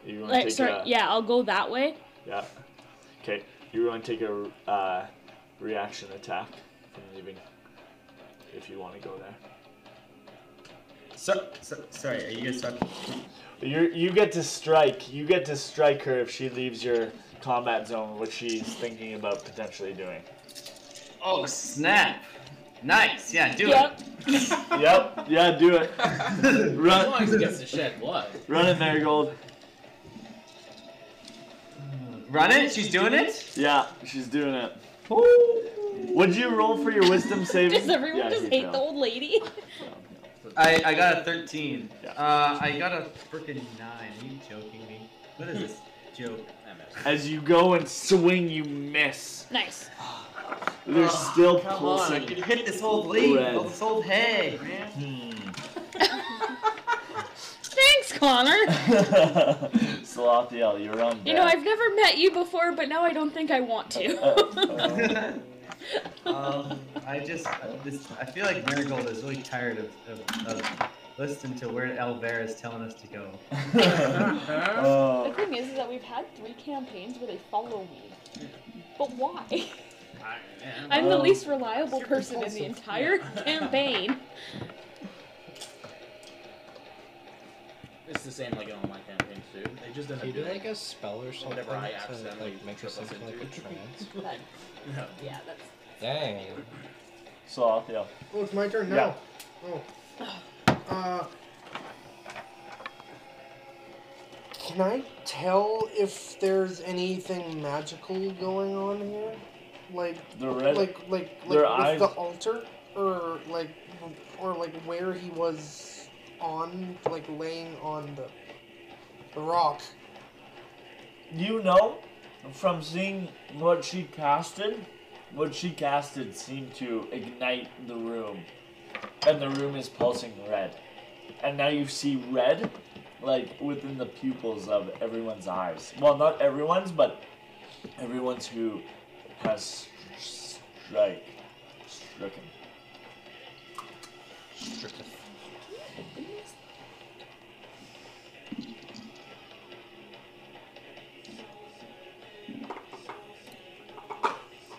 Speaker 1: You want to
Speaker 8: Like,
Speaker 1: take
Speaker 8: sorry,
Speaker 1: a,
Speaker 8: yeah, I'll go that way.
Speaker 1: Yeah. Okay. You're going to take a uh, reaction attack from leaving if you want to go there.
Speaker 21: So, so, sorry, are you guys talking?
Speaker 1: You you get to strike. You get to strike her if she leaves your combat zone, which she's thinking about potentially doing.
Speaker 21: Oh snap! Nice. Yeah, do
Speaker 8: Yep.
Speaker 1: Yep. Yeah. Do it.
Speaker 21: it.
Speaker 2: As long
Speaker 1: Run.
Speaker 2: as he gets to shed blood.
Speaker 1: Run it, Marigold.
Speaker 21: Run it. She's doing it.
Speaker 1: Yeah, she's doing it.
Speaker 21: Woo.
Speaker 1: Would you roll for your wisdom saving?
Speaker 8: Does everyone
Speaker 1: Yeah,
Speaker 8: just
Speaker 1: he
Speaker 8: hate
Speaker 1: failed.
Speaker 8: the old lady?
Speaker 21: I, I got a 13.
Speaker 1: Yeah.
Speaker 21: Uh, I got a freaking 9. Are you joking me? What is this joke?
Speaker 1: As you go and swing, you miss.
Speaker 8: nice.
Speaker 1: They're
Speaker 21: Ugh,
Speaker 1: still
Speaker 21: Come on, I
Speaker 1: pulsing.
Speaker 21: could hit this old lady,
Speaker 1: Red.
Speaker 21: this old head, man.
Speaker 1: Hmm.
Speaker 8: Thanks, Connor.
Speaker 1: Slothiel, you're on
Speaker 8: You know, I've never met you before, but now I don't think I want to.
Speaker 21: um, I just, I, this, I feel like Marigold is really tired of, of, of listening to where Elvera is telling us to go.
Speaker 8: The thing is, is that we've had three campaigns where they follow me. But why? I'm the least reliable person in the entire campaign.
Speaker 2: It's the same like in online campaigns too. They just end up
Speaker 10: Can you do
Speaker 2: doing
Speaker 10: like a spell or something
Speaker 2: Whatever I
Speaker 10: to
Speaker 2: accidentally
Speaker 10: like make
Speaker 2: trip
Speaker 10: yourself
Speaker 2: us
Speaker 10: like a
Speaker 2: into.
Speaker 10: trance?
Speaker 2: But- no.
Speaker 8: Yeah, that's.
Speaker 10: Dang.
Speaker 1: Slothiel.
Speaker 3: Oh, it's my turn now. Oh. Uh, can I tell if there's anything magical going on here? Like,
Speaker 1: The red-
Speaker 3: like, like, like
Speaker 1: their
Speaker 3: with
Speaker 1: eyes-
Speaker 3: the altar, or like, or like where he was on, like laying on the, the rock.
Speaker 1: You know, from seeing what she casted, what she casted seemed to ignite the room. And the room is pulsing red. And now you see red, like within the pupils of everyone's eyes. Well, not everyone's, but everyone's who has strike. Stricken. Stricken.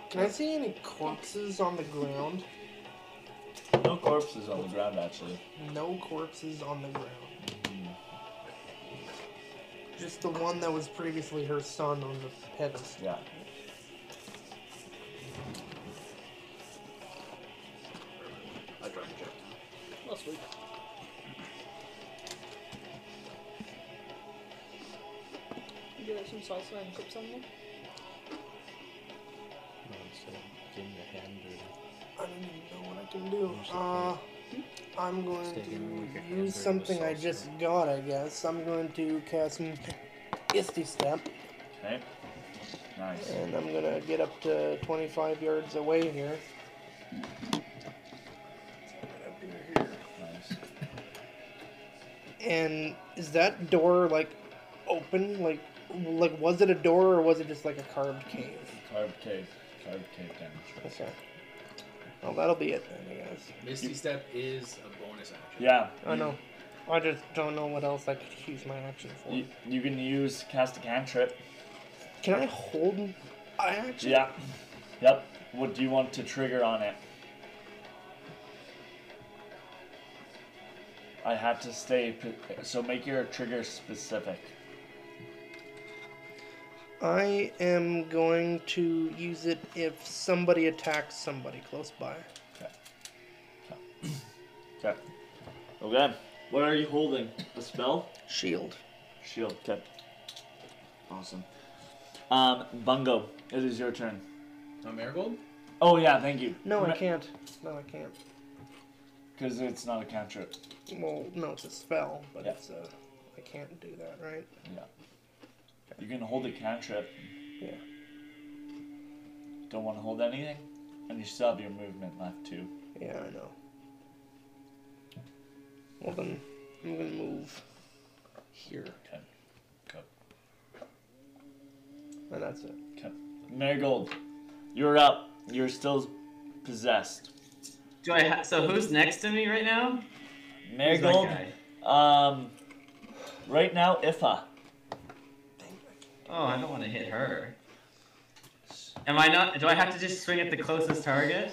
Speaker 3: Can I see any corpses on the ground?
Speaker 1: No corpses on the ground, actually.
Speaker 3: No corpses on the ground. Just the one that was previously her son on the pedestal.
Speaker 1: Yeah.
Speaker 2: I dropped it.
Speaker 8: Well, sweet. You do like some salsa and chips on there?
Speaker 3: I don't even know what I can do. Uh, I'm going to use something I just got, I guess. I'm going to cast m- Isty Step,
Speaker 1: Okay. Nice.
Speaker 3: and I'm gonna get up to 25 yards away here.
Speaker 1: Nice.
Speaker 3: And is that door like open? Like, like was it a door or was it just like a carved cave?
Speaker 1: Carved cave. Carved cave damage.
Speaker 3: Okay. Well, that'll be it then, I guess.
Speaker 2: Misty Step is a bonus action.
Speaker 1: Yeah.
Speaker 3: I know. I just don't know what else I could use my action for.
Speaker 1: You, you can use cast a cantrip.
Speaker 3: Can I hold an action?
Speaker 1: Yeah. Yep. What do you want to trigger on it? I had to stay. p- So make your trigger specific.
Speaker 3: I am going to use it if somebody attacks somebody close by.
Speaker 1: Okay. Okay. What are you holding? A spell?
Speaker 3: Shield.
Speaker 1: Shield. Okay. Awesome. Um, Bungo, it is your turn.
Speaker 2: No marigold?
Speaker 1: Oh yeah, thank you.
Speaker 3: No, I can't. No, I can't.
Speaker 1: Because it's not a cantrip.
Speaker 3: Well, no, it's a spell, but
Speaker 1: Yeah.
Speaker 3: it's a. I can't do that, right?
Speaker 1: Yeah. You can hold a cantrip.
Speaker 3: Yeah.
Speaker 1: Don't want to hold anything, and you still have your movement left too.
Speaker 3: Yeah, I know. Well, then I'm gonna move here.
Speaker 1: Okay. Go.
Speaker 3: And that's it.
Speaker 1: Okay. Marigold, you're up. You're still possessed.
Speaker 9: Do I ha- so who's next to me right now?
Speaker 1: Marigold, um, right now, Ifa.
Speaker 9: Oh, I don't want to hit her. Am I not? Do I have to just swing at the closest target?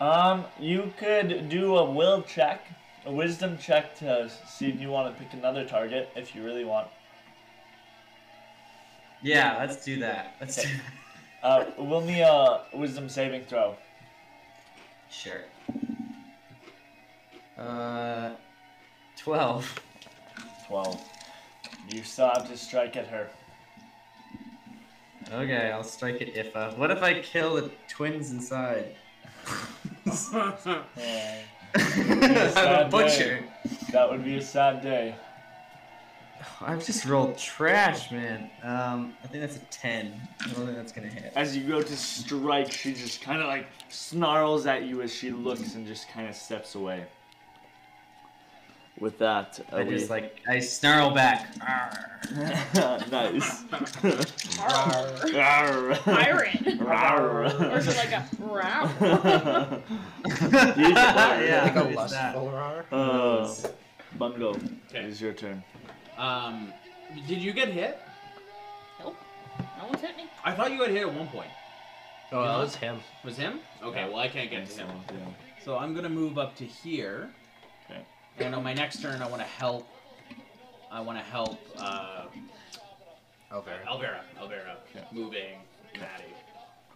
Speaker 1: Um, you could do a will check, a wisdom check to see if you want to pick another target if you really want.
Speaker 9: Yeah, let's do that. Let's do
Speaker 1: Uh, we'll need a wisdom saving throw.
Speaker 9: Sure. Uh, twelve.
Speaker 1: Twelve. You still have to strike at her.
Speaker 9: Okay, I'll strike at Ifa. What if I kill the twins inside?
Speaker 1: Uh,
Speaker 9: I'm a
Speaker 1: sad
Speaker 9: butcher.
Speaker 1: day. That would be a sad day.
Speaker 9: I've just rolled trash, man. Um, I think that's a ten. I don't think that's gonna hit.
Speaker 1: As you go to strike, she just kind of like snarls at you as she looks and just kind of steps away. With that, uh,
Speaker 21: I just,
Speaker 1: like
Speaker 21: I snarl back.
Speaker 1: nice.
Speaker 8: Arr. Iron. Or is it like a row?
Speaker 1: yeah,
Speaker 10: Like a
Speaker 1: it's
Speaker 10: lustful roar.
Speaker 1: Uh, Bungo, it is your turn.
Speaker 2: Um, did you get hit?
Speaker 8: Nope. No one's hit me.
Speaker 2: I thought you got hit at one point.
Speaker 10: Oh,
Speaker 2: No?
Speaker 10: that was him.
Speaker 2: Was him? Okay, well I can't get to him. So I'm gonna move up to here.
Speaker 1: Okay.
Speaker 2: And on my next turn, I want to help. I want to help. Uh,
Speaker 10: Elvera.
Speaker 2: Alvera. Alvera.
Speaker 1: Okay.
Speaker 2: Moving. Maddie.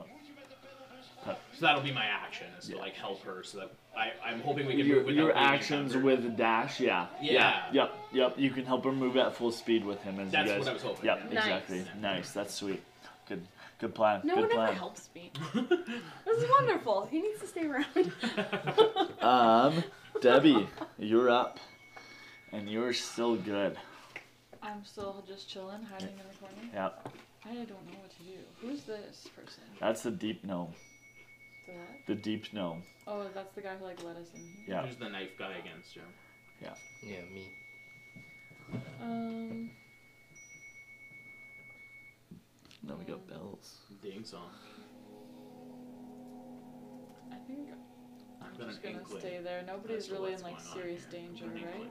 Speaker 1: Okay.
Speaker 2: So that'll be my action is to like help her. So that I, I'm hoping we can
Speaker 1: your,
Speaker 2: move without
Speaker 1: your
Speaker 2: losing
Speaker 1: actions
Speaker 2: cover.
Speaker 1: with dash, yeah.
Speaker 2: Yeah.
Speaker 1: Yep, yep. You can help her move at full speed with him as
Speaker 2: That's
Speaker 1: you guys.
Speaker 2: what I was hoping,
Speaker 1: Yep,
Speaker 2: yeah.
Speaker 8: Nice.
Speaker 1: exactly. Nice. That's sweet. Good good plan.
Speaker 8: No
Speaker 1: good
Speaker 8: one ever
Speaker 1: plan.
Speaker 8: helps me. this is wonderful. He needs to stay around.
Speaker 1: Um Debbie, you're up. And you're still good.
Speaker 4: I'm still just chilling, hiding in the corner.
Speaker 1: Yep.
Speaker 4: I don't know what to do. Who's this person?
Speaker 1: That's the deep gnome.
Speaker 4: That?
Speaker 1: The deep gnome.
Speaker 4: Oh, that's the guy who like let us in here.
Speaker 1: Yeah.
Speaker 2: Who's the knife guy against him?
Speaker 1: Yeah.
Speaker 10: Yeah, me.
Speaker 4: Um,
Speaker 1: Then we got bells.
Speaker 2: Ding song.
Speaker 4: I think
Speaker 2: I've
Speaker 4: I'm
Speaker 2: got an
Speaker 4: just gonna
Speaker 2: inkling.
Speaker 4: stay there. Nobody's
Speaker 2: as to
Speaker 4: really in
Speaker 2: what's
Speaker 4: like
Speaker 2: going on
Speaker 4: serious
Speaker 2: here.
Speaker 4: danger,
Speaker 2: An
Speaker 4: right?
Speaker 2: inkling.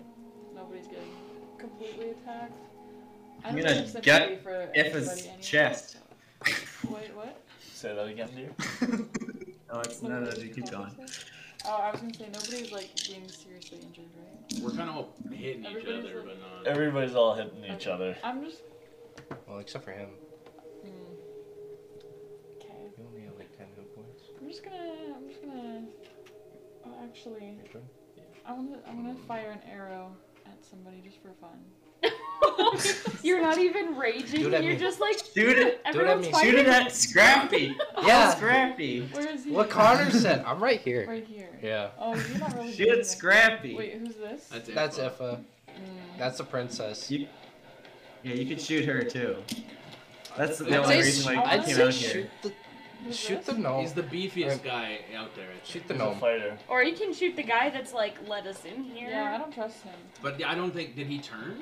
Speaker 4: Nobody's getting completely attacked. I
Speaker 21: I'm
Speaker 4: don't
Speaker 21: gonna
Speaker 4: have sympathy
Speaker 21: gut
Speaker 4: for anybody
Speaker 21: Effa's
Speaker 4: anyway,
Speaker 21: chest.
Speaker 4: so- Wait, what?
Speaker 5: Say that again, dear.
Speaker 21: Oh, it's
Speaker 4: What
Speaker 21: no,
Speaker 9: uh,
Speaker 21: no,
Speaker 4: did
Speaker 21: you keep
Speaker 4: Colin
Speaker 21: going.
Speaker 4: say? Oh, I was gonna say nobody's like being seriously injured, right?
Speaker 2: We're kind of hitting each
Speaker 4: Everybody's
Speaker 2: other,
Speaker 4: like-
Speaker 2: but not.
Speaker 5: Everybody's all hitting each
Speaker 4: Okay.
Speaker 5: other.
Speaker 4: I'm just.
Speaker 10: Well, except for him.
Speaker 4: Hmm. Okay.
Speaker 10: You only have like 10 hit points.
Speaker 4: I'm just gonna. I'm just gonna. Oh, actually,
Speaker 10: Your turn.
Speaker 4: I'm gonna. I'm gonna fire an arrow at somebody just for fun.
Speaker 8: you're not even raging.
Speaker 10: Dude, I
Speaker 8: You're
Speaker 10: mean-
Speaker 8: just like
Speaker 21: Shoot it!
Speaker 8: everyone's
Speaker 10: mean-
Speaker 8: fighting.
Speaker 21: Shoot it at Scrappy!
Speaker 10: Yeah.
Speaker 21: Scrappy!
Speaker 4: Where is he?
Speaker 10: What Connor said. I'm right here.
Speaker 4: Right here.
Speaker 10: Yeah.
Speaker 4: Oh, you're not really.
Speaker 21: Shoot
Speaker 4: doing
Speaker 21: at Scrappy!
Speaker 4: anything. Wait, who's this?
Speaker 5: Uh,
Speaker 2: That's it.
Speaker 10: That's
Speaker 2: bro.
Speaker 10: Effa.
Speaker 4: Mm.
Speaker 10: That's the princess.
Speaker 21: You- Yeah, you could shoot her too. That's the
Speaker 10: I'd
Speaker 21: only
Speaker 10: say
Speaker 21: reason
Speaker 10: sh-
Speaker 21: why
Speaker 4: I'd
Speaker 21: you came
Speaker 4: say
Speaker 21: out
Speaker 10: shoot
Speaker 21: here.
Speaker 10: the
Speaker 4: Who's
Speaker 10: shoot
Speaker 4: this?
Speaker 10: the gnome.
Speaker 2: He's the beefiest
Speaker 10: Alright.
Speaker 2: guy out there. I think.
Speaker 10: shoot the
Speaker 5: He's a
Speaker 10: gnome.
Speaker 5: fighter.
Speaker 8: Or you can shoot the guy that's like let us in here.
Speaker 4: Yeah, I don't trust him.
Speaker 2: But I don't think did he turn?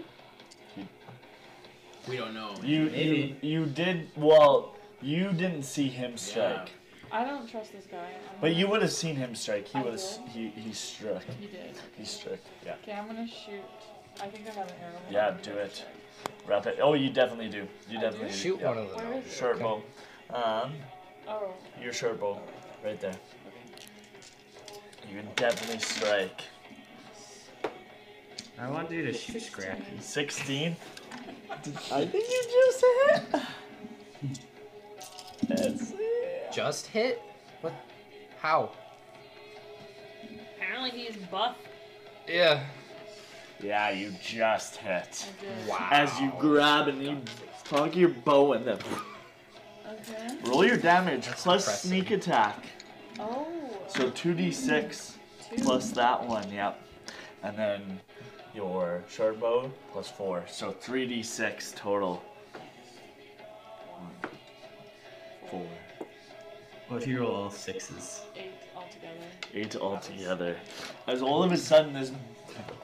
Speaker 2: We don't know.
Speaker 5: You you
Speaker 21: Maybe.
Speaker 5: you did well. You didn't see him strike,
Speaker 4: I don't trust this guy. I'm
Speaker 5: but
Speaker 4: not-
Speaker 5: you would have seen him strike. He
Speaker 4: I
Speaker 5: was
Speaker 4: did?
Speaker 5: he he struck.
Speaker 4: You did.
Speaker 5: He struck. Yeah.
Speaker 4: Okay, I'm gonna shoot. I think I have an arrow.
Speaker 5: Yeah. Do it. Wrap it. Oh, you definitely do. You
Speaker 4: I
Speaker 5: definitely
Speaker 4: do?
Speaker 5: do.
Speaker 10: Shoot
Speaker 5: yeah.
Speaker 10: one of the
Speaker 4: Where
Speaker 10: gnomes.
Speaker 4: is it?
Speaker 5: Short bow. Um,
Speaker 4: Oh.
Speaker 5: your short bow, right there. You can definitely strike.
Speaker 21: I want you to shoot Scrappy.
Speaker 5: Sixteen.
Speaker 1: I think you just hit.
Speaker 5: That's
Speaker 10: Just hit? What? How?
Speaker 8: Apparently he's buff.
Speaker 10: Yeah.
Speaker 5: Yeah, you just hit.
Speaker 4: I did.
Speaker 10: Wow.
Speaker 1: As you grab and you tug your bow and then
Speaker 4: Okay.
Speaker 1: roll your damage
Speaker 10: That's
Speaker 1: plus
Speaker 10: impressive.
Speaker 1: sneak attack.
Speaker 4: Oh.
Speaker 1: So two d six
Speaker 4: two.
Speaker 1: plus that one, yep. And then your short bow plus four. So three d six total. One, four,
Speaker 21: Well, if you roll all sixes.
Speaker 4: Eight altogether.
Speaker 1: eight altogether. As all of a sudden this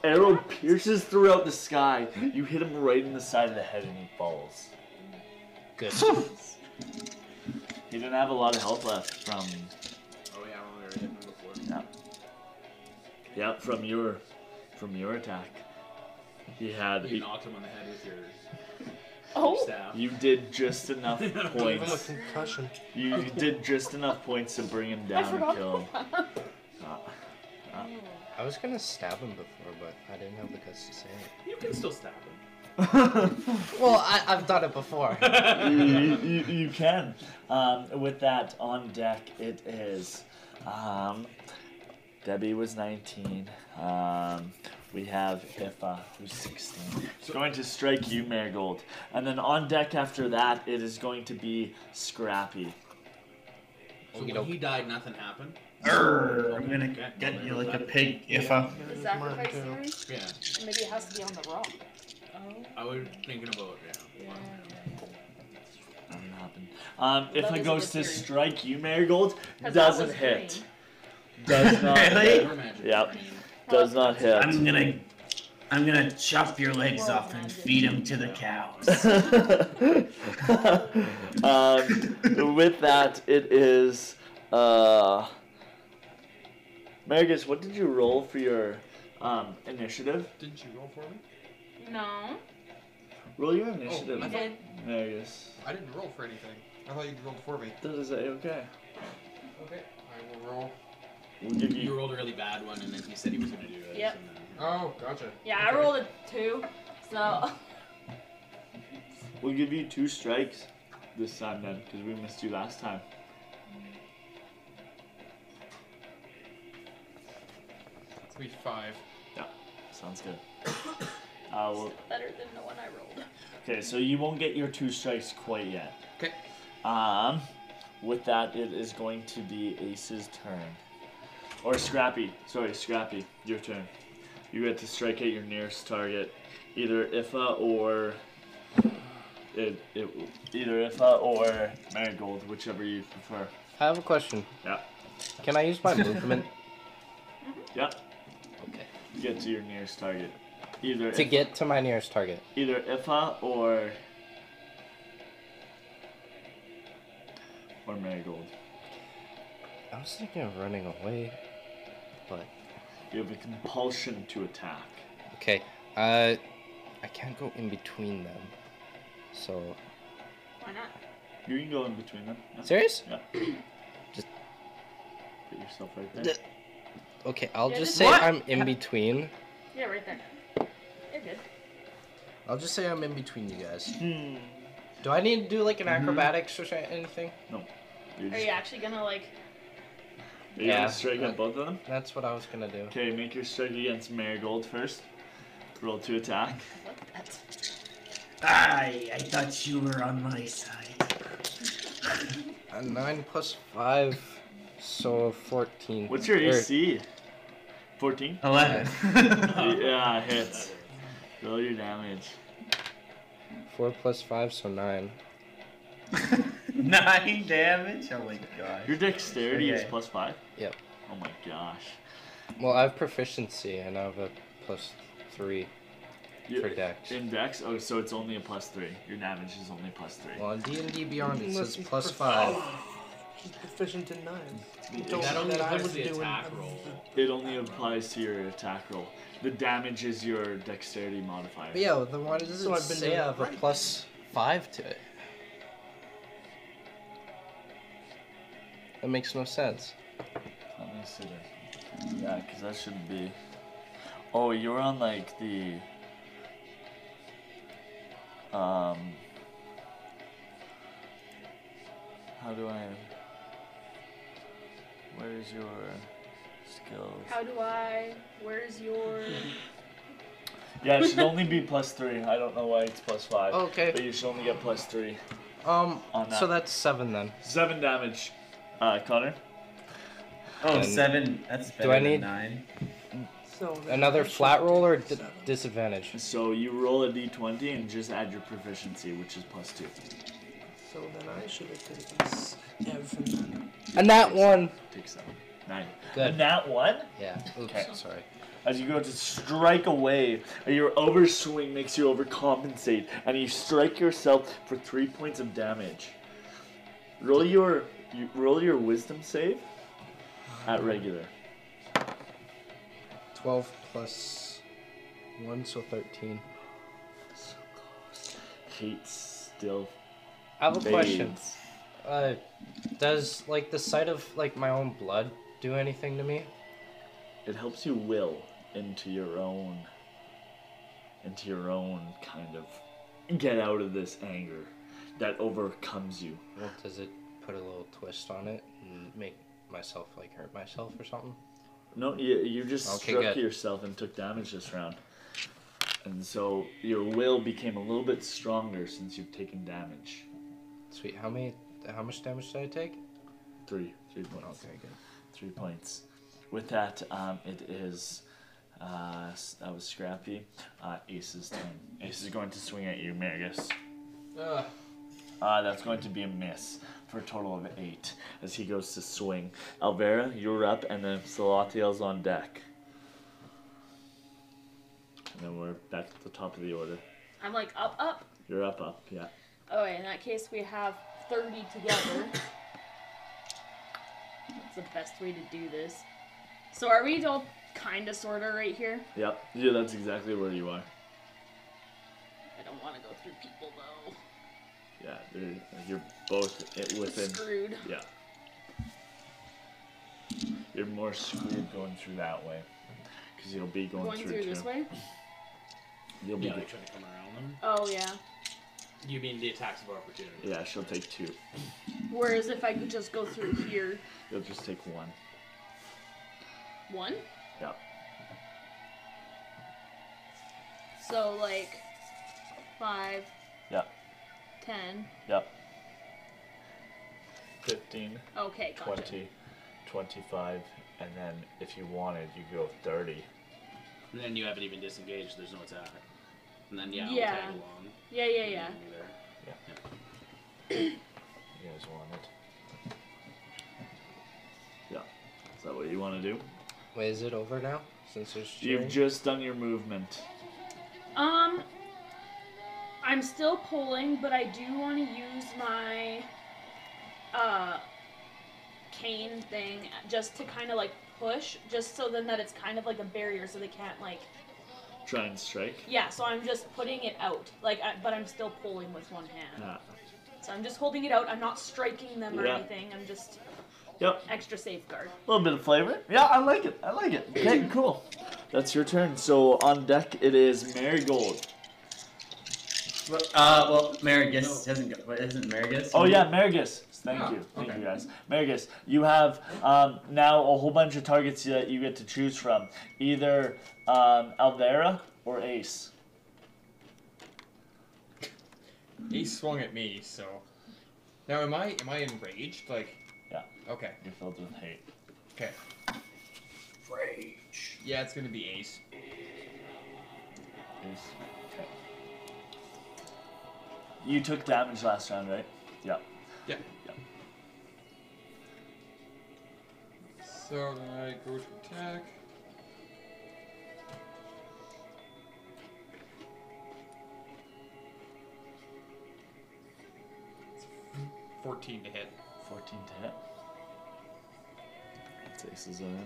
Speaker 1: arrow pierces throughout the sky, you hit him right in the side of the head and he falls.
Speaker 10: Good.
Speaker 1: He didn't have a lot of health left from
Speaker 2: Oh yeah, when we were hitting him before.
Speaker 1: Yep, from your from your attack. He had
Speaker 2: You
Speaker 1: he,
Speaker 2: knocked him on the head with your
Speaker 8: Oh.
Speaker 2: staff.
Speaker 1: you did just enough
Speaker 10: Give him a
Speaker 1: points.
Speaker 10: concussion.
Speaker 1: You did just enough points to bring him
Speaker 8: I
Speaker 1: down and
Speaker 8: forgot.
Speaker 1: kill him. Ah,
Speaker 10: I was gonna stab him before, but I didn't have the guts to say it.
Speaker 2: You can still stab him.
Speaker 10: Well, I, I've done it before.
Speaker 1: you, you, you can. Um, with that on deck, it is. Um, Debbie was 19. Um, we have Ifa, who's 16. It's going to strike you, Marigold. And then on deck after that, it is going to be Scrappy.
Speaker 2: So
Speaker 10: Okey
Speaker 2: when
Speaker 10: doke.
Speaker 2: he died, nothing happened.
Speaker 21: Urgh, I'm gonna gut you like a pig, Ifa.
Speaker 3: Yeah,
Speaker 8: The
Speaker 3: it's mine
Speaker 8: sacrifice
Speaker 3: too.
Speaker 8: series.
Speaker 2: Yeah,
Speaker 8: Maybe it has to be on the rock.
Speaker 4: Oh.
Speaker 2: I was thinking about it. Yeah.
Speaker 4: Yeah.
Speaker 1: Nothing happened. Um, if
Speaker 8: Love
Speaker 1: it
Speaker 8: is a
Speaker 1: goes to
Speaker 8: mystery.
Speaker 1: strike you, Marigold,
Speaker 8: 'Cause that
Speaker 1: doesn't
Speaker 8: was
Speaker 1: hit.
Speaker 8: green.
Speaker 1: Does not
Speaker 21: Really?
Speaker 1: hit.
Speaker 2: Your magic.
Speaker 1: Yep. Does not hit.
Speaker 21: I'm gonna I'm gonna chop your legs off and feed them to the cows.
Speaker 1: um, with that, it is. Uh, Margus, what did you roll for your um, initiative?
Speaker 18: Didn't you roll for me?
Speaker 8: No.
Speaker 1: Roll your initiative,
Speaker 18: I thought-
Speaker 1: Margus.
Speaker 18: I didn't roll for anything. I thought you rolled for me.
Speaker 1: That is okay.
Speaker 18: Okay. I will roll.
Speaker 1: We'll give
Speaker 2: You
Speaker 1: you.
Speaker 2: rolled a really bad one, and then he said he was gonna do it.
Speaker 8: Yep.
Speaker 18: Oh, gotcha.
Speaker 8: Yeah, I rolled a two. So
Speaker 1: We'll give you two strikes this time then, because we missed you last time.
Speaker 18: It's gonna be five.
Speaker 1: Yeah, sounds good. Uh, well,
Speaker 8: better than the one I rolled.
Speaker 1: okay, so you won't get your two strikes quite yet.
Speaker 18: Okay.
Speaker 1: Um, with that, it is going to be Ace's turn. Or Scrappy. Sorry, Scrappy. Your turn. You get to strike at your nearest target. Either Ifa or. It, it, either Ifa or Marigold, whichever you prefer.
Speaker 10: I have a question.
Speaker 1: Yeah.
Speaker 10: Can I use my movement
Speaker 1: Yep. Okay. You get to your nearest target. Either
Speaker 10: to
Speaker 1: Ifa-
Speaker 10: get to my nearest target?
Speaker 1: either Ifa or or Marigold.
Speaker 10: I was thinking of running away, but
Speaker 1: You have a compulsion to attack.
Speaker 10: okay. Uh, I can't go in between them. So
Speaker 8: Why not?
Speaker 1: You can go in between them. Yeah.
Speaker 10: serious?
Speaker 1: Yeah.
Speaker 10: Just-
Speaker 1: put yourself right there.
Speaker 10: D- Okay, I'll
Speaker 8: Yeah,
Speaker 10: just
Speaker 8: just-
Speaker 10: say
Speaker 8: What?
Speaker 10: I'm in between.
Speaker 8: Yeah, right there. You're good.
Speaker 10: I'll just say I'm in between you guys.
Speaker 1: Hmm.
Speaker 10: Do I need to do like an acrobatics or anything?
Speaker 1: You're
Speaker 4: Oh,
Speaker 8: Are
Speaker 1: just,
Speaker 8: you actually gonna like?
Speaker 1: Are you
Speaker 10: Yeah.
Speaker 1: gonna strike at both of them?
Speaker 10: That's what I was gonna do.
Speaker 1: Okay, make your strike against Marigold first. Roll to attack.
Speaker 8: What the-
Speaker 21: I, I thought you were on my side.
Speaker 10: A nine plus five, so fourteen.
Speaker 1: What's your
Speaker 10: Or-
Speaker 1: AC? 14?
Speaker 21: Eleven.
Speaker 10: Uh-huh.
Speaker 1: yeah, hits. Roll your damage.
Speaker 10: Four plus five, so nine.
Speaker 21: Nine damage. Oh my god.
Speaker 1: Your dexterity is
Speaker 21: Okay.
Speaker 1: plus 5?
Speaker 10: Yep.
Speaker 1: Oh my gosh.
Speaker 10: Well, I have proficiency and I have a plus three.
Speaker 1: You-
Speaker 10: For dex.
Speaker 1: In dex? Oh, so it's only a plus 3. Your damage is only plus 3.
Speaker 10: Well, on D and D Beyond it
Speaker 3: Unless
Speaker 10: says
Speaker 3: he's
Speaker 10: plus
Speaker 3: prof-
Speaker 10: five.
Speaker 3: She's proficient in knives.
Speaker 1: The-
Speaker 3: Don't
Speaker 2: That
Speaker 3: know
Speaker 2: only
Speaker 3: that I
Speaker 2: applies
Speaker 3: was
Speaker 2: to the
Speaker 3: doing
Speaker 2: attack
Speaker 3: a-
Speaker 2: roll.
Speaker 1: It only applies to your attack roll. The damage is your dexterity modifier.
Speaker 10: But yeah, then why does
Speaker 3: So
Speaker 10: it
Speaker 3: I've been
Speaker 10: say
Speaker 3: doing
Speaker 10: I have a
Speaker 3: right.
Speaker 10: plus five to it? That makes no sense.
Speaker 1: Let me see this. Yeah, because that shouldn't be. Oh, you're on like the. Um. How do I. Where is your skills?
Speaker 8: How do I? Where's your?
Speaker 1: Yeah, it should only be plus three. I don't know why it's plus five. But
Speaker 10: Okay.
Speaker 1: you should only get plus three.
Speaker 10: Um.
Speaker 1: On
Speaker 10: So
Speaker 1: that.
Speaker 10: that's seven then.
Speaker 1: Seven damage. Uh, Connor?
Speaker 21: Oh,
Speaker 10: And-
Speaker 21: seven. That's better
Speaker 10: I
Speaker 21: than
Speaker 10: need-
Speaker 21: nine.
Speaker 3: So that's
Speaker 10: Another
Speaker 3: proficient
Speaker 10: flat roll or
Speaker 3: to
Speaker 10: d-
Speaker 3: seven.
Speaker 10: disadvantage.
Speaker 1: So you roll a d20 and just add your proficiency, which is plus two.
Speaker 3: So then I should have taken seven. then.
Speaker 10: And that one.
Speaker 1: Take seven. Nine.
Speaker 10: Good.
Speaker 1: And that one?
Speaker 10: Yeah.
Speaker 1: Okay.
Speaker 10: Oops. Sorry.
Speaker 1: As you go to strike away, your overswing makes you overcompensate, and you strike yourself for three points of damage. Roll your you, roll your wisdom save at regular.
Speaker 10: Twelve plus one, so thirteen.
Speaker 1: Kate still.
Speaker 10: I have a
Speaker 1: fades.
Speaker 10: question. Uh, does like the sight of like my own blood do anything to me?
Speaker 1: It helps you will into your own, into your own kind of get out of this anger that overcomes you.
Speaker 10: Well, does it put a little twist on it and make myself like hurt myself or something?
Speaker 1: No, you, you just
Speaker 10: Okay,
Speaker 1: struck
Speaker 10: good.
Speaker 1: yourself and took damage this round. And so your will became a little bit stronger since you've taken damage.
Speaker 10: Sweet. How many? How much damage did I take?
Speaker 1: Three. Three points.
Speaker 10: good.
Speaker 1: Three points. With that, um, it is. Uh, s- that was Scrappy. Uh, Ace's turn. Ace is going to swing at you, Marius.
Speaker 18: Uh,
Speaker 1: Uh, that's going to be a miss for a total of eight as he goes to swing. Alvera, you're up, and then Salatiel's on deck. Then we're back at the top of the order.
Speaker 8: I'm like up, up.
Speaker 1: You're up, up, yeah.
Speaker 8: Oh, in that case, we have 30 together. That's the best way to do this. So are we all kind of sort of right here?
Speaker 1: Yep. Yeah, that's exactly where you are.
Speaker 8: I don't want to go through people though.
Speaker 1: Yeah, you're, you're both it within.
Speaker 8: Screwed.
Speaker 1: Yeah. You're more screwed going through that way, because you'll be going,
Speaker 8: Going
Speaker 1: through,
Speaker 8: through
Speaker 1: too.
Speaker 8: this way?
Speaker 1: You'll be.
Speaker 22: Yeah,
Speaker 1: go-
Speaker 22: like trying to come around them.
Speaker 8: Oh, yeah.
Speaker 22: You mean the attacks of opportunity?
Speaker 1: yeah, she'll take two.
Speaker 8: Whereas if I could just go through here,
Speaker 1: You'll just take one.
Speaker 8: one.
Speaker 1: Yep.
Speaker 8: So like five,
Speaker 1: Yep.
Speaker 8: ten.
Speaker 1: Yep. 15,
Speaker 8: Okay, gotcha.
Speaker 1: 20, 25, and then if you wanted, you go 30.
Speaker 22: And then you haven't even disengaged. There's no attack. And then yeah,
Speaker 8: Yeah.
Speaker 22: I'll tag along.
Speaker 8: Yeah, yeah, yeah.
Speaker 22: You're there.
Speaker 1: Yeah. You guys want it? Yeah. Is that what you want to do?
Speaker 10: Wait, is it over now? Since there's
Speaker 1: You've
Speaker 10: cheering?
Speaker 1: just done your movement.
Speaker 8: Um, I'm still pulling, but I do want to use my uh cane thing just to kind of like push, just so then that it's kind of like a barrier, so they can't like.
Speaker 1: Try and strike.
Speaker 8: Yeah, so I'm just putting it out, like, I, but I'm still pulling with one hand.
Speaker 1: Yeah.
Speaker 8: So I'm just holding it out. I'm not striking them or
Speaker 1: Yeah.
Speaker 8: anything. I'm just
Speaker 1: Yep.
Speaker 8: extra safeguard.
Speaker 1: A little bit of flavor. Yeah, I like it. I like it. Okay, cool. That's your turn. So on deck it is Marigold.
Speaker 21: Well, uh, well, Marigus hasn't. Got, what, isn't Marigus?
Speaker 1: Oh yeah, Marigus. Thank
Speaker 21: Ah,
Speaker 1: you. Thank you guys. Marigus, you have um, now a whole bunch of targets that you get to choose from. Either um, Alvera or Ace.
Speaker 18: He swung at me, so. Now am I am I enraged? Like.
Speaker 1: Yeah.
Speaker 18: Okay.
Speaker 1: You're filled with hate.
Speaker 18: Okay. Rage. Yeah, it's gonna be Ace.
Speaker 1: Ace. Okay. You took damage last round, right? Yeah.
Speaker 18: Yeah.
Speaker 1: Yeah.
Speaker 18: So then I go to attack. Fourteen to hit.
Speaker 1: 14 to hit. That's Ace's armor.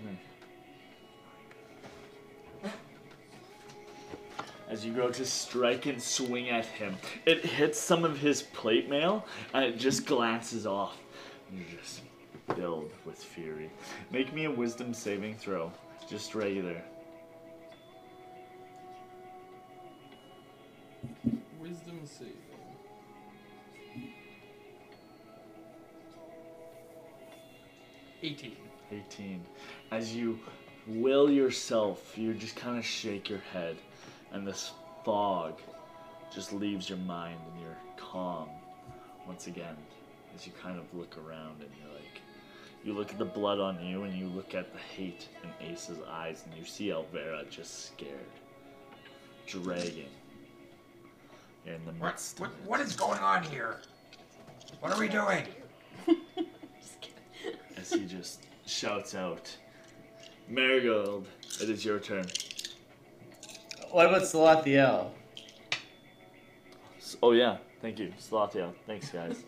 Speaker 1: As you go to strike and swing at him, it hits some of his plate mail and it just glances off. You just filled with fury. Make me a wisdom saving throw. Just regular.
Speaker 18: Wisdom saving. Eighteen.
Speaker 1: 18. As you will yourself, you just kind of shake your head, and this fog just leaves your mind, and you're calm once again as you kind of look around and you're like, you look at the blood on you, and you look at the hate in Ace's eyes, and you see Elvera just scared, dragging. You're in the
Speaker 7: What,
Speaker 1: midst.
Speaker 7: what, what is going on here? What are we doing?
Speaker 1: as he just shouts out, Marigold, it is your turn.
Speaker 21: What about Salathiel?
Speaker 1: S- Oh yeah, thank you, Slothiel. Thanks guys.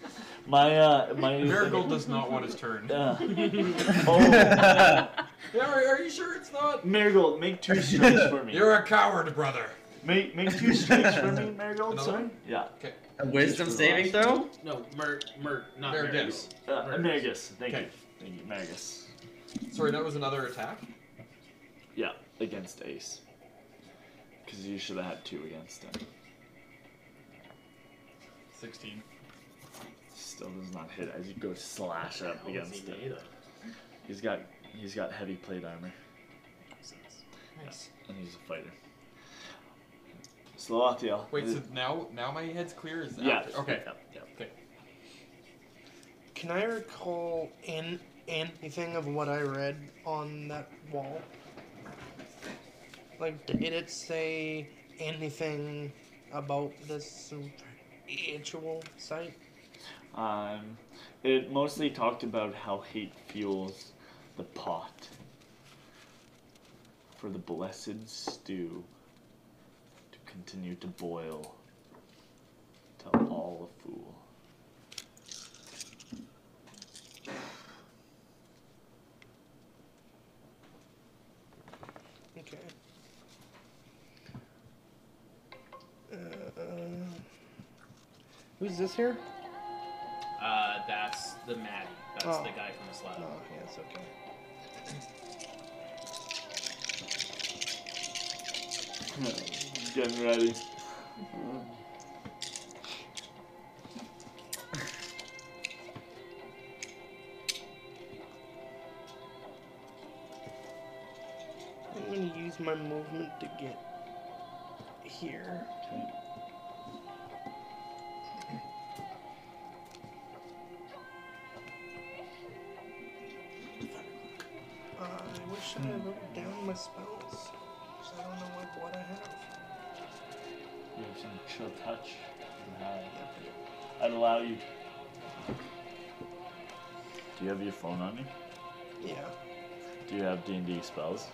Speaker 1: My uh, my uh,
Speaker 18: Marigold does not want his turn.
Speaker 1: Yeah.
Speaker 18: oh. are, are you sure it's not?
Speaker 1: Marigold, make two strikes for me.
Speaker 7: You're a coward, brother.
Speaker 1: Make make two strikes for me, Marigold.
Speaker 7: Another
Speaker 1: Sorry. Yeah.
Speaker 18: Okay.
Speaker 21: A wisdom
Speaker 1: Just for the
Speaker 21: saving
Speaker 1: last-
Speaker 21: throw?
Speaker 22: No, Mer, Mer, not
Speaker 18: There it
Speaker 22: Marigold.
Speaker 1: Uh, Marigus. Thank
Speaker 18: Okay.
Speaker 1: you. Thank you, Marigus.
Speaker 18: Sorry, that was another attack.
Speaker 1: Yeah, against Ace. Because you should have had two against him.
Speaker 18: Sixteen.
Speaker 1: Still does not hit as you go slash up
Speaker 22: How is
Speaker 1: against
Speaker 22: he
Speaker 1: him.
Speaker 22: made of?
Speaker 1: He's got he's got heavy plate armor. And he's a fighter. Slothiel.
Speaker 18: Wait,
Speaker 7: Uh,
Speaker 18: so now now my head's clear. Is
Speaker 1: yeah.
Speaker 18: After? Okay.
Speaker 1: yeah, yeah.
Speaker 18: Okay.
Speaker 3: Can I recall an anything of what I read on that wall? Like, did it say anything about this ritual site?
Speaker 1: Um, it mostly talked about how hate fuels the pot for the blessed stew continue to boil till all a fool.
Speaker 23: Okay.
Speaker 10: Uh, who's this here?
Speaker 2: Uh, that's the Maddie. That's
Speaker 10: Oh.
Speaker 2: the guy from the slab.
Speaker 10: Oh, yeah, it's okay.
Speaker 1: Getting ready.
Speaker 3: I'm gonna use my movement to get here. Uh, I wish I
Speaker 2: Hmm.
Speaker 3: had wrote down my spells. 'cause I don't know what, what I have.
Speaker 1: You have some chill touch. and how- I'd allow you. Do you have your phone on you?
Speaker 3: Yeah.
Speaker 1: Do you have D&D spells?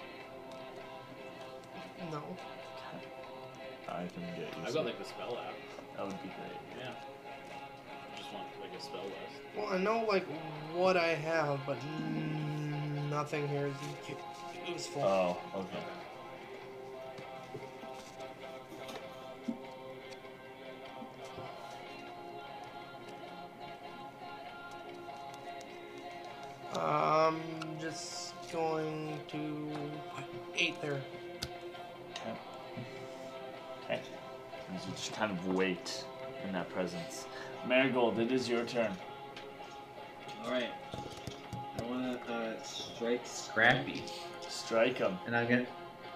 Speaker 3: No.
Speaker 1: I can get you.
Speaker 2: I've
Speaker 1: some.
Speaker 2: got like the spell app.
Speaker 1: That would be great.
Speaker 2: Yeah. I just want like a spell list.
Speaker 3: Well, I know like what I have, but mm, nothing here is u- useful.
Speaker 1: Oh, okay.
Speaker 3: Um, just going to eight there.
Speaker 1: Okay. Okay. And you just kind of wait in that presence. Marigold, it is your turn.
Speaker 9: Alright. I wanna uh, strike Scrappy.
Speaker 1: Strike him.
Speaker 9: And I'm gonna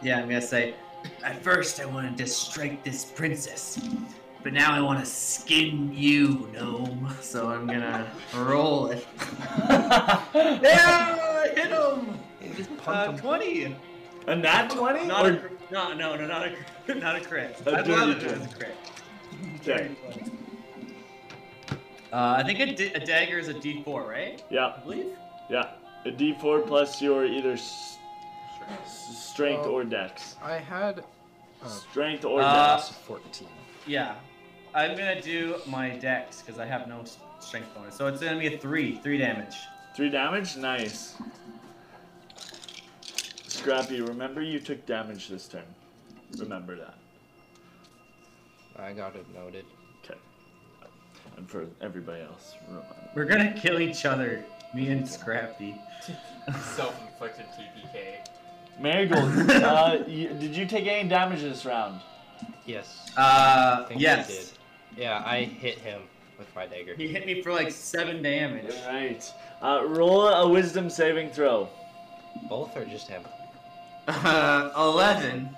Speaker 9: Yeah, I'm gonna say at first I wanted to strike this princess. But now I wanna skin you, gnome. So I'm gonna roll it. yeah, I hit him! Uh, 20!
Speaker 1: And that 20?
Speaker 9: Not
Speaker 1: Or-
Speaker 9: a, cr- no, no, no, not a, cr- not a crit.
Speaker 1: A
Speaker 9: I'd love Oh, it
Speaker 1: dirty
Speaker 9: if it was a crit.
Speaker 1: Okay.
Speaker 9: Uh, I think a, d- a dagger is a d4, right?
Speaker 1: Yeah.
Speaker 9: I believe.
Speaker 1: Yeah. A d4 plus your either s- s- strength
Speaker 3: Oh.
Speaker 1: or dex.
Speaker 3: I had.
Speaker 1: Strength or
Speaker 9: Oh. Uh,
Speaker 1: dex.
Speaker 10: 14.
Speaker 9: Yeah. I'm gonna do my dex because I have no s- strength bonus. So it's gonna be a three, three damage.
Speaker 1: Three damage? Nice. Scrappy, remember you took damage this turn. Remember that.
Speaker 10: I got it noted.
Speaker 1: Okay. And for everybody else, remind
Speaker 9: We're gonna kill each other, me and Scrappy.
Speaker 24: Self-inflicted TPK.
Speaker 1: Marigold, uh, you, did you take any damage this round?
Speaker 10: Yes.
Speaker 9: Uh,
Speaker 10: I think I
Speaker 9: yes.
Speaker 10: did. Yeah, I hit him with my dagger.
Speaker 9: He hit me for like seven damage.
Speaker 1: Alright. Uh, roll a wisdom saving throw.
Speaker 10: Both or just him?
Speaker 9: Uh, eleven.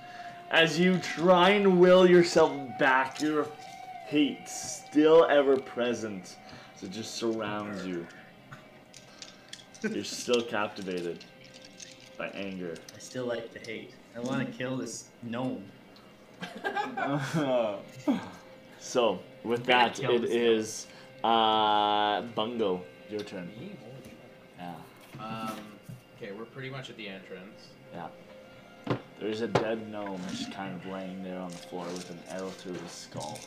Speaker 1: As you try and will yourself back, your hate still ever present. So it just surrounds you. You're still captivated by anger.
Speaker 9: I still like to hate. I wanna kill this gnome.
Speaker 1: so, with that,
Speaker 9: kill
Speaker 1: it
Speaker 9: this
Speaker 1: is uh, Bungo. Your turn. Yeah,
Speaker 2: Um, okay, we're pretty much at the entrance.
Speaker 1: yeah. There's a dead gnome just kind of laying there on the floor with an arrow through his skull.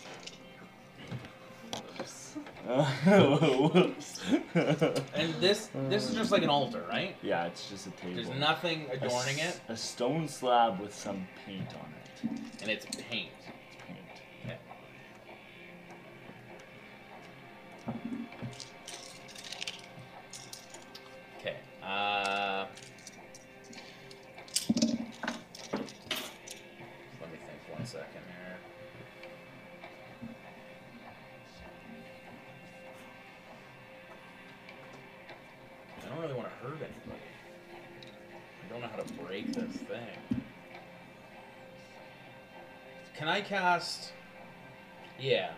Speaker 1: Whoops.
Speaker 2: And this this is just like an altar, right?
Speaker 1: Yeah, it's just a table.
Speaker 2: There's nothing
Speaker 1: A
Speaker 2: adorning
Speaker 1: s-
Speaker 2: it,
Speaker 1: A stone slab with some paint on it.
Speaker 2: and it's paint.
Speaker 1: It's paint.
Speaker 2: Okay. Uh, let me think one second here. I don't really want to hurt anybody. I don't know how to break this thing. Can I cast? Yeah.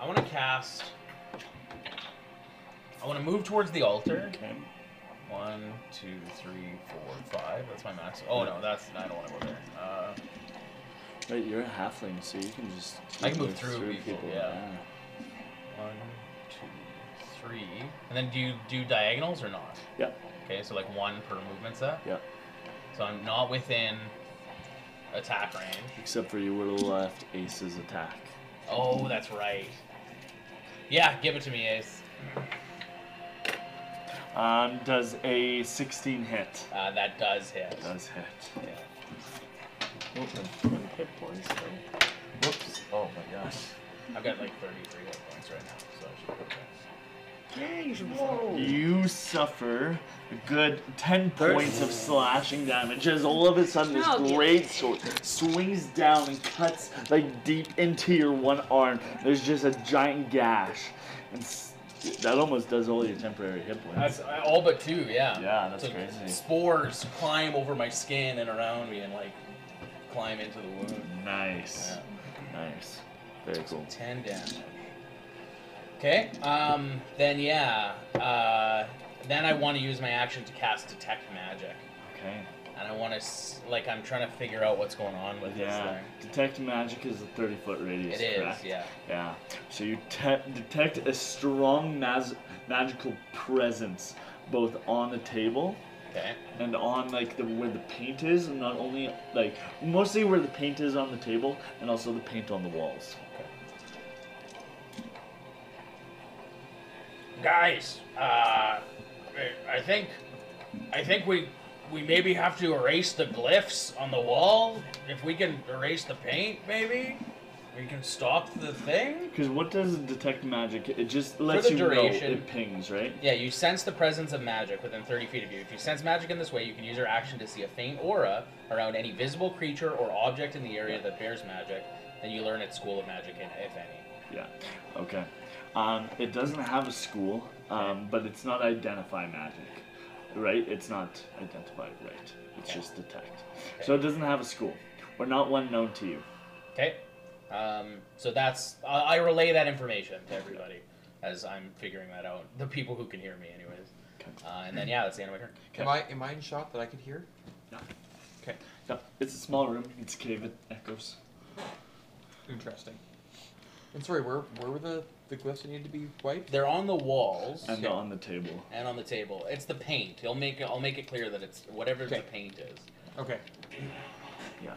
Speaker 2: I want to cast. I want to move towards the altar.
Speaker 1: Okay.
Speaker 2: One, two, three, four, five. That's my max. Oh no, that's I don't want to go there. Uh,
Speaker 1: Wait, you're a halfling, so you can just.
Speaker 2: I can move through people, yeah. one, two, three, and then do you do diagonals or not?
Speaker 1: Yep.
Speaker 2: Okay, so like one per movement set.
Speaker 1: Yep.
Speaker 2: So so I'm not within attack range.
Speaker 1: Except for you would have left Ace's attack.
Speaker 2: Oh, that's right. Yeah, give it to me, Ace.
Speaker 1: Um, does a 16 hit?
Speaker 22: Ah.
Speaker 2: Uh, that does hit.
Speaker 1: Does hit.
Speaker 22: Oh, my hit points. though. Whoops. Oh my gosh.
Speaker 2: I've got like 33 hit points right now, so I should put that.
Speaker 1: You suffer a good 10 points of slashing damage as all of a sudden this
Speaker 2: No, give it
Speaker 1: great sword swings down and cuts like deep into your one arm. There's just a giant gash. And s- that almost does all your temporary hit points.
Speaker 2: That's uh, all but two, yeah.
Speaker 1: Yeah, that's
Speaker 2: So
Speaker 1: crazy.
Speaker 2: Spores climb over my skin and around me and like climb into the wound.
Speaker 1: Nice. Nice. Very cool.
Speaker 2: 10 damage. Okay, um, then yeah. Uh, then I want to use my action to cast Detect Magic.
Speaker 1: Okay.
Speaker 2: And I want to, s- like, I'm trying to figure out what's going on with this
Speaker 1: Yeah.
Speaker 2: thing.
Speaker 1: Detect magic is a 30 foot radius.
Speaker 2: It is,
Speaker 1: correct?
Speaker 2: yeah.
Speaker 1: Yeah. So you te- detect a strong mas- magical presence both on the table.
Speaker 2: Okay.
Speaker 1: And on like the where the paint is, and not only like mostly where the paint is on the table, and also the paint on the walls.
Speaker 22: Guys, uh, I I think, I think we, we maybe have to erase the glyphs on the wall. If we can erase the paint, maybe we can stop the thing.
Speaker 1: Because what does detect magic? It just lets
Speaker 2: the
Speaker 1: you
Speaker 2: duration.
Speaker 1: know it pings, right?
Speaker 2: Yeah, you sense the presence of magic within 30 feet of you. If you sense magic in this way, you can use your action to see a faint aura around any visible creature or object in the area that bears magic. Then you learn its school of magic, and if any.
Speaker 1: Yeah. Okay. Um, it doesn't have a school, um, but it's not identify magic, right? It's not identify, right? It's just detect. So it doesn't have a school, or not one known to you.
Speaker 2: Okay? Um, so that's. I I relay that information to everybody as I'm figuring that out. The people who can hear me, anyways. Uh, and then, yeah, that's the end of my turn.
Speaker 18: Am I am I in shot that I could hear?
Speaker 1: Okay. Yeah, it's a small room. It's a cave. It echoes.
Speaker 18: Interesting. And sorry, where where were the the glyphs that need to be wiped?
Speaker 2: They're on the walls.
Speaker 1: And on the table.
Speaker 2: And on the table. It's the paint. He'll make it, I'll make it clear that it's whatever the paint is.
Speaker 18: Okay.
Speaker 1: Yeah.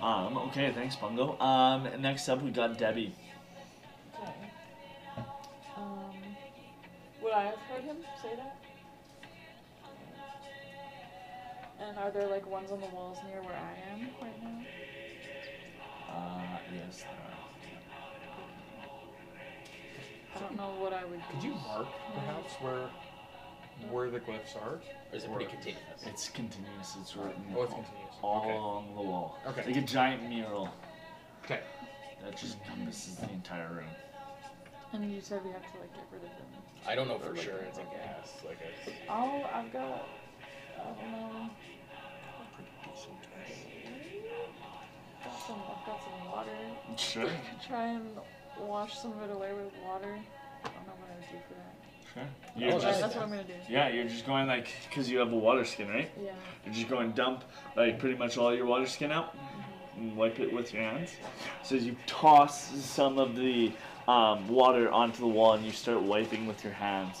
Speaker 1: Um, okay. Thanks, Bungo. Um, next up we got Debbie.
Speaker 4: Okay. Um, would I have heard him say that? And are there like ones on the walls near where I am right now?
Speaker 1: Uh, yes. there
Speaker 4: I don't know what I would.
Speaker 18: Could you
Speaker 4: use.
Speaker 18: mark perhaps where where the glyphs are?
Speaker 2: Or is it pretty continuous?
Speaker 1: are. It's continuous. It's written
Speaker 18: Oh, it's
Speaker 1: all-
Speaker 18: continuous.
Speaker 1: all
Speaker 18: Okay.
Speaker 1: along the wall.
Speaker 18: Okay.
Speaker 1: Like a giant mural.
Speaker 18: Okay.
Speaker 1: That just encompasses the entire room.
Speaker 4: And you said we have to like get rid of them.
Speaker 2: I don't know for sure. It's a gas. Like a,
Speaker 4: Oh, I've got. I don't know. Got some, I've got some water.
Speaker 1: Sure.
Speaker 4: Try and wash some of it away with water. I don't know what I would do for that.
Speaker 1: Sure.
Speaker 18: Oh,
Speaker 4: You're just- that's what I'm gonna do.
Speaker 1: Yeah, you're just going like because you have a water skin, right?
Speaker 4: Yeah.
Speaker 1: You're just going dump like pretty much all your water skin out and wipe it with your hands. So you toss some of the um, water onto the wall and you start wiping with your hands.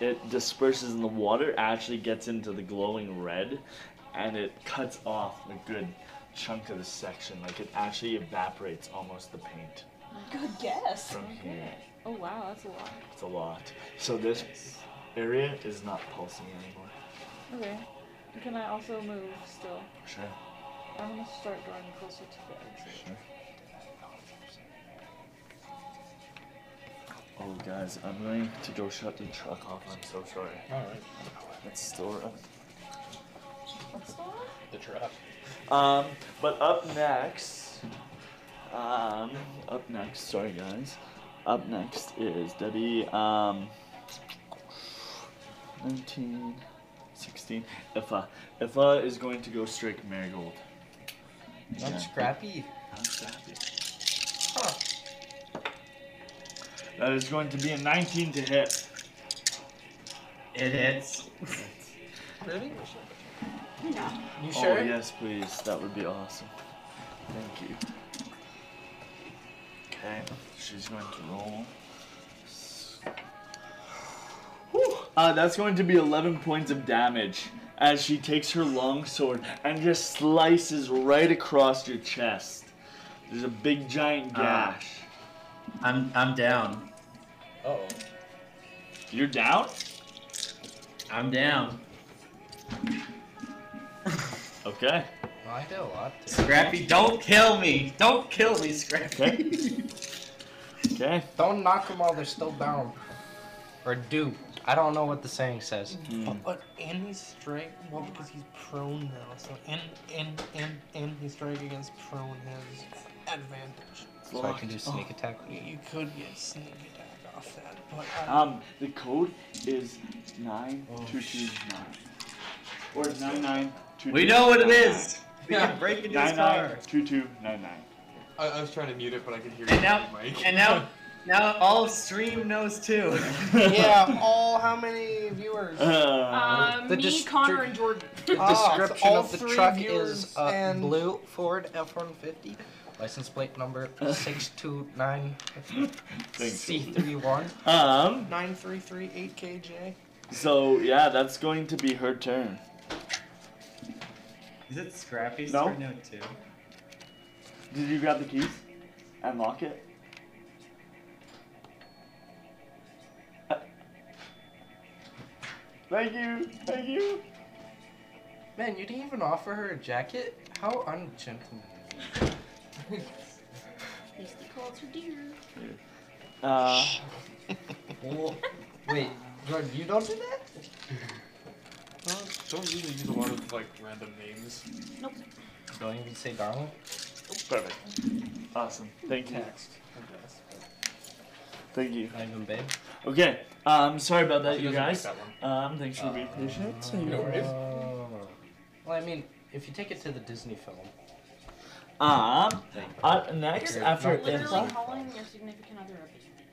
Speaker 1: It disperses in the water, actually gets into the glowing red, and it cuts off a good chunk of the section. Like it actually evaporates almost the paint.
Speaker 4: Good guess.
Speaker 1: From here.
Speaker 4: Oh wow, that's a lot.
Speaker 1: It's a lot. So this area is not pulsing anymore.
Speaker 4: Okay. Can I also move still?
Speaker 1: Sure.
Speaker 4: I'm gonna start drawing closer to the exit.
Speaker 1: Oh, guys, I'm going to go shut the truck off. I'm so sorry.
Speaker 2: Alright.
Speaker 1: It's still running.
Speaker 2: the truck.
Speaker 1: Um, but up next, um, up next, sorry guys, up next is Debbie, um, 19, 16, Ifa. Ifa is going to go straight marigold.
Speaker 21: I'm scrappy.
Speaker 1: I'm scrappy. That is going to be a 19 to hit.
Speaker 21: It hits.
Speaker 18: Really?
Speaker 21: You
Speaker 1: Oh,
Speaker 21: sure?
Speaker 1: yes, please. That would be awesome. Thank you. Okay, she's going to roll. Whew. Uh, that's going to be 11 points of damage as she takes her long sword and just slices right across your chest. There's a big giant
Speaker 9: Ah.
Speaker 1: gash.
Speaker 9: I'm I'm down.
Speaker 2: Oh.
Speaker 1: You're down?
Speaker 9: I'm down.
Speaker 1: Okay.
Speaker 10: Well, I did a lot.
Speaker 9: Scrappy, don't kill me. Don't kill me, Scrappy.
Speaker 1: Okay.
Speaker 10: Don't knock them while they're still down. Or do. I don't know what the saying says.
Speaker 3: But and he's strike well because he's prone now. So and and and and his strike against prone has advantage.
Speaker 10: So I can do sneak attack.
Speaker 3: You, you could get sneak attack off that, but I,
Speaker 1: Um, the code is Oh, 9229. Or 9922.
Speaker 9: We know what it is. We can break into this car.
Speaker 1: 992299.
Speaker 7: I, I was trying to mute it, but I could hear you,
Speaker 9: And now,
Speaker 7: Mike.
Speaker 9: and now, now all stream knows too.
Speaker 3: yeah, all how many viewers?
Speaker 1: Uh,
Speaker 4: Um,
Speaker 10: The
Speaker 4: me,
Speaker 10: distri-
Speaker 4: Connor, and Jordan.
Speaker 10: The
Speaker 3: Ah, so
Speaker 10: description
Speaker 3: all
Speaker 10: of the
Speaker 3: three
Speaker 10: truck
Speaker 3: viewers
Speaker 10: is uh,
Speaker 3: and-
Speaker 10: blue Ford F-150, license plate number 629C31.
Speaker 1: Um,
Speaker 3: Nine three three eight KJ.
Speaker 1: so yeah, that's going to be her turn.
Speaker 9: Is it Scrappy's
Speaker 1: No.
Speaker 9: turn now too?
Speaker 1: Did you grab the keys and lock it? Uh, Thank you, thank you.
Speaker 10: Man, you didn't even offer her a jacket? How ungentlemanly.
Speaker 4: Hasty calls her dear.
Speaker 1: Uh,
Speaker 10: Wait, Jordan, you don't do that?
Speaker 7: Uh, don't usually use a lot of like random names.
Speaker 4: Nope.
Speaker 10: Don't even say darling?
Speaker 1: perfect. Awesome. Thank you. Thank you.
Speaker 10: Not even babe?
Speaker 1: Okay. Um, sorry about
Speaker 7: She
Speaker 1: that, you
Speaker 7: doesn't like
Speaker 1: guys.
Speaker 7: that one.
Speaker 1: Um, thanks for being patient.
Speaker 7: No worries.
Speaker 10: Oh. Well, I mean, if you take it to the Disney film.
Speaker 1: Um, uh, next after
Speaker 4: Literally
Speaker 1: Impa
Speaker 4: calling your significant other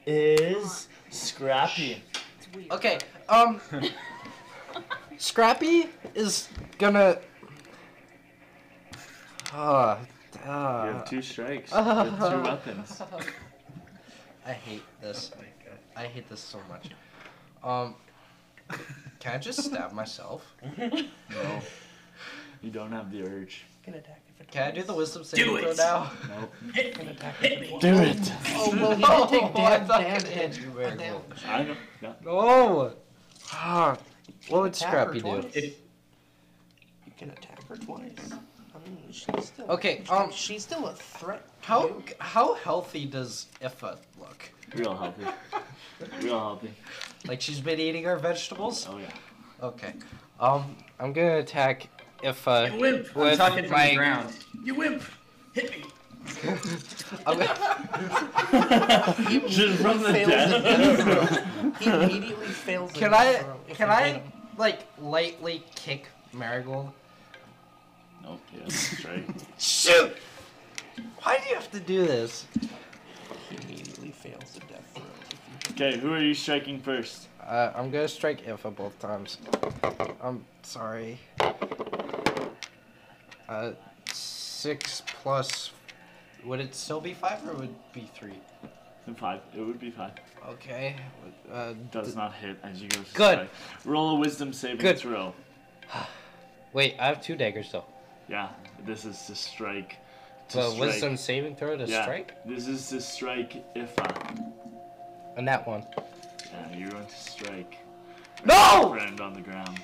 Speaker 4: a bitch.
Speaker 1: is Scrappy.
Speaker 4: It's weird.
Speaker 10: Okay, um, Scrappy is gonna. Uh,
Speaker 1: You
Speaker 10: uh,
Speaker 1: have two strikes
Speaker 10: with
Speaker 1: with
Speaker 10: two
Speaker 1: two weapons.
Speaker 10: I hate
Speaker 3: Oh
Speaker 10: this. I hate this so much. Um, can I just stab myself?
Speaker 1: No, you don't have the urge.
Speaker 3: Can attack if it
Speaker 10: Can I do the wisdom saving throw
Speaker 9: it.
Speaker 10: now?
Speaker 3: can attack if it
Speaker 1: Do it.
Speaker 3: Oh well he did take
Speaker 10: Oh, I
Speaker 3: damn
Speaker 10: thought it
Speaker 3: damage.
Speaker 10: hit you very
Speaker 3: A damage.
Speaker 10: well.
Speaker 1: I know. No.
Speaker 10: No. Ah, what would
Speaker 3: Attack her
Speaker 10: Scrappy do?
Speaker 3: twice. You can attack her twice. I mean, she's still
Speaker 10: Okay,
Speaker 3: she's-
Speaker 10: um,
Speaker 3: she's still a threat. to
Speaker 10: How
Speaker 3: you.
Speaker 10: how healthy does Ifa look?
Speaker 1: Real healthy. Real healthy.
Speaker 10: Like she's been eating her vegetables?
Speaker 1: Oh yeah.
Speaker 10: Okay. Um, I'm gonna attack Ifa.
Speaker 9: You wimp. I'm
Speaker 10: With
Speaker 9: talking from
Speaker 10: my-
Speaker 9: the ground. You wimp. Hit me.
Speaker 10: I'm gonna-
Speaker 1: Just from the
Speaker 3: fails at
Speaker 1: dead.
Speaker 3: He immediately fails. a
Speaker 10: can
Speaker 3: death
Speaker 10: I
Speaker 3: throw if
Speaker 10: can
Speaker 3: you hit
Speaker 10: I
Speaker 3: him.
Speaker 10: like lightly kick Marigold?
Speaker 1: nope. Yeah. That's right.
Speaker 10: Shoot! Why do you have to do this?
Speaker 3: He immediately fails a death throw. if you-
Speaker 1: Okay. Who are you striking first?
Speaker 10: Uh, I'm gonna strike Ifa both times. I'm sorry. Uh, six plus. Would it still be five or would it be three?
Speaker 1: In five. It would be five.
Speaker 10: Okay. Uh,
Speaker 1: Does not hit as you go. to
Speaker 10: Good.
Speaker 1: strike. Roll a wisdom saving
Speaker 10: Good.
Speaker 1: throw.
Speaker 10: wait, I have two daggers though.
Speaker 1: Yeah. This is to strike. To
Speaker 10: Well,
Speaker 1: strike.
Speaker 10: wisdom saving throw to
Speaker 1: yeah.
Speaker 10: strike?
Speaker 1: This is to strike Ifa.
Speaker 10: And that one.
Speaker 1: Yeah. You're going to strike.
Speaker 10: No!
Speaker 1: Friend on the ground.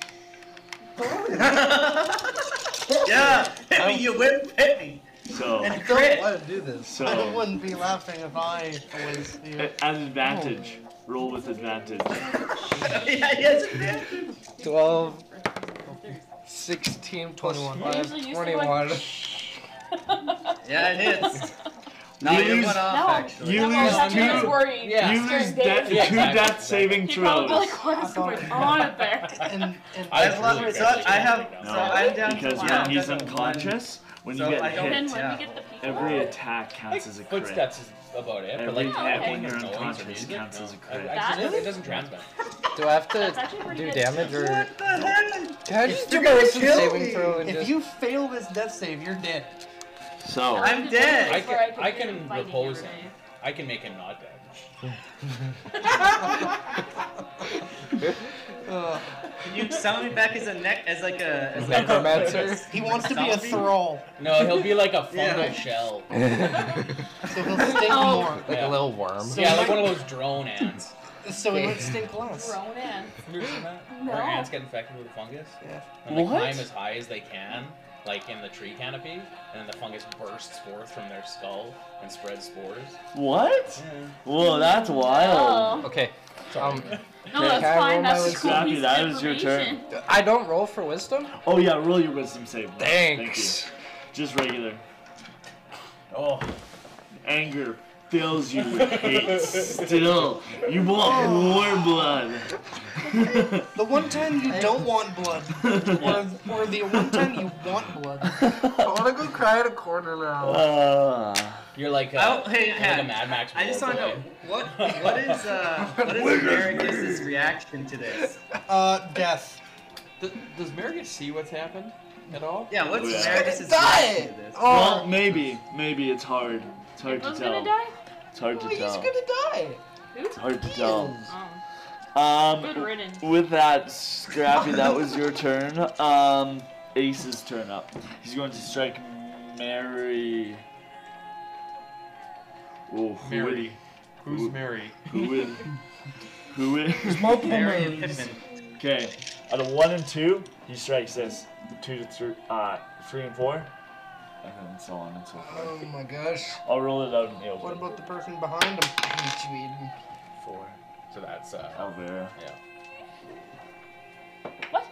Speaker 9: Yeah. Hit
Speaker 10: Oh.
Speaker 9: me. You wimp. Hit me.
Speaker 1: So.
Speaker 9: And crit.
Speaker 10: want to do this.
Speaker 1: So.
Speaker 3: I wouldn't be laughing if I was here.
Speaker 1: At advantage. Roll with advantage.
Speaker 9: yeah. Yes. advantage.
Speaker 10: 12, 16 plus
Speaker 3: 21.
Speaker 8: You're
Speaker 10: 5,
Speaker 8: usually used to
Speaker 10: 21.
Speaker 8: going,
Speaker 9: Yeah, it hits. No,
Speaker 1: You
Speaker 9: you
Speaker 1: lose-
Speaker 9: went off
Speaker 8: No.
Speaker 9: actually.
Speaker 1: You
Speaker 8: That's why I
Speaker 1: lose
Speaker 8: was having
Speaker 1: two-
Speaker 8: this worry.
Speaker 10: Yeah.
Speaker 1: You
Speaker 8: Scared
Speaker 1: lose
Speaker 8: Dave.
Speaker 1: death,
Speaker 8: Yeah,
Speaker 1: two
Speaker 8: exactly.
Speaker 1: death saving
Speaker 8: He probably
Speaker 1: throws.
Speaker 8: like, what is going on up there?
Speaker 3: And and
Speaker 9: I,
Speaker 2: I
Speaker 9: have left-
Speaker 2: really
Speaker 9: so
Speaker 2: barely did
Speaker 9: I have.
Speaker 2: anything
Speaker 9: So
Speaker 2: now.
Speaker 1: No,
Speaker 9: I'm down to
Speaker 1: because
Speaker 9: one.
Speaker 1: when he's
Speaker 9: That's a one.
Speaker 1: unconscious, when
Speaker 9: So
Speaker 1: you get
Speaker 9: I don't-
Speaker 1: hit,
Speaker 8: And when
Speaker 9: Yeah.
Speaker 8: we get the people,
Speaker 1: every attack counts as a crit.
Speaker 2: Footsteps is about it, but
Speaker 1: Every
Speaker 2: like
Speaker 1: attack when
Speaker 2: tapping
Speaker 1: you're
Speaker 2: or noise or
Speaker 1: unconscious
Speaker 2: music,
Speaker 1: counts
Speaker 2: no.
Speaker 1: as a
Speaker 2: I- I
Speaker 1: crit.
Speaker 2: just-
Speaker 10: Really?
Speaker 2: It doesn't transmit.
Speaker 10: Do I have
Speaker 8: That's
Speaker 10: to
Speaker 8: actually pretty
Speaker 10: do
Speaker 8: good.
Speaker 10: damage or
Speaker 9: What the heck?
Speaker 10: can I just do
Speaker 3: You're
Speaker 10: my
Speaker 3: gonna
Speaker 10: wisdom
Speaker 3: kill
Speaker 10: saving
Speaker 3: me.
Speaker 10: throw and
Speaker 3: If
Speaker 10: just
Speaker 3: you fail this death save, you're dead.
Speaker 1: So,
Speaker 9: I'm dead.
Speaker 8: That's where
Speaker 2: I
Speaker 8: could
Speaker 2: can-
Speaker 8: be
Speaker 2: I can
Speaker 8: fighting
Speaker 2: repose
Speaker 8: every
Speaker 2: him.
Speaker 8: day.
Speaker 2: I can make him not dead.
Speaker 9: Ugh. Can you summon me back as a neck, as like a as like
Speaker 10: Necromancer? He wants to be a
Speaker 9: zombie?
Speaker 10: thrall.
Speaker 2: No, he'll be like a fungal
Speaker 9: Yeah.
Speaker 2: shell.
Speaker 10: so he'll stink
Speaker 2: Oh.
Speaker 10: more. Like
Speaker 2: Yeah.
Speaker 10: a little worm.
Speaker 2: So yeah, like one of those drone ants.
Speaker 10: So it would stink less.
Speaker 4: Grown ants.
Speaker 2: Have you ever seen that?
Speaker 4: No.
Speaker 2: Where ants get infected with a fungus? Yeah. And they
Speaker 4: What?
Speaker 2: climb as high as they can, like in the tree canopy, and then the fungus bursts forth from their skull and spreads spores.
Speaker 1: What? Whoa, that's
Speaker 8: Oh.
Speaker 1: wild.
Speaker 10: Okay.
Speaker 1: Um,
Speaker 10: No, that's Can I fine, roll my that's wisdom? cool
Speaker 1: Scrappy,
Speaker 10: piece of
Speaker 1: that is your turn.
Speaker 10: information. I don't roll for wisdom?
Speaker 1: Oh yeah, roll your wisdom save. Will.
Speaker 10: Thanks.
Speaker 1: Thank you. Just regular.
Speaker 2: Oh.
Speaker 1: Anger fills you with hate still. You want more blood.
Speaker 10: The one time you don't want blood, or, or the one time you want blood. I want to go cry at a corner
Speaker 3: Oh.
Speaker 10: now.
Speaker 1: Uh,
Speaker 2: You're like a,
Speaker 9: Oh, hey,
Speaker 2: you're like
Speaker 9: hey,
Speaker 2: a Mad Max.
Speaker 9: I just
Speaker 2: roll
Speaker 9: want to know
Speaker 2: boy.
Speaker 9: what what is uh what is Americus's reaction to this?
Speaker 10: Uh, death.
Speaker 18: Does, does Marigus see what's happened at all?
Speaker 9: Yeah, what's
Speaker 1: Yeah.
Speaker 9: Americus's
Speaker 10: Die! Oh,
Speaker 9: reaction to this?
Speaker 1: Well, maybe, maybe it's hard. It's hard to
Speaker 8: Who's
Speaker 1: tell.
Speaker 8: gonna die?
Speaker 1: It's hard
Speaker 3: Oh,
Speaker 1: to
Speaker 10: Oh, He's
Speaker 1: tell.
Speaker 10: gonna die.
Speaker 1: It's hard to tell.
Speaker 8: Oh.
Speaker 1: Um,
Speaker 8: Good riddance.
Speaker 1: with that, Scrappy, that was your turn. Um, Ace's turn up. He's going to strike Mary. Oh, who would-
Speaker 18: Mary. Who's Mary?
Speaker 1: Who would? Who would?
Speaker 9: Marion Pittman.
Speaker 1: Okay, out of one and two, he strikes this. Two to three, uh, three and four, and then so on and so forth.
Speaker 10: Oh my gosh.
Speaker 1: I'll roll it out in the
Speaker 10: What
Speaker 1: open.
Speaker 10: about the person behind him? I hate you, Eden.
Speaker 2: Four. So that's uh,
Speaker 1: Alvera.
Speaker 2: yeah.
Speaker 8: What?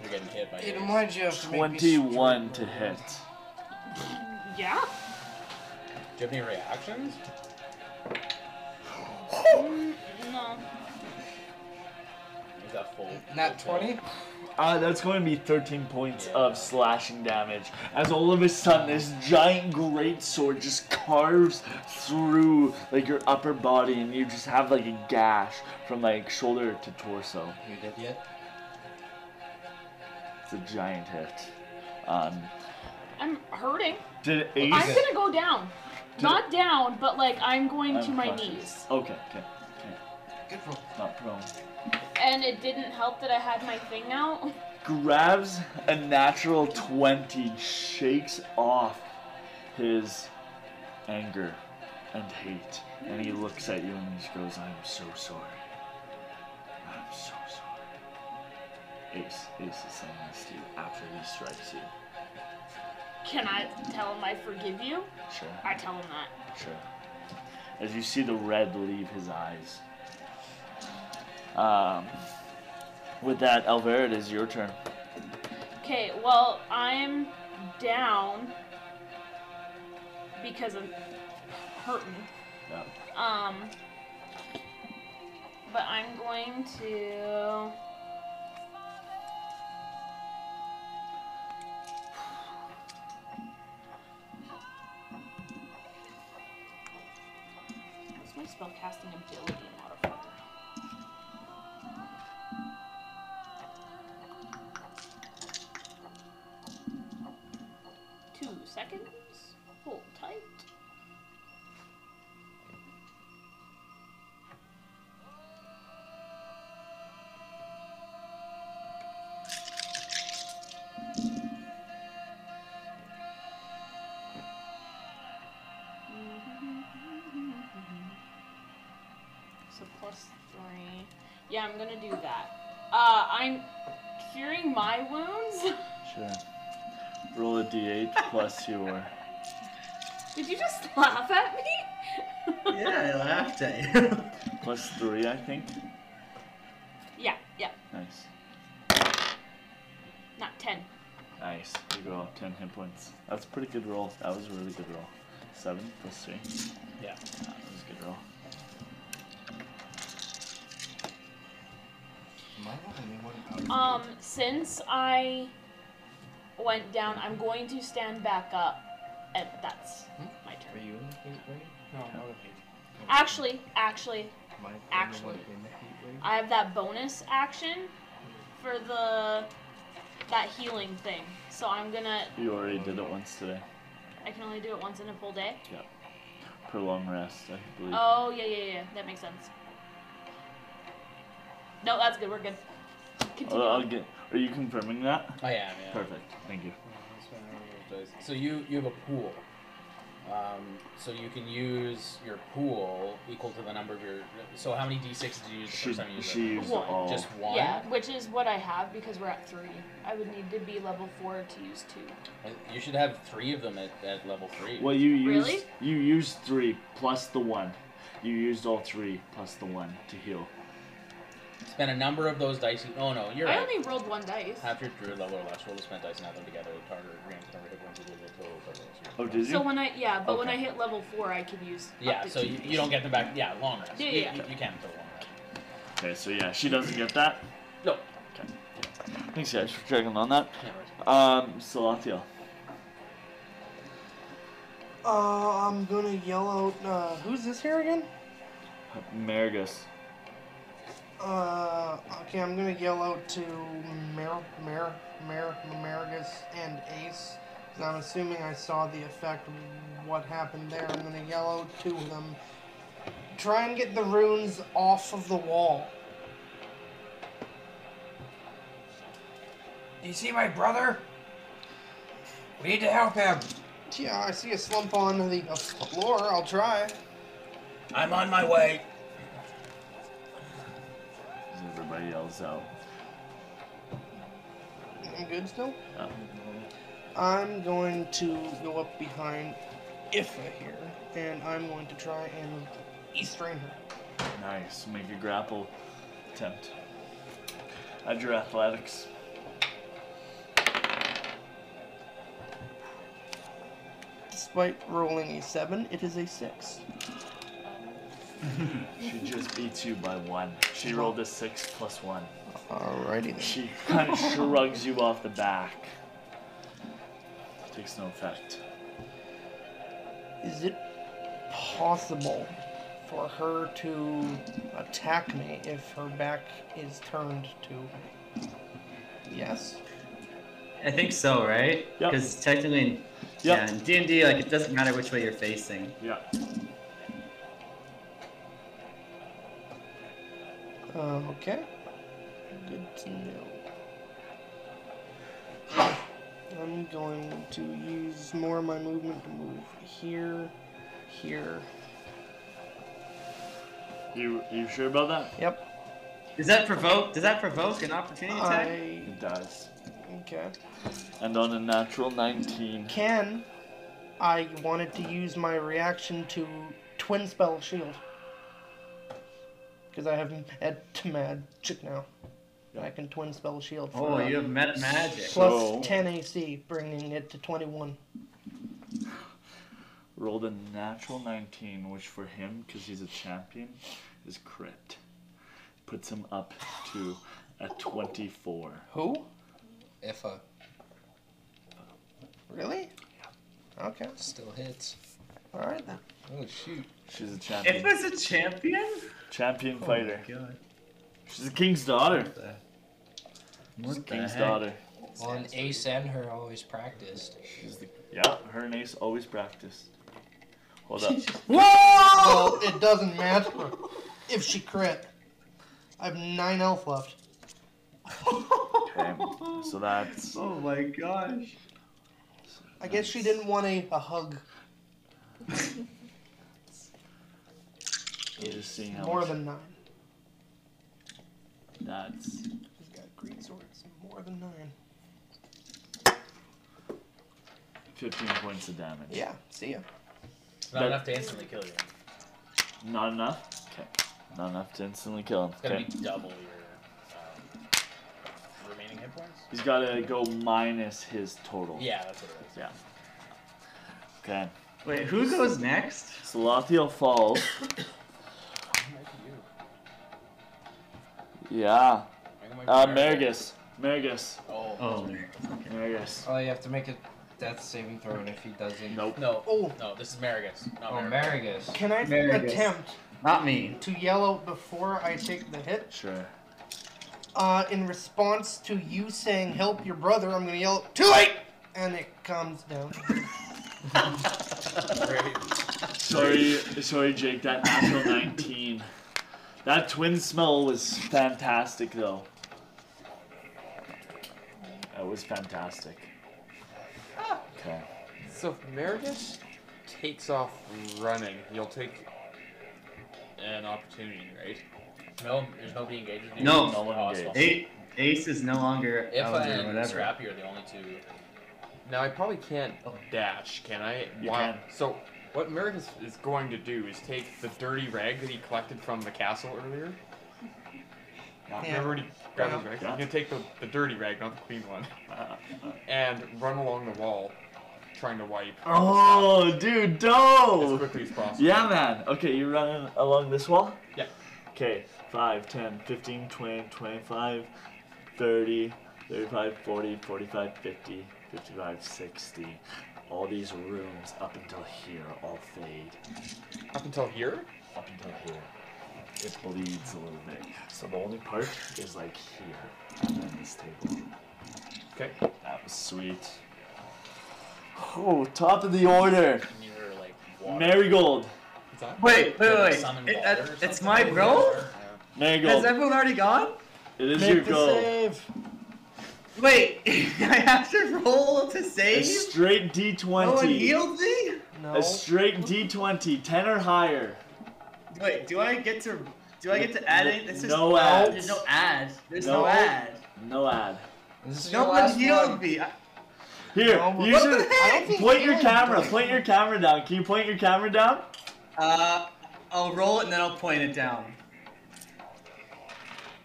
Speaker 2: You're getting hit by.
Speaker 10: Eden,
Speaker 2: these.
Speaker 10: why'd you have to make me straight?
Speaker 1: Twenty-one to hit.
Speaker 8: Yeah.
Speaker 2: Do you have any reactions?
Speaker 8: No.
Speaker 2: Is that full?
Speaker 10: Nat 20?
Speaker 1: Uh, that's going to be 13 points of slashing damage as all of a sudden this giant great sword just carves through like your upper body and you just have like a gash from like shoulder to torso.
Speaker 21: You dead yet?
Speaker 1: It's a giant hit. Um,
Speaker 8: I'm hurting.
Speaker 1: did Ace?
Speaker 8: I'm gonna go down.
Speaker 1: Did-
Speaker 8: Not down, but like I'm going
Speaker 1: I'm
Speaker 8: to my
Speaker 1: conscious.
Speaker 8: knees.
Speaker 1: Okay, okay, okay. Good roll. Not prone.
Speaker 8: And it didn't help that I had my thing out.
Speaker 1: grabs a natural 20, shakes off his anger and hate, and he looks at you and he just goes, I'm so sorry. I'm so sorry. Ace, Ace is saying this to you after he strikes you.
Speaker 8: Can I tell him I forgive you?
Speaker 1: Sure,
Speaker 8: I tell him that.
Speaker 1: sure. As you see the red leave his eyes. Um, with that, Alvera, it is your turn.
Speaker 8: Okay, well, I'm down because I'm hurting.
Speaker 1: Yeah.
Speaker 8: Um, but I'm going to. What's my spellcasting ability modifier? Two seconds. Hold tight. So plus three. Yeah, I'm gonna do that. Uh, I'm curing my wounds.
Speaker 1: Sure. Roll a d8 plus your.
Speaker 8: Did you just laugh at me?
Speaker 9: Yeah, I laughed at you.
Speaker 1: Plus three, I think.
Speaker 8: yeah, yeah.
Speaker 1: Nice.
Speaker 8: Not ten.
Speaker 1: Nice. You go up 10 hit points. That's a pretty good roll. That was a really good roll. Seven plus three.
Speaker 2: Yeah.
Speaker 1: That was a good roll.
Speaker 8: Um, since I went down, I'm going to stand back up, and that's my
Speaker 10: Were
Speaker 8: turn.
Speaker 10: you in the heat
Speaker 7: Oh,
Speaker 10: wave?
Speaker 18: No, no.
Speaker 8: Actually, actually,
Speaker 10: Am I the only one
Speaker 8: Actually.
Speaker 10: in the heat wave?
Speaker 8: I have that bonus action for the that healing thing. So I'm gonna.
Speaker 1: You already did it once today.
Speaker 8: I can only do it once in a full day.
Speaker 1: Yeah. Per long rest, I believe.
Speaker 25: Oh.
Speaker 8: Oh yeah, yeah, yeah. That makes sense. No, that's good. We're good.
Speaker 1: I'll- I'll get- are you confirming that?
Speaker 2: I am, yeah.
Speaker 1: Perfect. Thank you.
Speaker 2: So you you have a pool. Um, so you can use your pool equal to the number of your. So how many d6 did you use the
Speaker 1: She-
Speaker 2: first time you used
Speaker 1: she
Speaker 2: it?
Speaker 1: used One. all.
Speaker 2: Just one.
Speaker 25: Yeah, which is what I have because we're at three. I would need to be level four to use two.
Speaker 2: Uh, You should have three of them at, at level three.
Speaker 1: Well, you used
Speaker 25: Really?
Speaker 1: you used three plus the one. You used all three plus the one to heal.
Speaker 2: spend a number of those dice. Oh no, you're
Speaker 25: I
Speaker 2: right.
Speaker 25: only rolled one dice.
Speaker 2: Half your druid level or less, roll to spend dice and add them together. Target random number hit ones equal to the total of those.
Speaker 1: Oh, did
Speaker 25: So when I yeah, but when I
Speaker 2: Okay.
Speaker 25: hit level four, I could use. up
Speaker 2: Yeah,
Speaker 25: to
Speaker 2: so
Speaker 25: two
Speaker 2: you,
Speaker 25: dice.
Speaker 2: you don't get them back. Yeah, long rest.
Speaker 25: Yeah,
Speaker 2: You-
Speaker 25: yeah,
Speaker 2: You,
Speaker 25: yeah.
Speaker 2: you can for long rest.
Speaker 1: Okay, so yeah, she doesn't get that.
Speaker 2: No.
Speaker 1: Okay. Thanks guys for checking on that.
Speaker 2: Yeah,
Speaker 1: Um, Salathiel.
Speaker 3: Uh, I'm gonna yell out. Uh, who's this here again?
Speaker 1: Marigus.
Speaker 3: Uh, okay, I'm gonna yell out to Mer, Mer, Mer, Marigus and Ace. 'cause I'm assuming I saw the effect, what happened there. I'm gonna yell out to them. Try and get the runes off of the wall.
Speaker 7: Do you see my brother? We need to help him.
Speaker 3: Yeah, I see a slump on the uh, floor. I'll try.
Speaker 22: I'm on my way.
Speaker 1: As everybody yells out.
Speaker 3: I'm good still.
Speaker 1: Uh,
Speaker 3: I'm going to go up behind Ifa here, and I'm going to try and restrain her.
Speaker 1: nice. Make a grapple attempt. Add your athletics.
Speaker 3: Despite rolling a 7, it is a 6.
Speaker 1: She just beats you by one. She rolled a six plus one.
Speaker 3: Alrighty then.
Speaker 1: She kind of shrugs you off the back. Takes no effect.
Speaker 3: Is it possible for her to attack me if her back is turned to me? Yes?
Speaker 9: I think so, right? Because technically, yeah, in D and D, like it doesn't matter which way you're facing.
Speaker 1: Yeah.
Speaker 3: Uh, okay. Good to know. I'm going to use more of my movement to move here, here.
Speaker 1: You you sure about that?
Speaker 3: Yep.
Speaker 9: Does that provoke? Does that provoke an opportunity attack?
Speaker 3: I.
Speaker 1: It does.
Speaker 3: Okay.
Speaker 1: And on a natural 19.
Speaker 3: Can. I wanted to use my reaction to Twin Spell Shield. Because I have Med to Magic now. And I can Twin Spell Shield for.
Speaker 9: Oh,
Speaker 3: uh,
Speaker 9: you have met magic.
Speaker 3: plus
Speaker 1: So-
Speaker 3: 10 AC, bringing it to 21.
Speaker 1: Rolled a natural 19, which for him, because he's a champion, is crit. Puts him up to a 24.
Speaker 3: Who?
Speaker 10: Ifa.
Speaker 3: Really? Okay.
Speaker 10: Still hits.
Speaker 3: Alright then.
Speaker 10: Oh shoot.
Speaker 1: She's a
Speaker 9: If
Speaker 1: champion.
Speaker 9: it's a champion,
Speaker 1: Champion
Speaker 2: Oh
Speaker 1: fighter.
Speaker 9: God.
Speaker 1: She's a king's daughter. She's a
Speaker 10: the
Speaker 1: king's
Speaker 10: heck?
Speaker 1: daughter.
Speaker 10: Well, and Ace and her always practiced.
Speaker 1: Yeah, her and Ace always practiced. Hold up.
Speaker 3: Whoa! Well, it doesn't matter if she crit. I have nine elf left.
Speaker 1: Okay, so that's.
Speaker 9: Oh my gosh.
Speaker 3: I guess she didn't want a, a hug.
Speaker 1: We're just seeing how
Speaker 3: More
Speaker 1: much-
Speaker 3: than nine.
Speaker 1: That's.
Speaker 3: He's got green swords. More than nine.
Speaker 1: 15 points of damage.
Speaker 3: Yeah, see ya.
Speaker 2: Not
Speaker 1: That-
Speaker 2: enough to instantly kill you.
Speaker 1: Not enough? Okay. Not enough to instantly kill him.
Speaker 2: It's gonna
Speaker 1: Okay.
Speaker 2: be double your um, remaining hit points.
Speaker 1: He's gotta go minus his total.
Speaker 2: Yeah, that's what it is.
Speaker 1: Yeah. Okay.
Speaker 9: Wait, who goes next?
Speaker 1: Salathiel falls. yeah. Uh, Marigus. Marigus.
Speaker 2: Oh.
Speaker 1: Marigus.
Speaker 10: Oh, you have to make a death saving throw, and if he doesn't,
Speaker 1: Nope.
Speaker 2: No.
Speaker 3: Oh.
Speaker 2: No, this is Marigus. Not
Speaker 10: Oh,
Speaker 2: Marigus.
Speaker 10: Marigus.
Speaker 3: Can I
Speaker 10: Marigus.
Speaker 3: attempt
Speaker 9: Not me.
Speaker 3: to yell out before I take the hit?
Speaker 1: Sure.
Speaker 3: Uh, in response to you saying help your brother, I'm gonna yell, too late! And it calms down.
Speaker 1: Sorry, sorry, Jake. That natural 19. That twin smell was fantastic, though. That was fantastic. Okay.
Speaker 7: So if Meredith takes off running, you'll take an opportunity, right?
Speaker 2: No, there's nobody engaged with you.
Speaker 9: No,
Speaker 2: no one
Speaker 9: Ace-
Speaker 2: hostile.
Speaker 9: Ace is no longer
Speaker 2: If
Speaker 9: out
Speaker 2: I
Speaker 9: or
Speaker 2: and
Speaker 9: whatever.
Speaker 2: Scrappy are the only two.
Speaker 7: Now I probably can't dash, can I?
Speaker 2: You
Speaker 7: Why- So what Meredith is going to do is take the dirty rag that he collected from the castle earlier. Yeah.
Speaker 26: Yeah.
Speaker 7: Remember when he grabbed his
Speaker 26: Yeah.
Speaker 7: rag? I'm gonna take the, the dirty rag, not the clean one,
Speaker 1: Ah.
Speaker 7: and run along the wall, trying to wipe.
Speaker 1: Oh, dude, no! As
Speaker 7: quickly as possible.
Speaker 1: Yeah, man. Okay, you're running along this wall?
Speaker 7: Yeah.
Speaker 1: Okay, 5, 10, 15, 20, 25, 30, 35, 40, 45, 50, 55, 60. All these rooms up until here all fade.
Speaker 7: Up until here?
Speaker 1: Up until here. It bleeds a little bit. So the only part is like here, and then this table.
Speaker 7: Okay.
Speaker 1: That was sweet. Oh, top of the order. Marigold.
Speaker 9: Wait, wait, wait. wait. It- that- it's my bro? Has
Speaker 1: Marigold.
Speaker 9: everyone already gone?
Speaker 1: It is
Speaker 9: Make
Speaker 1: your
Speaker 9: the
Speaker 1: goal.
Speaker 9: Wait, I have to roll to
Speaker 1: A
Speaker 9: save? Oh,
Speaker 1: straight D20.
Speaker 9: No one healed me?
Speaker 1: A straight D20, 10 or higher.
Speaker 9: Wait, do I get to do I get to add anything? It's just-
Speaker 1: No ads.
Speaker 9: There's no ad. There's no, ad.
Speaker 1: No ad.
Speaker 9: no one healed me. I-
Speaker 1: Here,
Speaker 9: No,
Speaker 1: you
Speaker 9: what the
Speaker 1: should
Speaker 9: heck?
Speaker 1: point your camera. Point your camera down. Can you point your camera down?
Speaker 9: Uh, I'll roll it and then I'll point it down.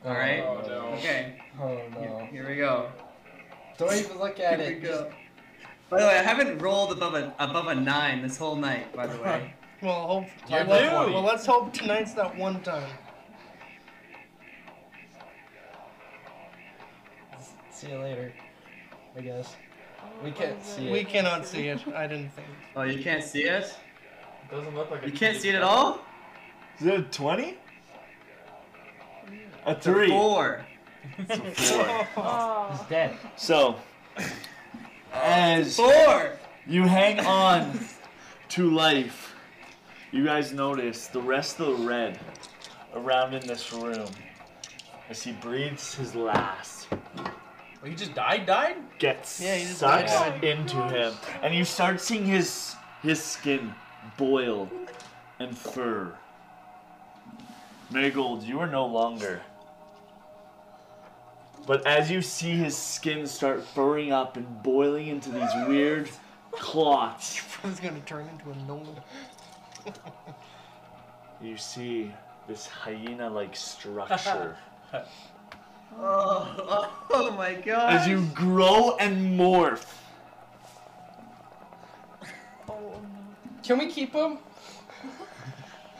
Speaker 9: All right.
Speaker 10: Oh, no.
Speaker 9: Okay.
Speaker 10: Oh no.
Speaker 9: Here we go.
Speaker 10: Don't even look at
Speaker 9: Here
Speaker 10: it.
Speaker 9: we go. By the way, I haven't rolled above a above a nine this whole night. By the way.
Speaker 3: Well, hope,
Speaker 9: You're
Speaker 3: well,
Speaker 9: above
Speaker 3: well,
Speaker 9: one.
Speaker 3: let's hope tonight's that one time.
Speaker 10: See you later. I guess. We can't see it.
Speaker 3: We cannot see it. I didn't think.
Speaker 9: Oh, you can't see it?
Speaker 7: It doesn't look like
Speaker 9: You can't see it at all?
Speaker 1: Is it a 20? A 3.
Speaker 9: four.
Speaker 1: It's a 4.
Speaker 27: Oh.
Speaker 1: dead. So, as
Speaker 9: Four.
Speaker 1: you hang on to life, you guys notice the rest of the red around in this room as he breathes his last.
Speaker 28: Oh, He just died, died? Oh
Speaker 1: Gets
Speaker 28: Yeah, he just
Speaker 1: sucked
Speaker 28: died.
Speaker 1: into him, and you start seeing his his skin boil and fur. Marigold, you are no longer. But as you see his skin start furring up and boiling into these weird clots,
Speaker 3: I was gonna turn into a Nolan.
Speaker 1: you see this hyena-like structure.
Speaker 9: Oh, oh, oh my god.
Speaker 1: as you grow and morph,
Speaker 10: Can we keep him?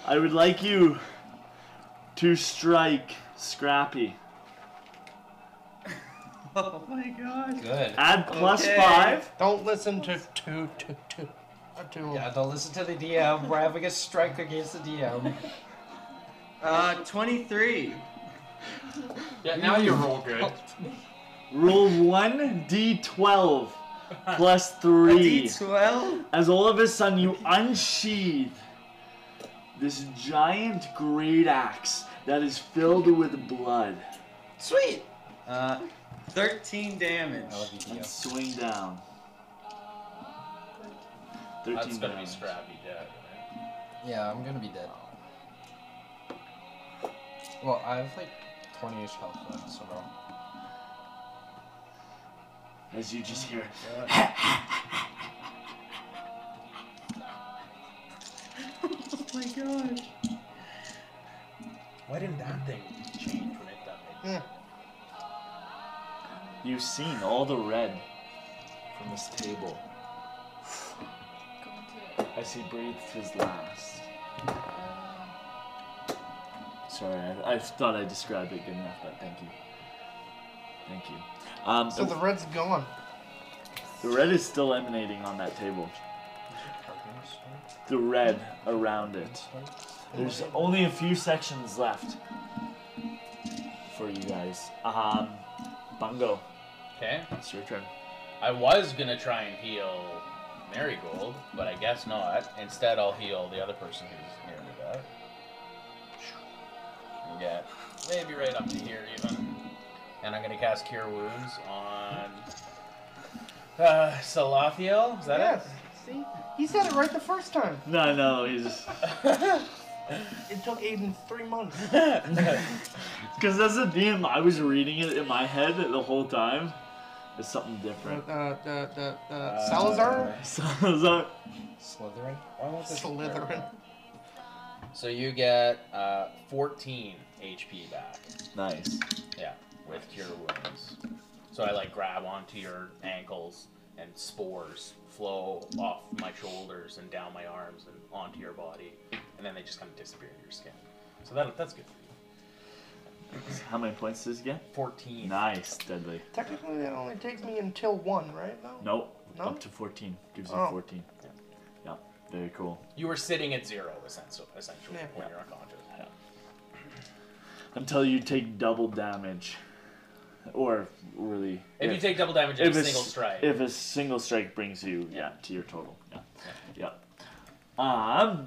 Speaker 1: I would like you to strike Scrappy.
Speaker 9: Oh my god.
Speaker 1: Add plus
Speaker 10: Okay.
Speaker 1: five.
Speaker 3: Don't listen to two, two, two.
Speaker 10: Yeah, don't Uh, listen to the DM. We're having a strike against the DM.
Speaker 9: Uh, 23.
Speaker 7: Yeah, now you roll good.
Speaker 1: Roll one d12 plus three.
Speaker 9: d12?
Speaker 1: As all of a sudden you unsheathe this giant great axe that is filled with blood.
Speaker 9: Sweet. Uh, 13 damage.
Speaker 1: And swing down.
Speaker 2: That's
Speaker 1: 13
Speaker 2: gonna be
Speaker 1: damage.
Speaker 2: Scrappy dead.
Speaker 10: Yeah, I'm gonna be dead. Well, I have like 20 ish health left, so no.
Speaker 1: As you just hear.
Speaker 9: Oh my god.
Speaker 28: Why didn't that thing change when it died?
Speaker 1: You've seen all the red from this table as he breathed his last. Sorry, I, I thought I described it good enough, but thank you. Thank you. Um,
Speaker 3: So the red's gone.
Speaker 1: the red is still emanating on that table. The red around it. There's only a few sections left for you guys. Um, Bungo,
Speaker 2: Okay.
Speaker 1: it's your turn.
Speaker 2: I was gonna try and heal Marigold, but I guess not. Instead, I'll heal the other person who's near me. That. And get maybe right up to here even. and I'm gonna cast Cure Wounds on uh, Salathiel. Is that
Speaker 3: Yes. See, he said it right the first time.
Speaker 2: it? No, no, he's.
Speaker 3: It took Aiden three months.
Speaker 1: Because that's the DM. I was reading it in my head the whole time. It's something different.
Speaker 3: Uh, the, the, the Salazar?
Speaker 10: Uh,
Speaker 1: Salazar.
Speaker 2: Slytherin. Why won't this
Speaker 3: Slytherin.
Speaker 2: So you get uh, 14 HP back.
Speaker 1: Nice.
Speaker 2: Yeah, with cure wounds. So I like grab onto your ankles, and spores flow off my shoulders and down my arms and onto your body, and then they just kind of disappear in your skin. So that that's good.
Speaker 1: How many points does he get?
Speaker 2: 14.
Speaker 1: Nice, deadly.
Speaker 3: Technically, that only takes me until one, right? No?
Speaker 1: Nope.
Speaker 3: No?
Speaker 1: Up to 14. Gives you
Speaker 3: Oh.
Speaker 1: 14. Yep. Very cool.
Speaker 2: You were sitting at zero essentially, essentially
Speaker 3: Yeah.
Speaker 2: when you're unconscious.
Speaker 1: Until you take double damage. Or really.
Speaker 2: If you take double damage in
Speaker 1: if
Speaker 2: a single strike.
Speaker 1: If a single strike brings you yeah, to your total. Yeah. Yeah. Um.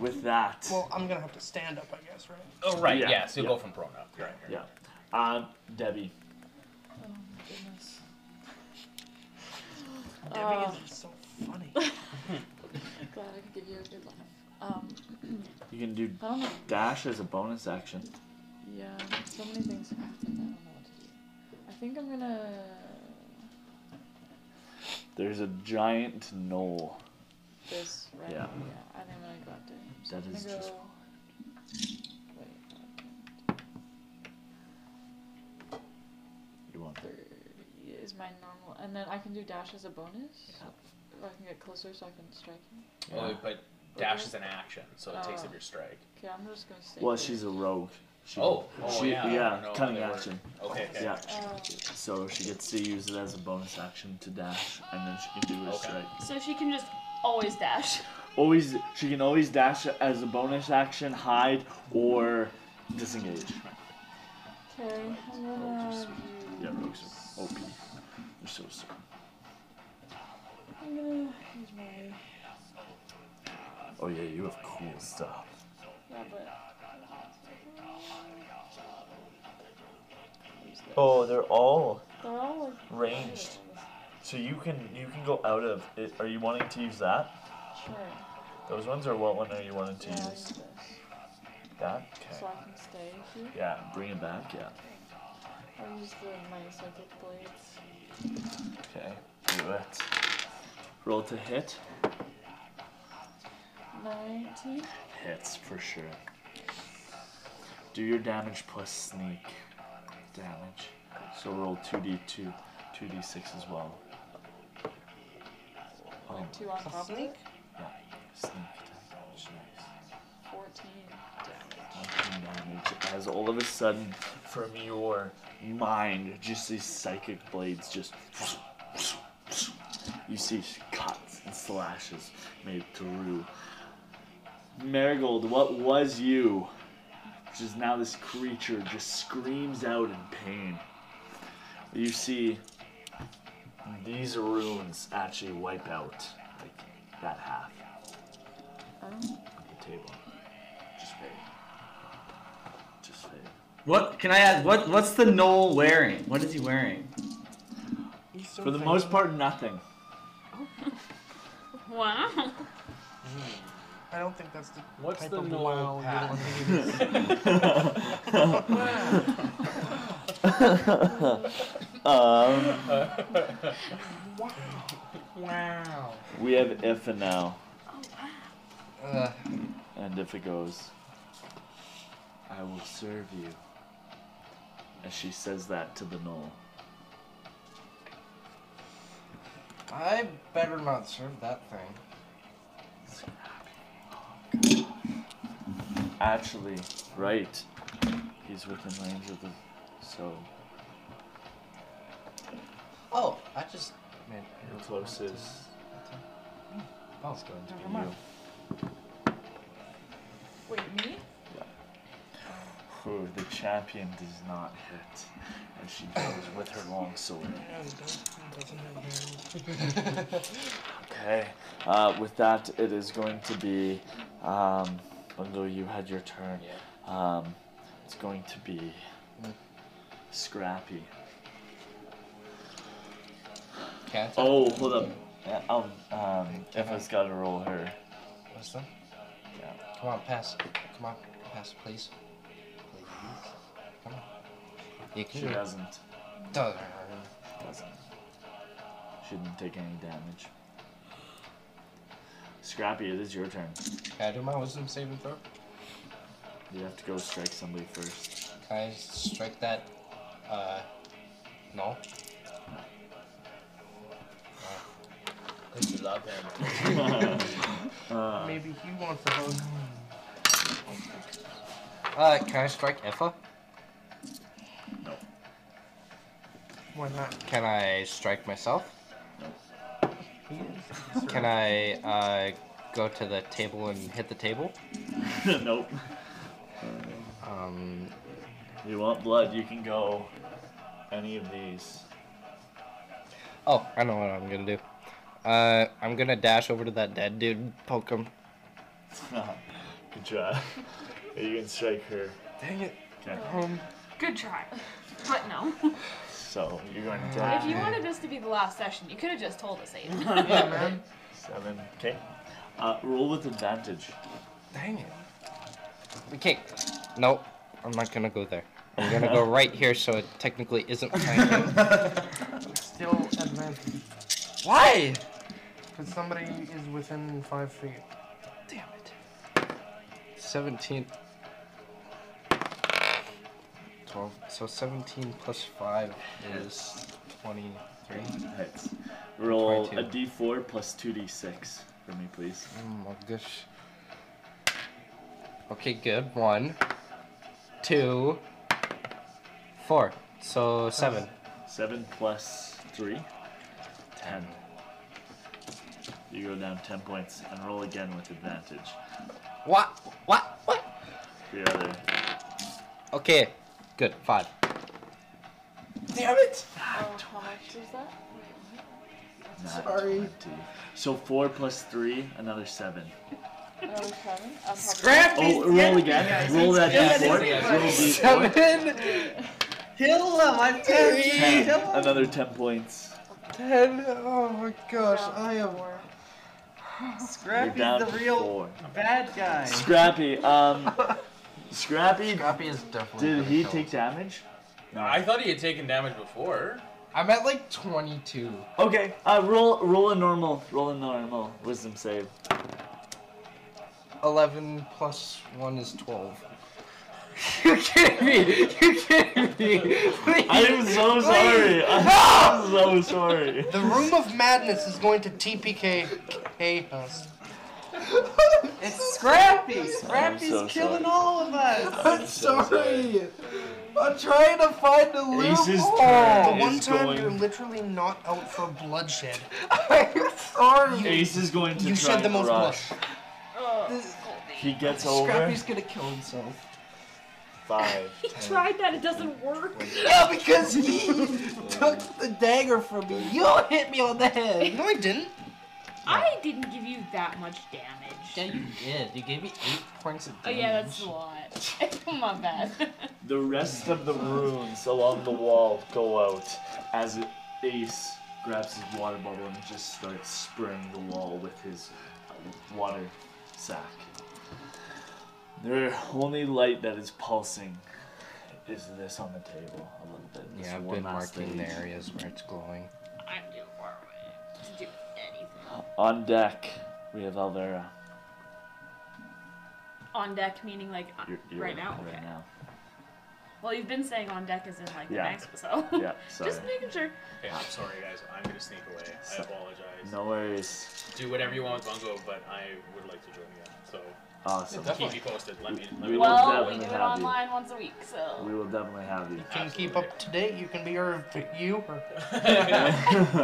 Speaker 1: With that.
Speaker 3: Well, I'm gonna have to stand up, I guess, right?
Speaker 2: Oh right, yeah. so you'll go from prone up. You're Right.
Speaker 1: Yeah. Um, Debbie.
Speaker 4: Oh my goodness.
Speaker 3: Debbie
Speaker 4: Uh,
Speaker 3: is so funny.
Speaker 4: Glad I could give you a good laugh. Um,
Speaker 1: You can do
Speaker 4: I don't know.
Speaker 1: dash as a bonus action.
Speaker 4: yeah, so many things have happened. I don't know what to do. I think I'm gonna.
Speaker 1: There's a giant knoll.
Speaker 4: This, right?
Speaker 1: Yeah.
Speaker 4: I think I'm gonna go after him. So
Speaker 1: That
Speaker 4: I'm
Speaker 1: is
Speaker 4: gonna
Speaker 1: just-
Speaker 4: go-
Speaker 1: You want that?
Speaker 4: is my normal, and then I can do dash as a bonus. Or I can get closer so I can strike him.
Speaker 2: Oh,
Speaker 1: Yeah.
Speaker 2: but dash is an action, so it takes
Speaker 4: Oh.
Speaker 2: up your strike.
Speaker 4: Okay, I'm just gonna stay.
Speaker 1: Well,
Speaker 4: here.
Speaker 1: she's a rogue. She,
Speaker 2: Oh, oh,
Speaker 1: she,
Speaker 2: yeah, I don't know if
Speaker 1: cunning
Speaker 2: they were-
Speaker 1: action.
Speaker 2: okay, okay.
Speaker 1: Yeah.
Speaker 4: Oh.
Speaker 1: So she gets to use it as a bonus action to dash, and then she can do her strike.
Speaker 8: So she can just always dash.
Speaker 1: Always, she can always dash as a bonus action, hide, or disengage. Oh,
Speaker 4: Okay, I'm gonna.
Speaker 1: Yeah, rogues are OP. They're so strong.
Speaker 4: I'm gonna use my.
Speaker 1: Oh yeah, you have cool stuff.
Speaker 4: Yeah, but.
Speaker 1: Oh, they're all
Speaker 4: They're all like.
Speaker 1: ranged. So you can you can go out of. It. Are you wanting to use that?
Speaker 4: Sure.
Speaker 1: Those ones, or what one are you wanting to
Speaker 4: Yeah, I'll use
Speaker 1: use?
Speaker 4: this.
Speaker 1: That.
Speaker 4: So I can stay here.
Speaker 1: Yeah, bring it back. Yeah.
Speaker 4: I'll use the, my psychic blades.
Speaker 1: Okay. Do it. Roll to hit.
Speaker 4: 90.
Speaker 1: Hits for sure. Do your damage plus sneak damage. So roll 2d2, 2d6 as well. Oh,
Speaker 4: Two on top of it.
Speaker 1: yeah. Sneak damage. Nice.
Speaker 4: 14 damage.
Speaker 1: Fucking damage, As all of a sudden, from your mind, just these psychic blades just. You see cuts and slashes made through. Marigold, what was you? Which is now this creature just screams out in pain. You see these runes actually wipe out like that half
Speaker 4: Oh.
Speaker 1: of the table. Just fade. Just fade.
Speaker 9: What can I ask? What what's the knoll wearing? What is he wearing?
Speaker 1: For the most part, nothing.
Speaker 8: Wow.
Speaker 3: I don't think that's the
Speaker 29: What's
Speaker 3: type
Speaker 29: the
Speaker 3: of
Speaker 29: null
Speaker 3: wow you
Speaker 29: path?
Speaker 3: want to use.
Speaker 1: um,
Speaker 29: Wow.
Speaker 1: we have Ifa now,
Speaker 3: Uh,
Speaker 1: and Ifa goes, I will serve you. And she says that to the knoll.
Speaker 3: I better not serve that thing.
Speaker 1: Actually, right. He's within range of the. So,
Speaker 3: Oh, I just. Man,
Speaker 1: the closest.
Speaker 3: Oh,
Speaker 1: is going to
Speaker 3: never
Speaker 1: be
Speaker 3: mind.
Speaker 1: you.
Speaker 4: Wait, me?
Speaker 1: Who the champion does not hit. And she goes with her long sword.
Speaker 3: Yeah, it does- it doesn't have hair.
Speaker 1: Okay. Uh, with that, it is going to be. Um, Bungo, you had your turn. Um, it's going to be. Scrappy.
Speaker 3: Cats.
Speaker 1: Oh, hold up. Yeah, Um, um, Effa's got to roll her.
Speaker 3: What's that? Come on, pass. Come on, pass, please. Please. Come on. You
Speaker 1: She
Speaker 3: do it.
Speaker 1: doesn't.
Speaker 3: Doesn't.
Speaker 1: Doesn't. She didn't take any damage. Scrappy, it is your turn.
Speaker 3: Can I do my wisdom saving throw?
Speaker 1: You have to go strike somebody first.
Speaker 3: Can I strike that? Uh, no.
Speaker 9: Because you love
Speaker 1: him.
Speaker 3: Maybe he wants a hug. Uh, can I strike Effa?
Speaker 1: No.
Speaker 3: Why not? Can I strike myself? Can I uh, go to the table and hit the table?
Speaker 1: nope.
Speaker 3: Um,
Speaker 1: you want blood? You can go any of these.
Speaker 10: Oh, I know what I'm gonna do. Uh, I'm gonna dash over to that dead dude, poke him.
Speaker 1: Good try. you can strike her.
Speaker 3: Dang it.
Speaker 1: Okay.
Speaker 10: Um,
Speaker 30: Good try. But no.
Speaker 1: So you're going to
Speaker 30: if you
Speaker 1: take
Speaker 30: wanted this to be the last session, you could have just told us Aiden.
Speaker 1: seven. Okay. Uh, roll with advantage.
Speaker 3: Dang it.
Speaker 10: Okay. Nope. I'm not gonna go there. I'm gonna go right here, so it technically isn't behind him.
Speaker 3: Still advantage. Why? Because somebody is within five feet. Damn it.
Speaker 10: 17. 12. So 17 plus 5 is 23.
Speaker 1: Hits. Roll a
Speaker 10: 22.
Speaker 1: d4 plus 2d6 for me, please.
Speaker 10: Oh my gosh. Okay, good. One, two, four. So seven.
Speaker 1: Seven plus three. Ten. You go down ten points and roll again with advantage.
Speaker 10: What? What?
Speaker 1: The other.
Speaker 10: Okay, good. Five.
Speaker 3: Damn it!
Speaker 4: Oh, how much is that?
Speaker 1: Not
Speaker 4: Sorry.
Speaker 1: 20. So four plus three, another seven.
Speaker 4: Another seven? I'll probably-
Speaker 1: Oh, roll again. roll that d4. Roll d4.
Speaker 31: Kill him! I'm
Speaker 1: Ten. Another ten points.
Speaker 3: Ten. Oh my gosh, I am.
Speaker 1: You're down to four.
Speaker 31: bad guy.
Speaker 1: Scrappy. Um. Scrappy.
Speaker 3: Scrappy is definitely.
Speaker 1: Did
Speaker 3: gonna
Speaker 1: he
Speaker 3: kill
Speaker 1: take damage?
Speaker 9: I thought he had taken damage before.
Speaker 3: I'm at like 22.
Speaker 1: Okay. Uh, roll. Roll a normal. Roll a normal wisdom save.
Speaker 10: 11 plus 1 is 12. You're kidding me! You're kidding me!
Speaker 1: I am so
Speaker 10: Please.
Speaker 1: sorry. I'm so sorry.
Speaker 3: The Room of Madness is going to TPK us.
Speaker 31: It's Scrappy!
Speaker 3: Scrappy's
Speaker 1: so
Speaker 31: killing
Speaker 1: sorry.
Speaker 31: all of us!
Speaker 1: I'm so sorry.
Speaker 3: I'm trying to find a
Speaker 1: Ace's
Speaker 3: loophole.
Speaker 1: turn
Speaker 3: The one
Speaker 1: is
Speaker 3: time
Speaker 1: going-
Speaker 3: you're literally not out for bloodshed. I'm sorry.
Speaker 1: Ace is going to
Speaker 3: You
Speaker 1: try
Speaker 3: said the
Speaker 1: and
Speaker 3: most
Speaker 1: rush.
Speaker 3: This-
Speaker 1: He gets over.
Speaker 3: Scrappy's gonna kill himself.
Speaker 1: Five.
Speaker 8: He tried that, it doesn't work.
Speaker 3: Yeah, because he took the dagger from me. You hit me on the head. No, I didn't.
Speaker 8: I didn't give you that much damage.
Speaker 3: Yeah, you did. You gave me eight points of
Speaker 8: Oh
Speaker 3: damage.
Speaker 8: yeah, that's a lot. My bad.
Speaker 1: The rest of the runes along the wall go out as Ace grabs his water bottle and just starts spraying the wall with his uh, water sack. The only light that is pulsing is this on the table a little bit. This
Speaker 10: Yeah, I've
Speaker 1: one
Speaker 10: been
Speaker 1: last
Speaker 10: marking the
Speaker 1: stage.
Speaker 10: areas where it's glowing.
Speaker 8: I'm too far away to do anything.
Speaker 1: On deck, we have Alvera.
Speaker 8: On deck meaning like on-
Speaker 1: You're- you're
Speaker 8: right now.
Speaker 1: Right
Speaker 8: Okay.
Speaker 1: now.
Speaker 8: Well, you've been saying on deck as in like
Speaker 1: Yeah.
Speaker 8: next, so
Speaker 1: Yeah,
Speaker 8: just
Speaker 1: sorry.
Speaker 8: making sure.
Speaker 9: Yeah, I'm sorry, guys. I'm gonna sneak away. I apologize.
Speaker 1: No worries.
Speaker 9: Do whatever you want with Bungo, but I would like to join you. guys, So
Speaker 1: Awesome.
Speaker 9: keep me posted. Let me. Let
Speaker 1: We
Speaker 9: me
Speaker 1: will
Speaker 8: Well, we do
Speaker 1: definitely
Speaker 8: it
Speaker 1: have you.
Speaker 8: online once a week, so
Speaker 1: We will definitely have you.
Speaker 3: Can you keep up to date? You can be our you. Or...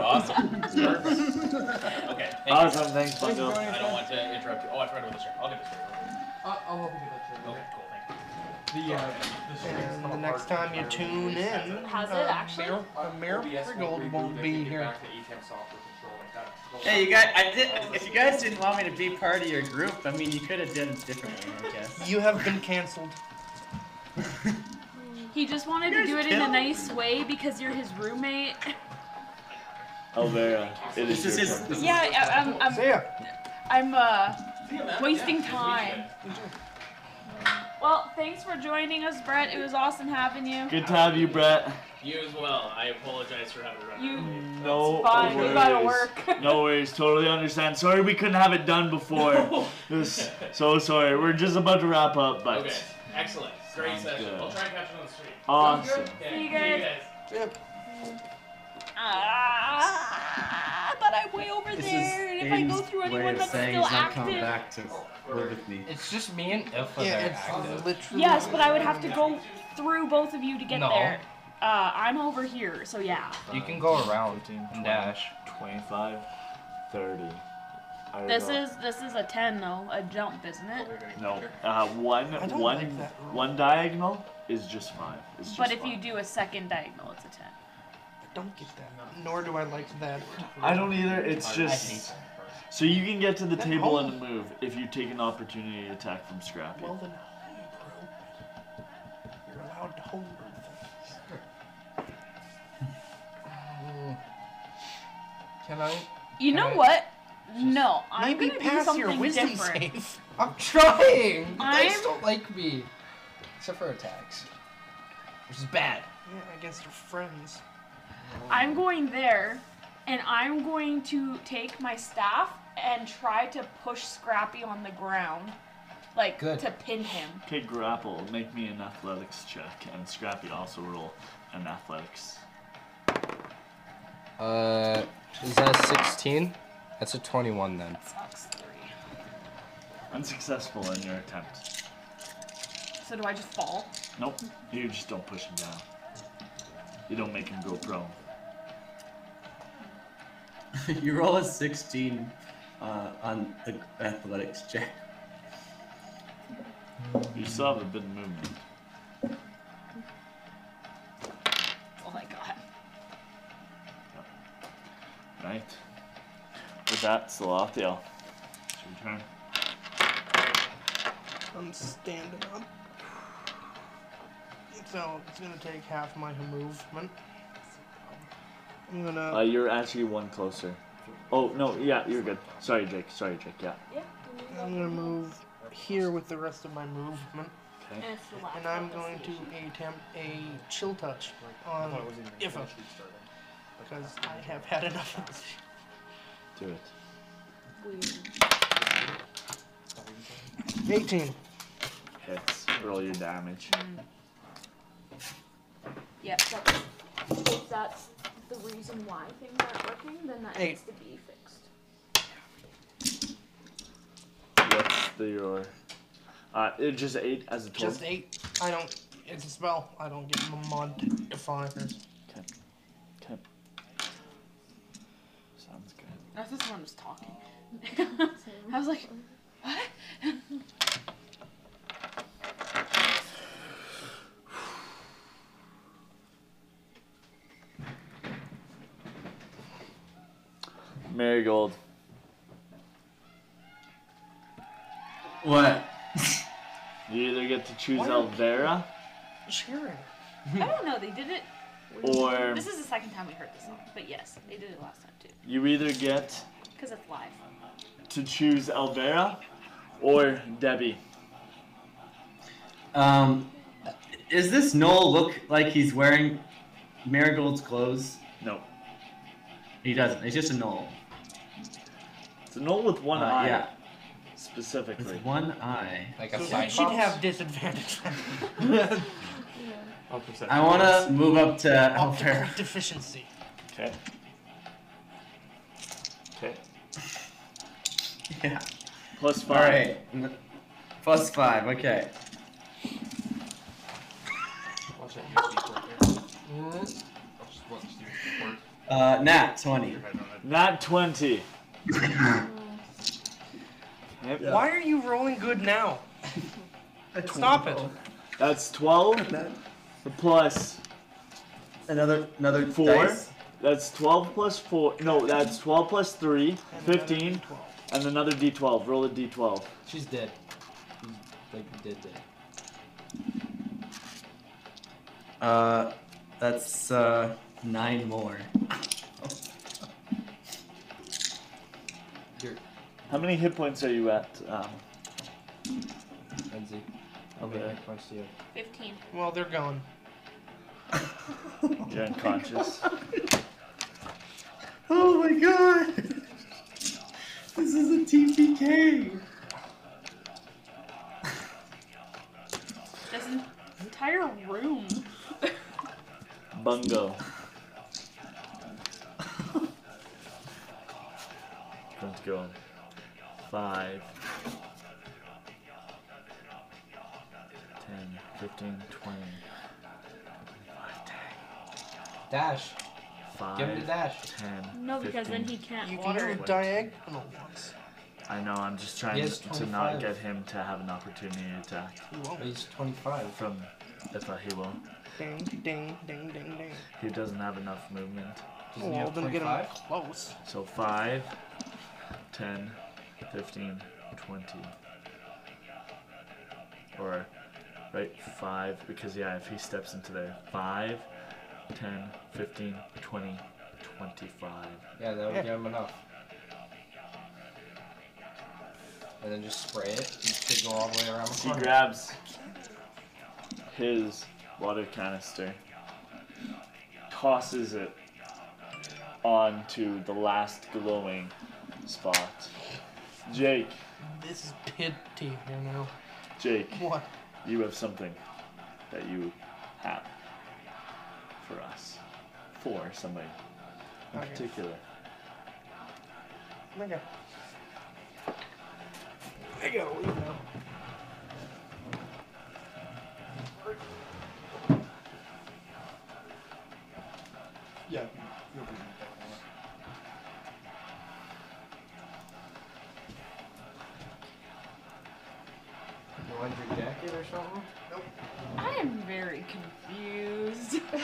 Speaker 9: awesome. okay. Thank
Speaker 1: Awesome,
Speaker 9: You.
Speaker 1: thanks, Bungo.
Speaker 9: I don't want to interrupt you. Oh, I forgot about this turn. I'll get this turn.
Speaker 32: I'll help you get that
Speaker 9: Okay, cool. Thank you.
Speaker 32: The, uh, this
Speaker 3: And the next time you tune in,
Speaker 8: Has it
Speaker 3: uh,
Speaker 8: actually?
Speaker 3: Mayor, uh, Mayor Marigold won't be here.
Speaker 7: E Hey, you guys! I did. If you guys didn't want me to be part of your group, I mean, you could have done it differently, I guess.
Speaker 3: You have been cancelled.
Speaker 8: He just wanted
Speaker 33: You
Speaker 8: to
Speaker 33: guys
Speaker 8: do it in a
Speaker 33: killed.
Speaker 8: nice way because you're his roommate.
Speaker 34: Elvera, it is
Speaker 33: This
Speaker 34: your
Speaker 33: is his-
Speaker 34: turn.
Speaker 33: this is- Yeah, I- I'm- I'm- See ya.
Speaker 8: I'm uh,
Speaker 33: man.
Speaker 8: wasting
Speaker 33: Yeah,
Speaker 8: time. Well, thanks for joining us, Brett. It was awesome having you.
Speaker 1: Good to have you, Brett.
Speaker 35: You as well. I apologize for having to run.
Speaker 8: You
Speaker 1: No
Speaker 8: fine, we
Speaker 1: worries.
Speaker 8: gotta work.
Speaker 1: no worries. Totally understand. Sorry we couldn't have it done before. This, so sorry. We're just about to wrap up, but
Speaker 35: Okay. Excellent. Great
Speaker 1: Sounds
Speaker 35: session.
Speaker 1: good.
Speaker 35: I'll try and catch it on the stream.
Speaker 1: Awesome.
Speaker 35: Yeah,
Speaker 8: See you guys. Ah, but I'm way over there, and if I go through anyone that's still active.
Speaker 10: to live with me.
Speaker 2: It's just me and Ilfa
Speaker 10: Yeah,
Speaker 2: that
Speaker 10: it's
Speaker 2: are active.
Speaker 10: literally-
Speaker 8: Yes, but I would have to go through both of you to get
Speaker 2: No.
Speaker 8: there. Uh, I'm over here, so yeah.
Speaker 2: You can go around
Speaker 1: 15,
Speaker 2: and
Speaker 1: 20,
Speaker 2: dash.
Speaker 1: 25, 30. I
Speaker 8: This
Speaker 1: got-
Speaker 8: is this is a ten though, a jump, isn't it?
Speaker 1: No. Uh, one,
Speaker 8: I don't
Speaker 1: one,
Speaker 8: like that
Speaker 1: one diagonal is just five. It's just
Speaker 8: But if
Speaker 1: five.
Speaker 8: you do a second diagonal, it's a ten.
Speaker 3: Don't get that. Nor do I like that.
Speaker 1: I
Speaker 3: e-
Speaker 1: don't either. It's
Speaker 3: I
Speaker 1: just.
Speaker 3: hate
Speaker 1: So you can get to the
Speaker 3: That
Speaker 1: table
Speaker 3: whole-
Speaker 1: and move if you take an opportunity attack from Scrappy.
Speaker 3: Well then, home, bro. You're allowed to hold things.
Speaker 10: Can I?
Speaker 8: You know what? No, I'm
Speaker 10: Maybe
Speaker 8: gonna do
Speaker 10: pass your
Speaker 8: something
Speaker 10: wisdom
Speaker 8: different.
Speaker 10: save. I'm trying. You guys
Speaker 8: I'm-
Speaker 10: don't like me, except for attacks, which is bad.
Speaker 3: Yeah, I guess they're friends.
Speaker 8: I'm going there, and I'm going to take my staff and try to push Scrappy on the ground, like
Speaker 1: Good.
Speaker 8: to pin him.
Speaker 1: Okay, grapple. Make me an athletics check, and Scrappy also roll an athletics.
Speaker 36: Uh, is that a 16? That's a 21 then.
Speaker 1: Unsuccessful in your attempt.
Speaker 8: So do I just fall?
Speaker 1: Nope. You just don't push him down. You don't make him go prone.
Speaker 9: you roll a 16 uh, on the athletics check.
Speaker 1: You still have a bit of movement.
Speaker 8: Oh my god.
Speaker 1: Right. With that, Salathiel. It's your turn.
Speaker 3: I'm standing up. So it's gonna take half my movement. I'm gonna.
Speaker 1: Uh, you're actually one closer. Oh no, yeah, you're good. Sorry, Jake. Sorry, Jake. Yeah.
Speaker 3: I'm gonna move here with the rest of my movement.
Speaker 1: Okay.
Speaker 3: And, I'm going to attempt a chill touch on Ifa. Because I have had enough of this.
Speaker 1: Do it.
Speaker 3: 18.
Speaker 1: Hits. Roll your damage.
Speaker 8: Yep. That's, if that's the reason why things aren't working, then that
Speaker 3: Eight.
Speaker 8: needs to be fixed.
Speaker 1: What's the, your? Uh, it just eight as a total.
Speaker 3: Just 8. I don't. It's a spell. I don't get modifiers.
Speaker 1: Okay. Okay. Sounds good.
Speaker 8: That's just when I'm just talking. I was like, what?
Speaker 1: Marigold.
Speaker 9: What?
Speaker 1: You either get to choose
Speaker 8: Why are
Speaker 1: Elvera
Speaker 3: Sure.
Speaker 8: I don't know. They did it.
Speaker 1: Or-
Speaker 8: this is the second time we heard this song, but yes, they did it last time too,
Speaker 1: You either get
Speaker 8: because it's live.
Speaker 1: to choose Elvera or Debbie.
Speaker 9: Um, is this Noel look like he's wearing Marigold's clothes?
Speaker 1: No.
Speaker 9: He doesn't. He's just a Noel.
Speaker 1: It's a Noel with one
Speaker 9: Uh,
Speaker 1: eye.
Speaker 9: yeah.
Speaker 1: Specifically.
Speaker 9: With one eye.
Speaker 10: Like
Speaker 3: So she'd have disadvantage.
Speaker 9: I want to move up to
Speaker 3: Optical
Speaker 9: Alfera.
Speaker 3: deficiency.
Speaker 1: Okay. Okay.
Speaker 9: Yeah.
Speaker 1: Plus
Speaker 9: All
Speaker 1: five.
Speaker 9: right. N- Plus five. Okay.
Speaker 7: Watch that USB port there. I'll just watch the USB port.
Speaker 9: Uh, nat twenty.
Speaker 1: Nat twenty. Yep.
Speaker 3: Why are you rolling good now? Stop it.
Speaker 1: That's twelve. Plus
Speaker 9: another another
Speaker 1: four.
Speaker 9: dice.
Speaker 1: That's twelve plus four. No, that's twelve plus three. Fifteen. And another D twelve. Roll a D twelve.
Speaker 36: She's dead. Like, dead, dead.
Speaker 37: Uh, that's uh, nine more.
Speaker 1: How many hit points are you at? Um,
Speaker 38: Lindsay, how
Speaker 1: Okay.
Speaker 38: many hit points do you have?
Speaker 8: 15.
Speaker 3: Well, they're gone.
Speaker 1: you're unconscious.
Speaker 37: Oh my god! This is a TPK!
Speaker 8: This en- entire room.
Speaker 1: Bungo. Let's go. Five. 10, 15, 20.
Speaker 38: Dash.
Speaker 1: Five,
Speaker 38: Give him the dash.
Speaker 1: 10,
Speaker 8: No, because then
Speaker 1: 15.
Speaker 8: he can't
Speaker 3: You
Speaker 8: water.
Speaker 3: can do diagonal ones.
Speaker 1: I know, I'm just trying
Speaker 38: He has
Speaker 1: to not
Speaker 38: 25.
Speaker 1: get him to have an opportunity to attack.
Speaker 3: Oh.
Speaker 38: Oh, He's 25.
Speaker 1: From if I, he will.
Speaker 3: Ding, ding, ding, ding, ding.
Speaker 1: He doesn't have enough movement.
Speaker 3: Doesn't he Well, have then get him 25? close.
Speaker 1: So 5, 10, 15, 20. Or, right, 5, because yeah, if he steps into there, 5, 10, 15, 20, 25.
Speaker 38: Yeah, that would get him enough. And then just spray it. You could go all the way around the
Speaker 1: He
Speaker 38: corner.
Speaker 1: grabs his water canister, tosses it onto the last glowing spot. Jake,
Speaker 3: This is pity here now.
Speaker 1: Jake,
Speaker 3: What?
Speaker 1: you have something that you have for us, for somebody in
Speaker 3: Okay.
Speaker 1: particular.
Speaker 3: There you go. There you go. leave now.
Speaker 17: Yeah.
Speaker 38: You want your jacket or something?
Speaker 4: I am very confused.
Speaker 38: I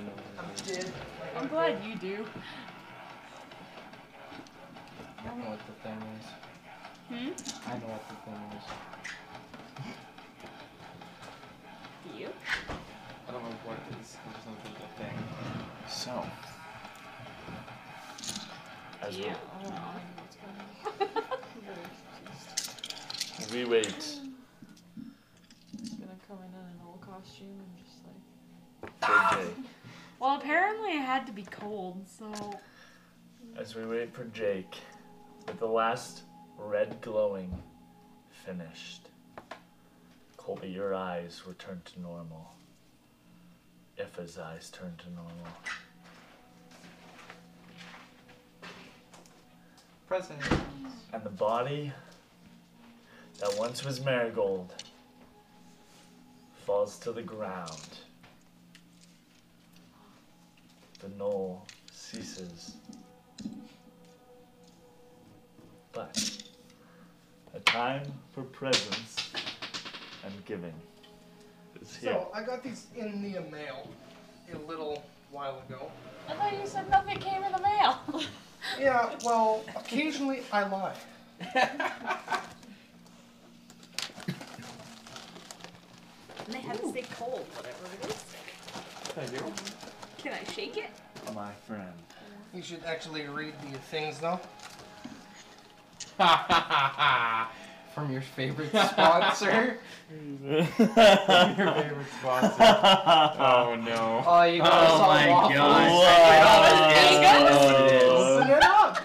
Speaker 38: know. what it is.
Speaker 4: I'm glad you do.
Speaker 38: I know what the thing is.
Speaker 8: Hmm?
Speaker 38: I know what the thing is.
Speaker 8: You?
Speaker 17: I don't know what it is. I just don't think that thing.
Speaker 1: So, as we
Speaker 4: Yeah. I don't know what's going on. I'm very confused.
Speaker 1: We wait.
Speaker 4: He's gonna come in in an old costume and just like.
Speaker 1: for Jake.
Speaker 8: Well, apparently it had to be cold, so.
Speaker 1: As we wait for Jake, with the last red glowing finished, Colby, your eyes return to normal. Iffa's eyes turn to normal.
Speaker 17: Present.
Speaker 1: And the body that once was Marigold falls to the ground. The knoll ceases. But a time for presents and giving is here.
Speaker 3: So I got these in the mail a little while ago.
Speaker 4: I thought you said nothing came in the mail.
Speaker 3: Yeah, well, occasionally I lie.
Speaker 8: And they had to say cold, whatever it is.
Speaker 1: Thank you.
Speaker 8: Mm-hmm. Can I shake it?
Speaker 1: My friend.
Speaker 3: You should actually read the things though.
Speaker 38: From your favorite sponsor?
Speaker 1: From
Speaker 38: your favorite sponsor.
Speaker 17: Oh no.
Speaker 38: Oh, you got us all waffles.
Speaker 3: Listen it up.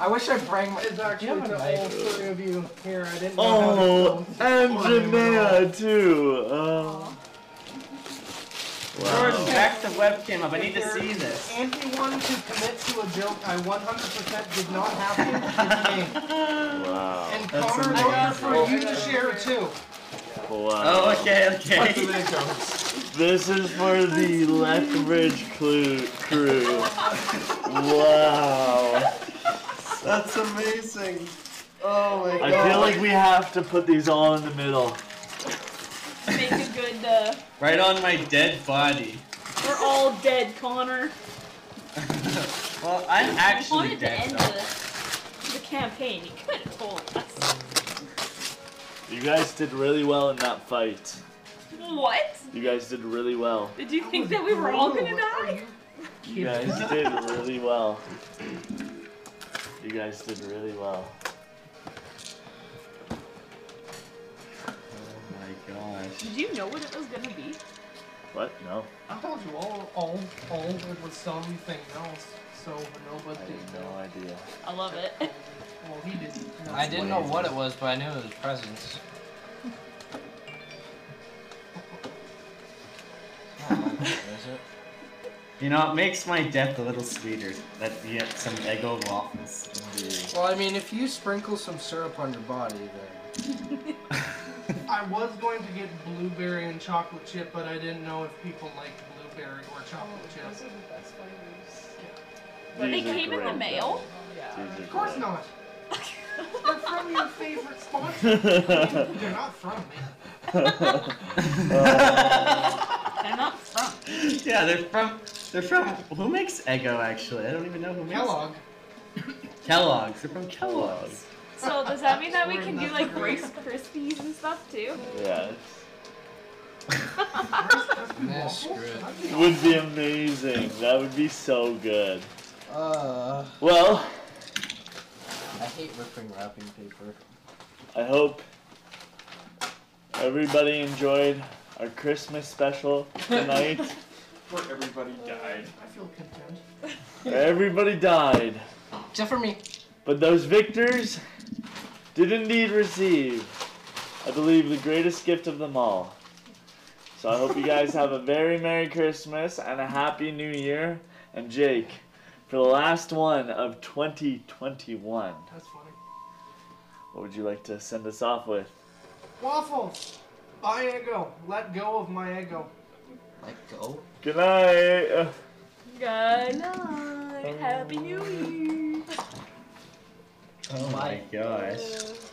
Speaker 38: I wish I bring my.
Speaker 3: It's actually
Speaker 38: have a
Speaker 3: to
Speaker 38: knife?
Speaker 3: all three of you here. I didn't know
Speaker 1: Oh, and
Speaker 3: Oh,
Speaker 1: Janaea too. Oh.
Speaker 37: George,
Speaker 1: Wow.
Speaker 37: back the webcam up.
Speaker 3: how
Speaker 37: I
Speaker 3: to.
Speaker 37: need to
Speaker 3: If
Speaker 37: see
Speaker 3: there's
Speaker 37: this.
Speaker 3: Anyone who commits to a joke, I 100% did not have it. It's me.
Speaker 1: Wow.
Speaker 3: And
Speaker 37: That's
Speaker 3: Connor, in order for you
Speaker 37: amazing.
Speaker 3: to share too.
Speaker 1: Wow.
Speaker 37: Oh, okay, okay.
Speaker 1: This is for the Lethbridge clue crew. Wow.
Speaker 37: That's amazing. Oh my god.
Speaker 1: I feel like we have to put these all in the middle.
Speaker 8: Make a good. Uh,
Speaker 37: Right on my dead body.
Speaker 8: we're all dead, Connor.
Speaker 37: Well, I'm
Speaker 8: I
Speaker 37: actually
Speaker 8: wanted to
Speaker 37: dead.
Speaker 8: end
Speaker 37: though.
Speaker 8: the, the campaign. You could have told us.
Speaker 1: You guys did really well in that fight.
Speaker 8: What?
Speaker 1: You guys did really well.
Speaker 8: Did you think that we were all gonna die?
Speaker 1: You guys did really well. You guys did really well.
Speaker 9: Oh my gosh.
Speaker 8: Did you know what it was gonna be?
Speaker 1: What? No.
Speaker 3: I told you all, all, all of it was something else. So nobody did
Speaker 1: No idea.
Speaker 8: I love it.
Speaker 3: Well, he didn't. No.
Speaker 10: I didn't know what it was, but I knew it was presents.
Speaker 9: You know, it makes my death a little sweeter that you get some Eggo waffles.
Speaker 10: Well, I mean, if you sprinkle some syrup on your body, then
Speaker 3: I was going to get blueberry and chocolate chip, but I didn't know if people liked blueberry or chocolate chip.
Speaker 4: Those are the best flavors.
Speaker 8: But they
Speaker 1: These are
Speaker 8: came in the
Speaker 1: great,
Speaker 8: mail?
Speaker 1: though. These are
Speaker 3: Of course
Speaker 1: great.
Speaker 3: not. They're from your favorite sponsor. They're not from me.
Speaker 8: They're not from.
Speaker 9: yeah, they're from they're from who makes Eggo actually? I don't even know who makes
Speaker 3: Kellogg.
Speaker 9: Kellogg's. They're from Kellogg's.
Speaker 8: So does that mean that we
Speaker 3: We're
Speaker 8: can do
Speaker 3: not
Speaker 8: like
Speaker 3: from-
Speaker 8: Rice Krispies and stuff too?
Speaker 1: Yeah.
Speaker 10: nah, screw it.
Speaker 1: Would be amazing. That would be so good.
Speaker 10: Uh,
Speaker 1: Well,
Speaker 10: I hate ripping wrapping paper.
Speaker 1: I hope everybody enjoyed our Christmas special tonight.
Speaker 39: Where everybody died.
Speaker 3: I feel content.
Speaker 1: Everybody died.
Speaker 10: Except for me.
Speaker 1: But those victors did indeed receive, I believe, the greatest gift of them all. So I hope you guys have a very Merry Christmas and a Happy New Year. And Jake, for the last one of 2021,
Speaker 3: That's funny.
Speaker 1: what would you like to send us off with?
Speaker 3: Waffles. Buy ego. Let go of my ego.
Speaker 10: Let go.
Speaker 1: Good night.
Speaker 8: Good night. Happy New Year.
Speaker 9: Oh my gosh.
Speaker 8: Uh,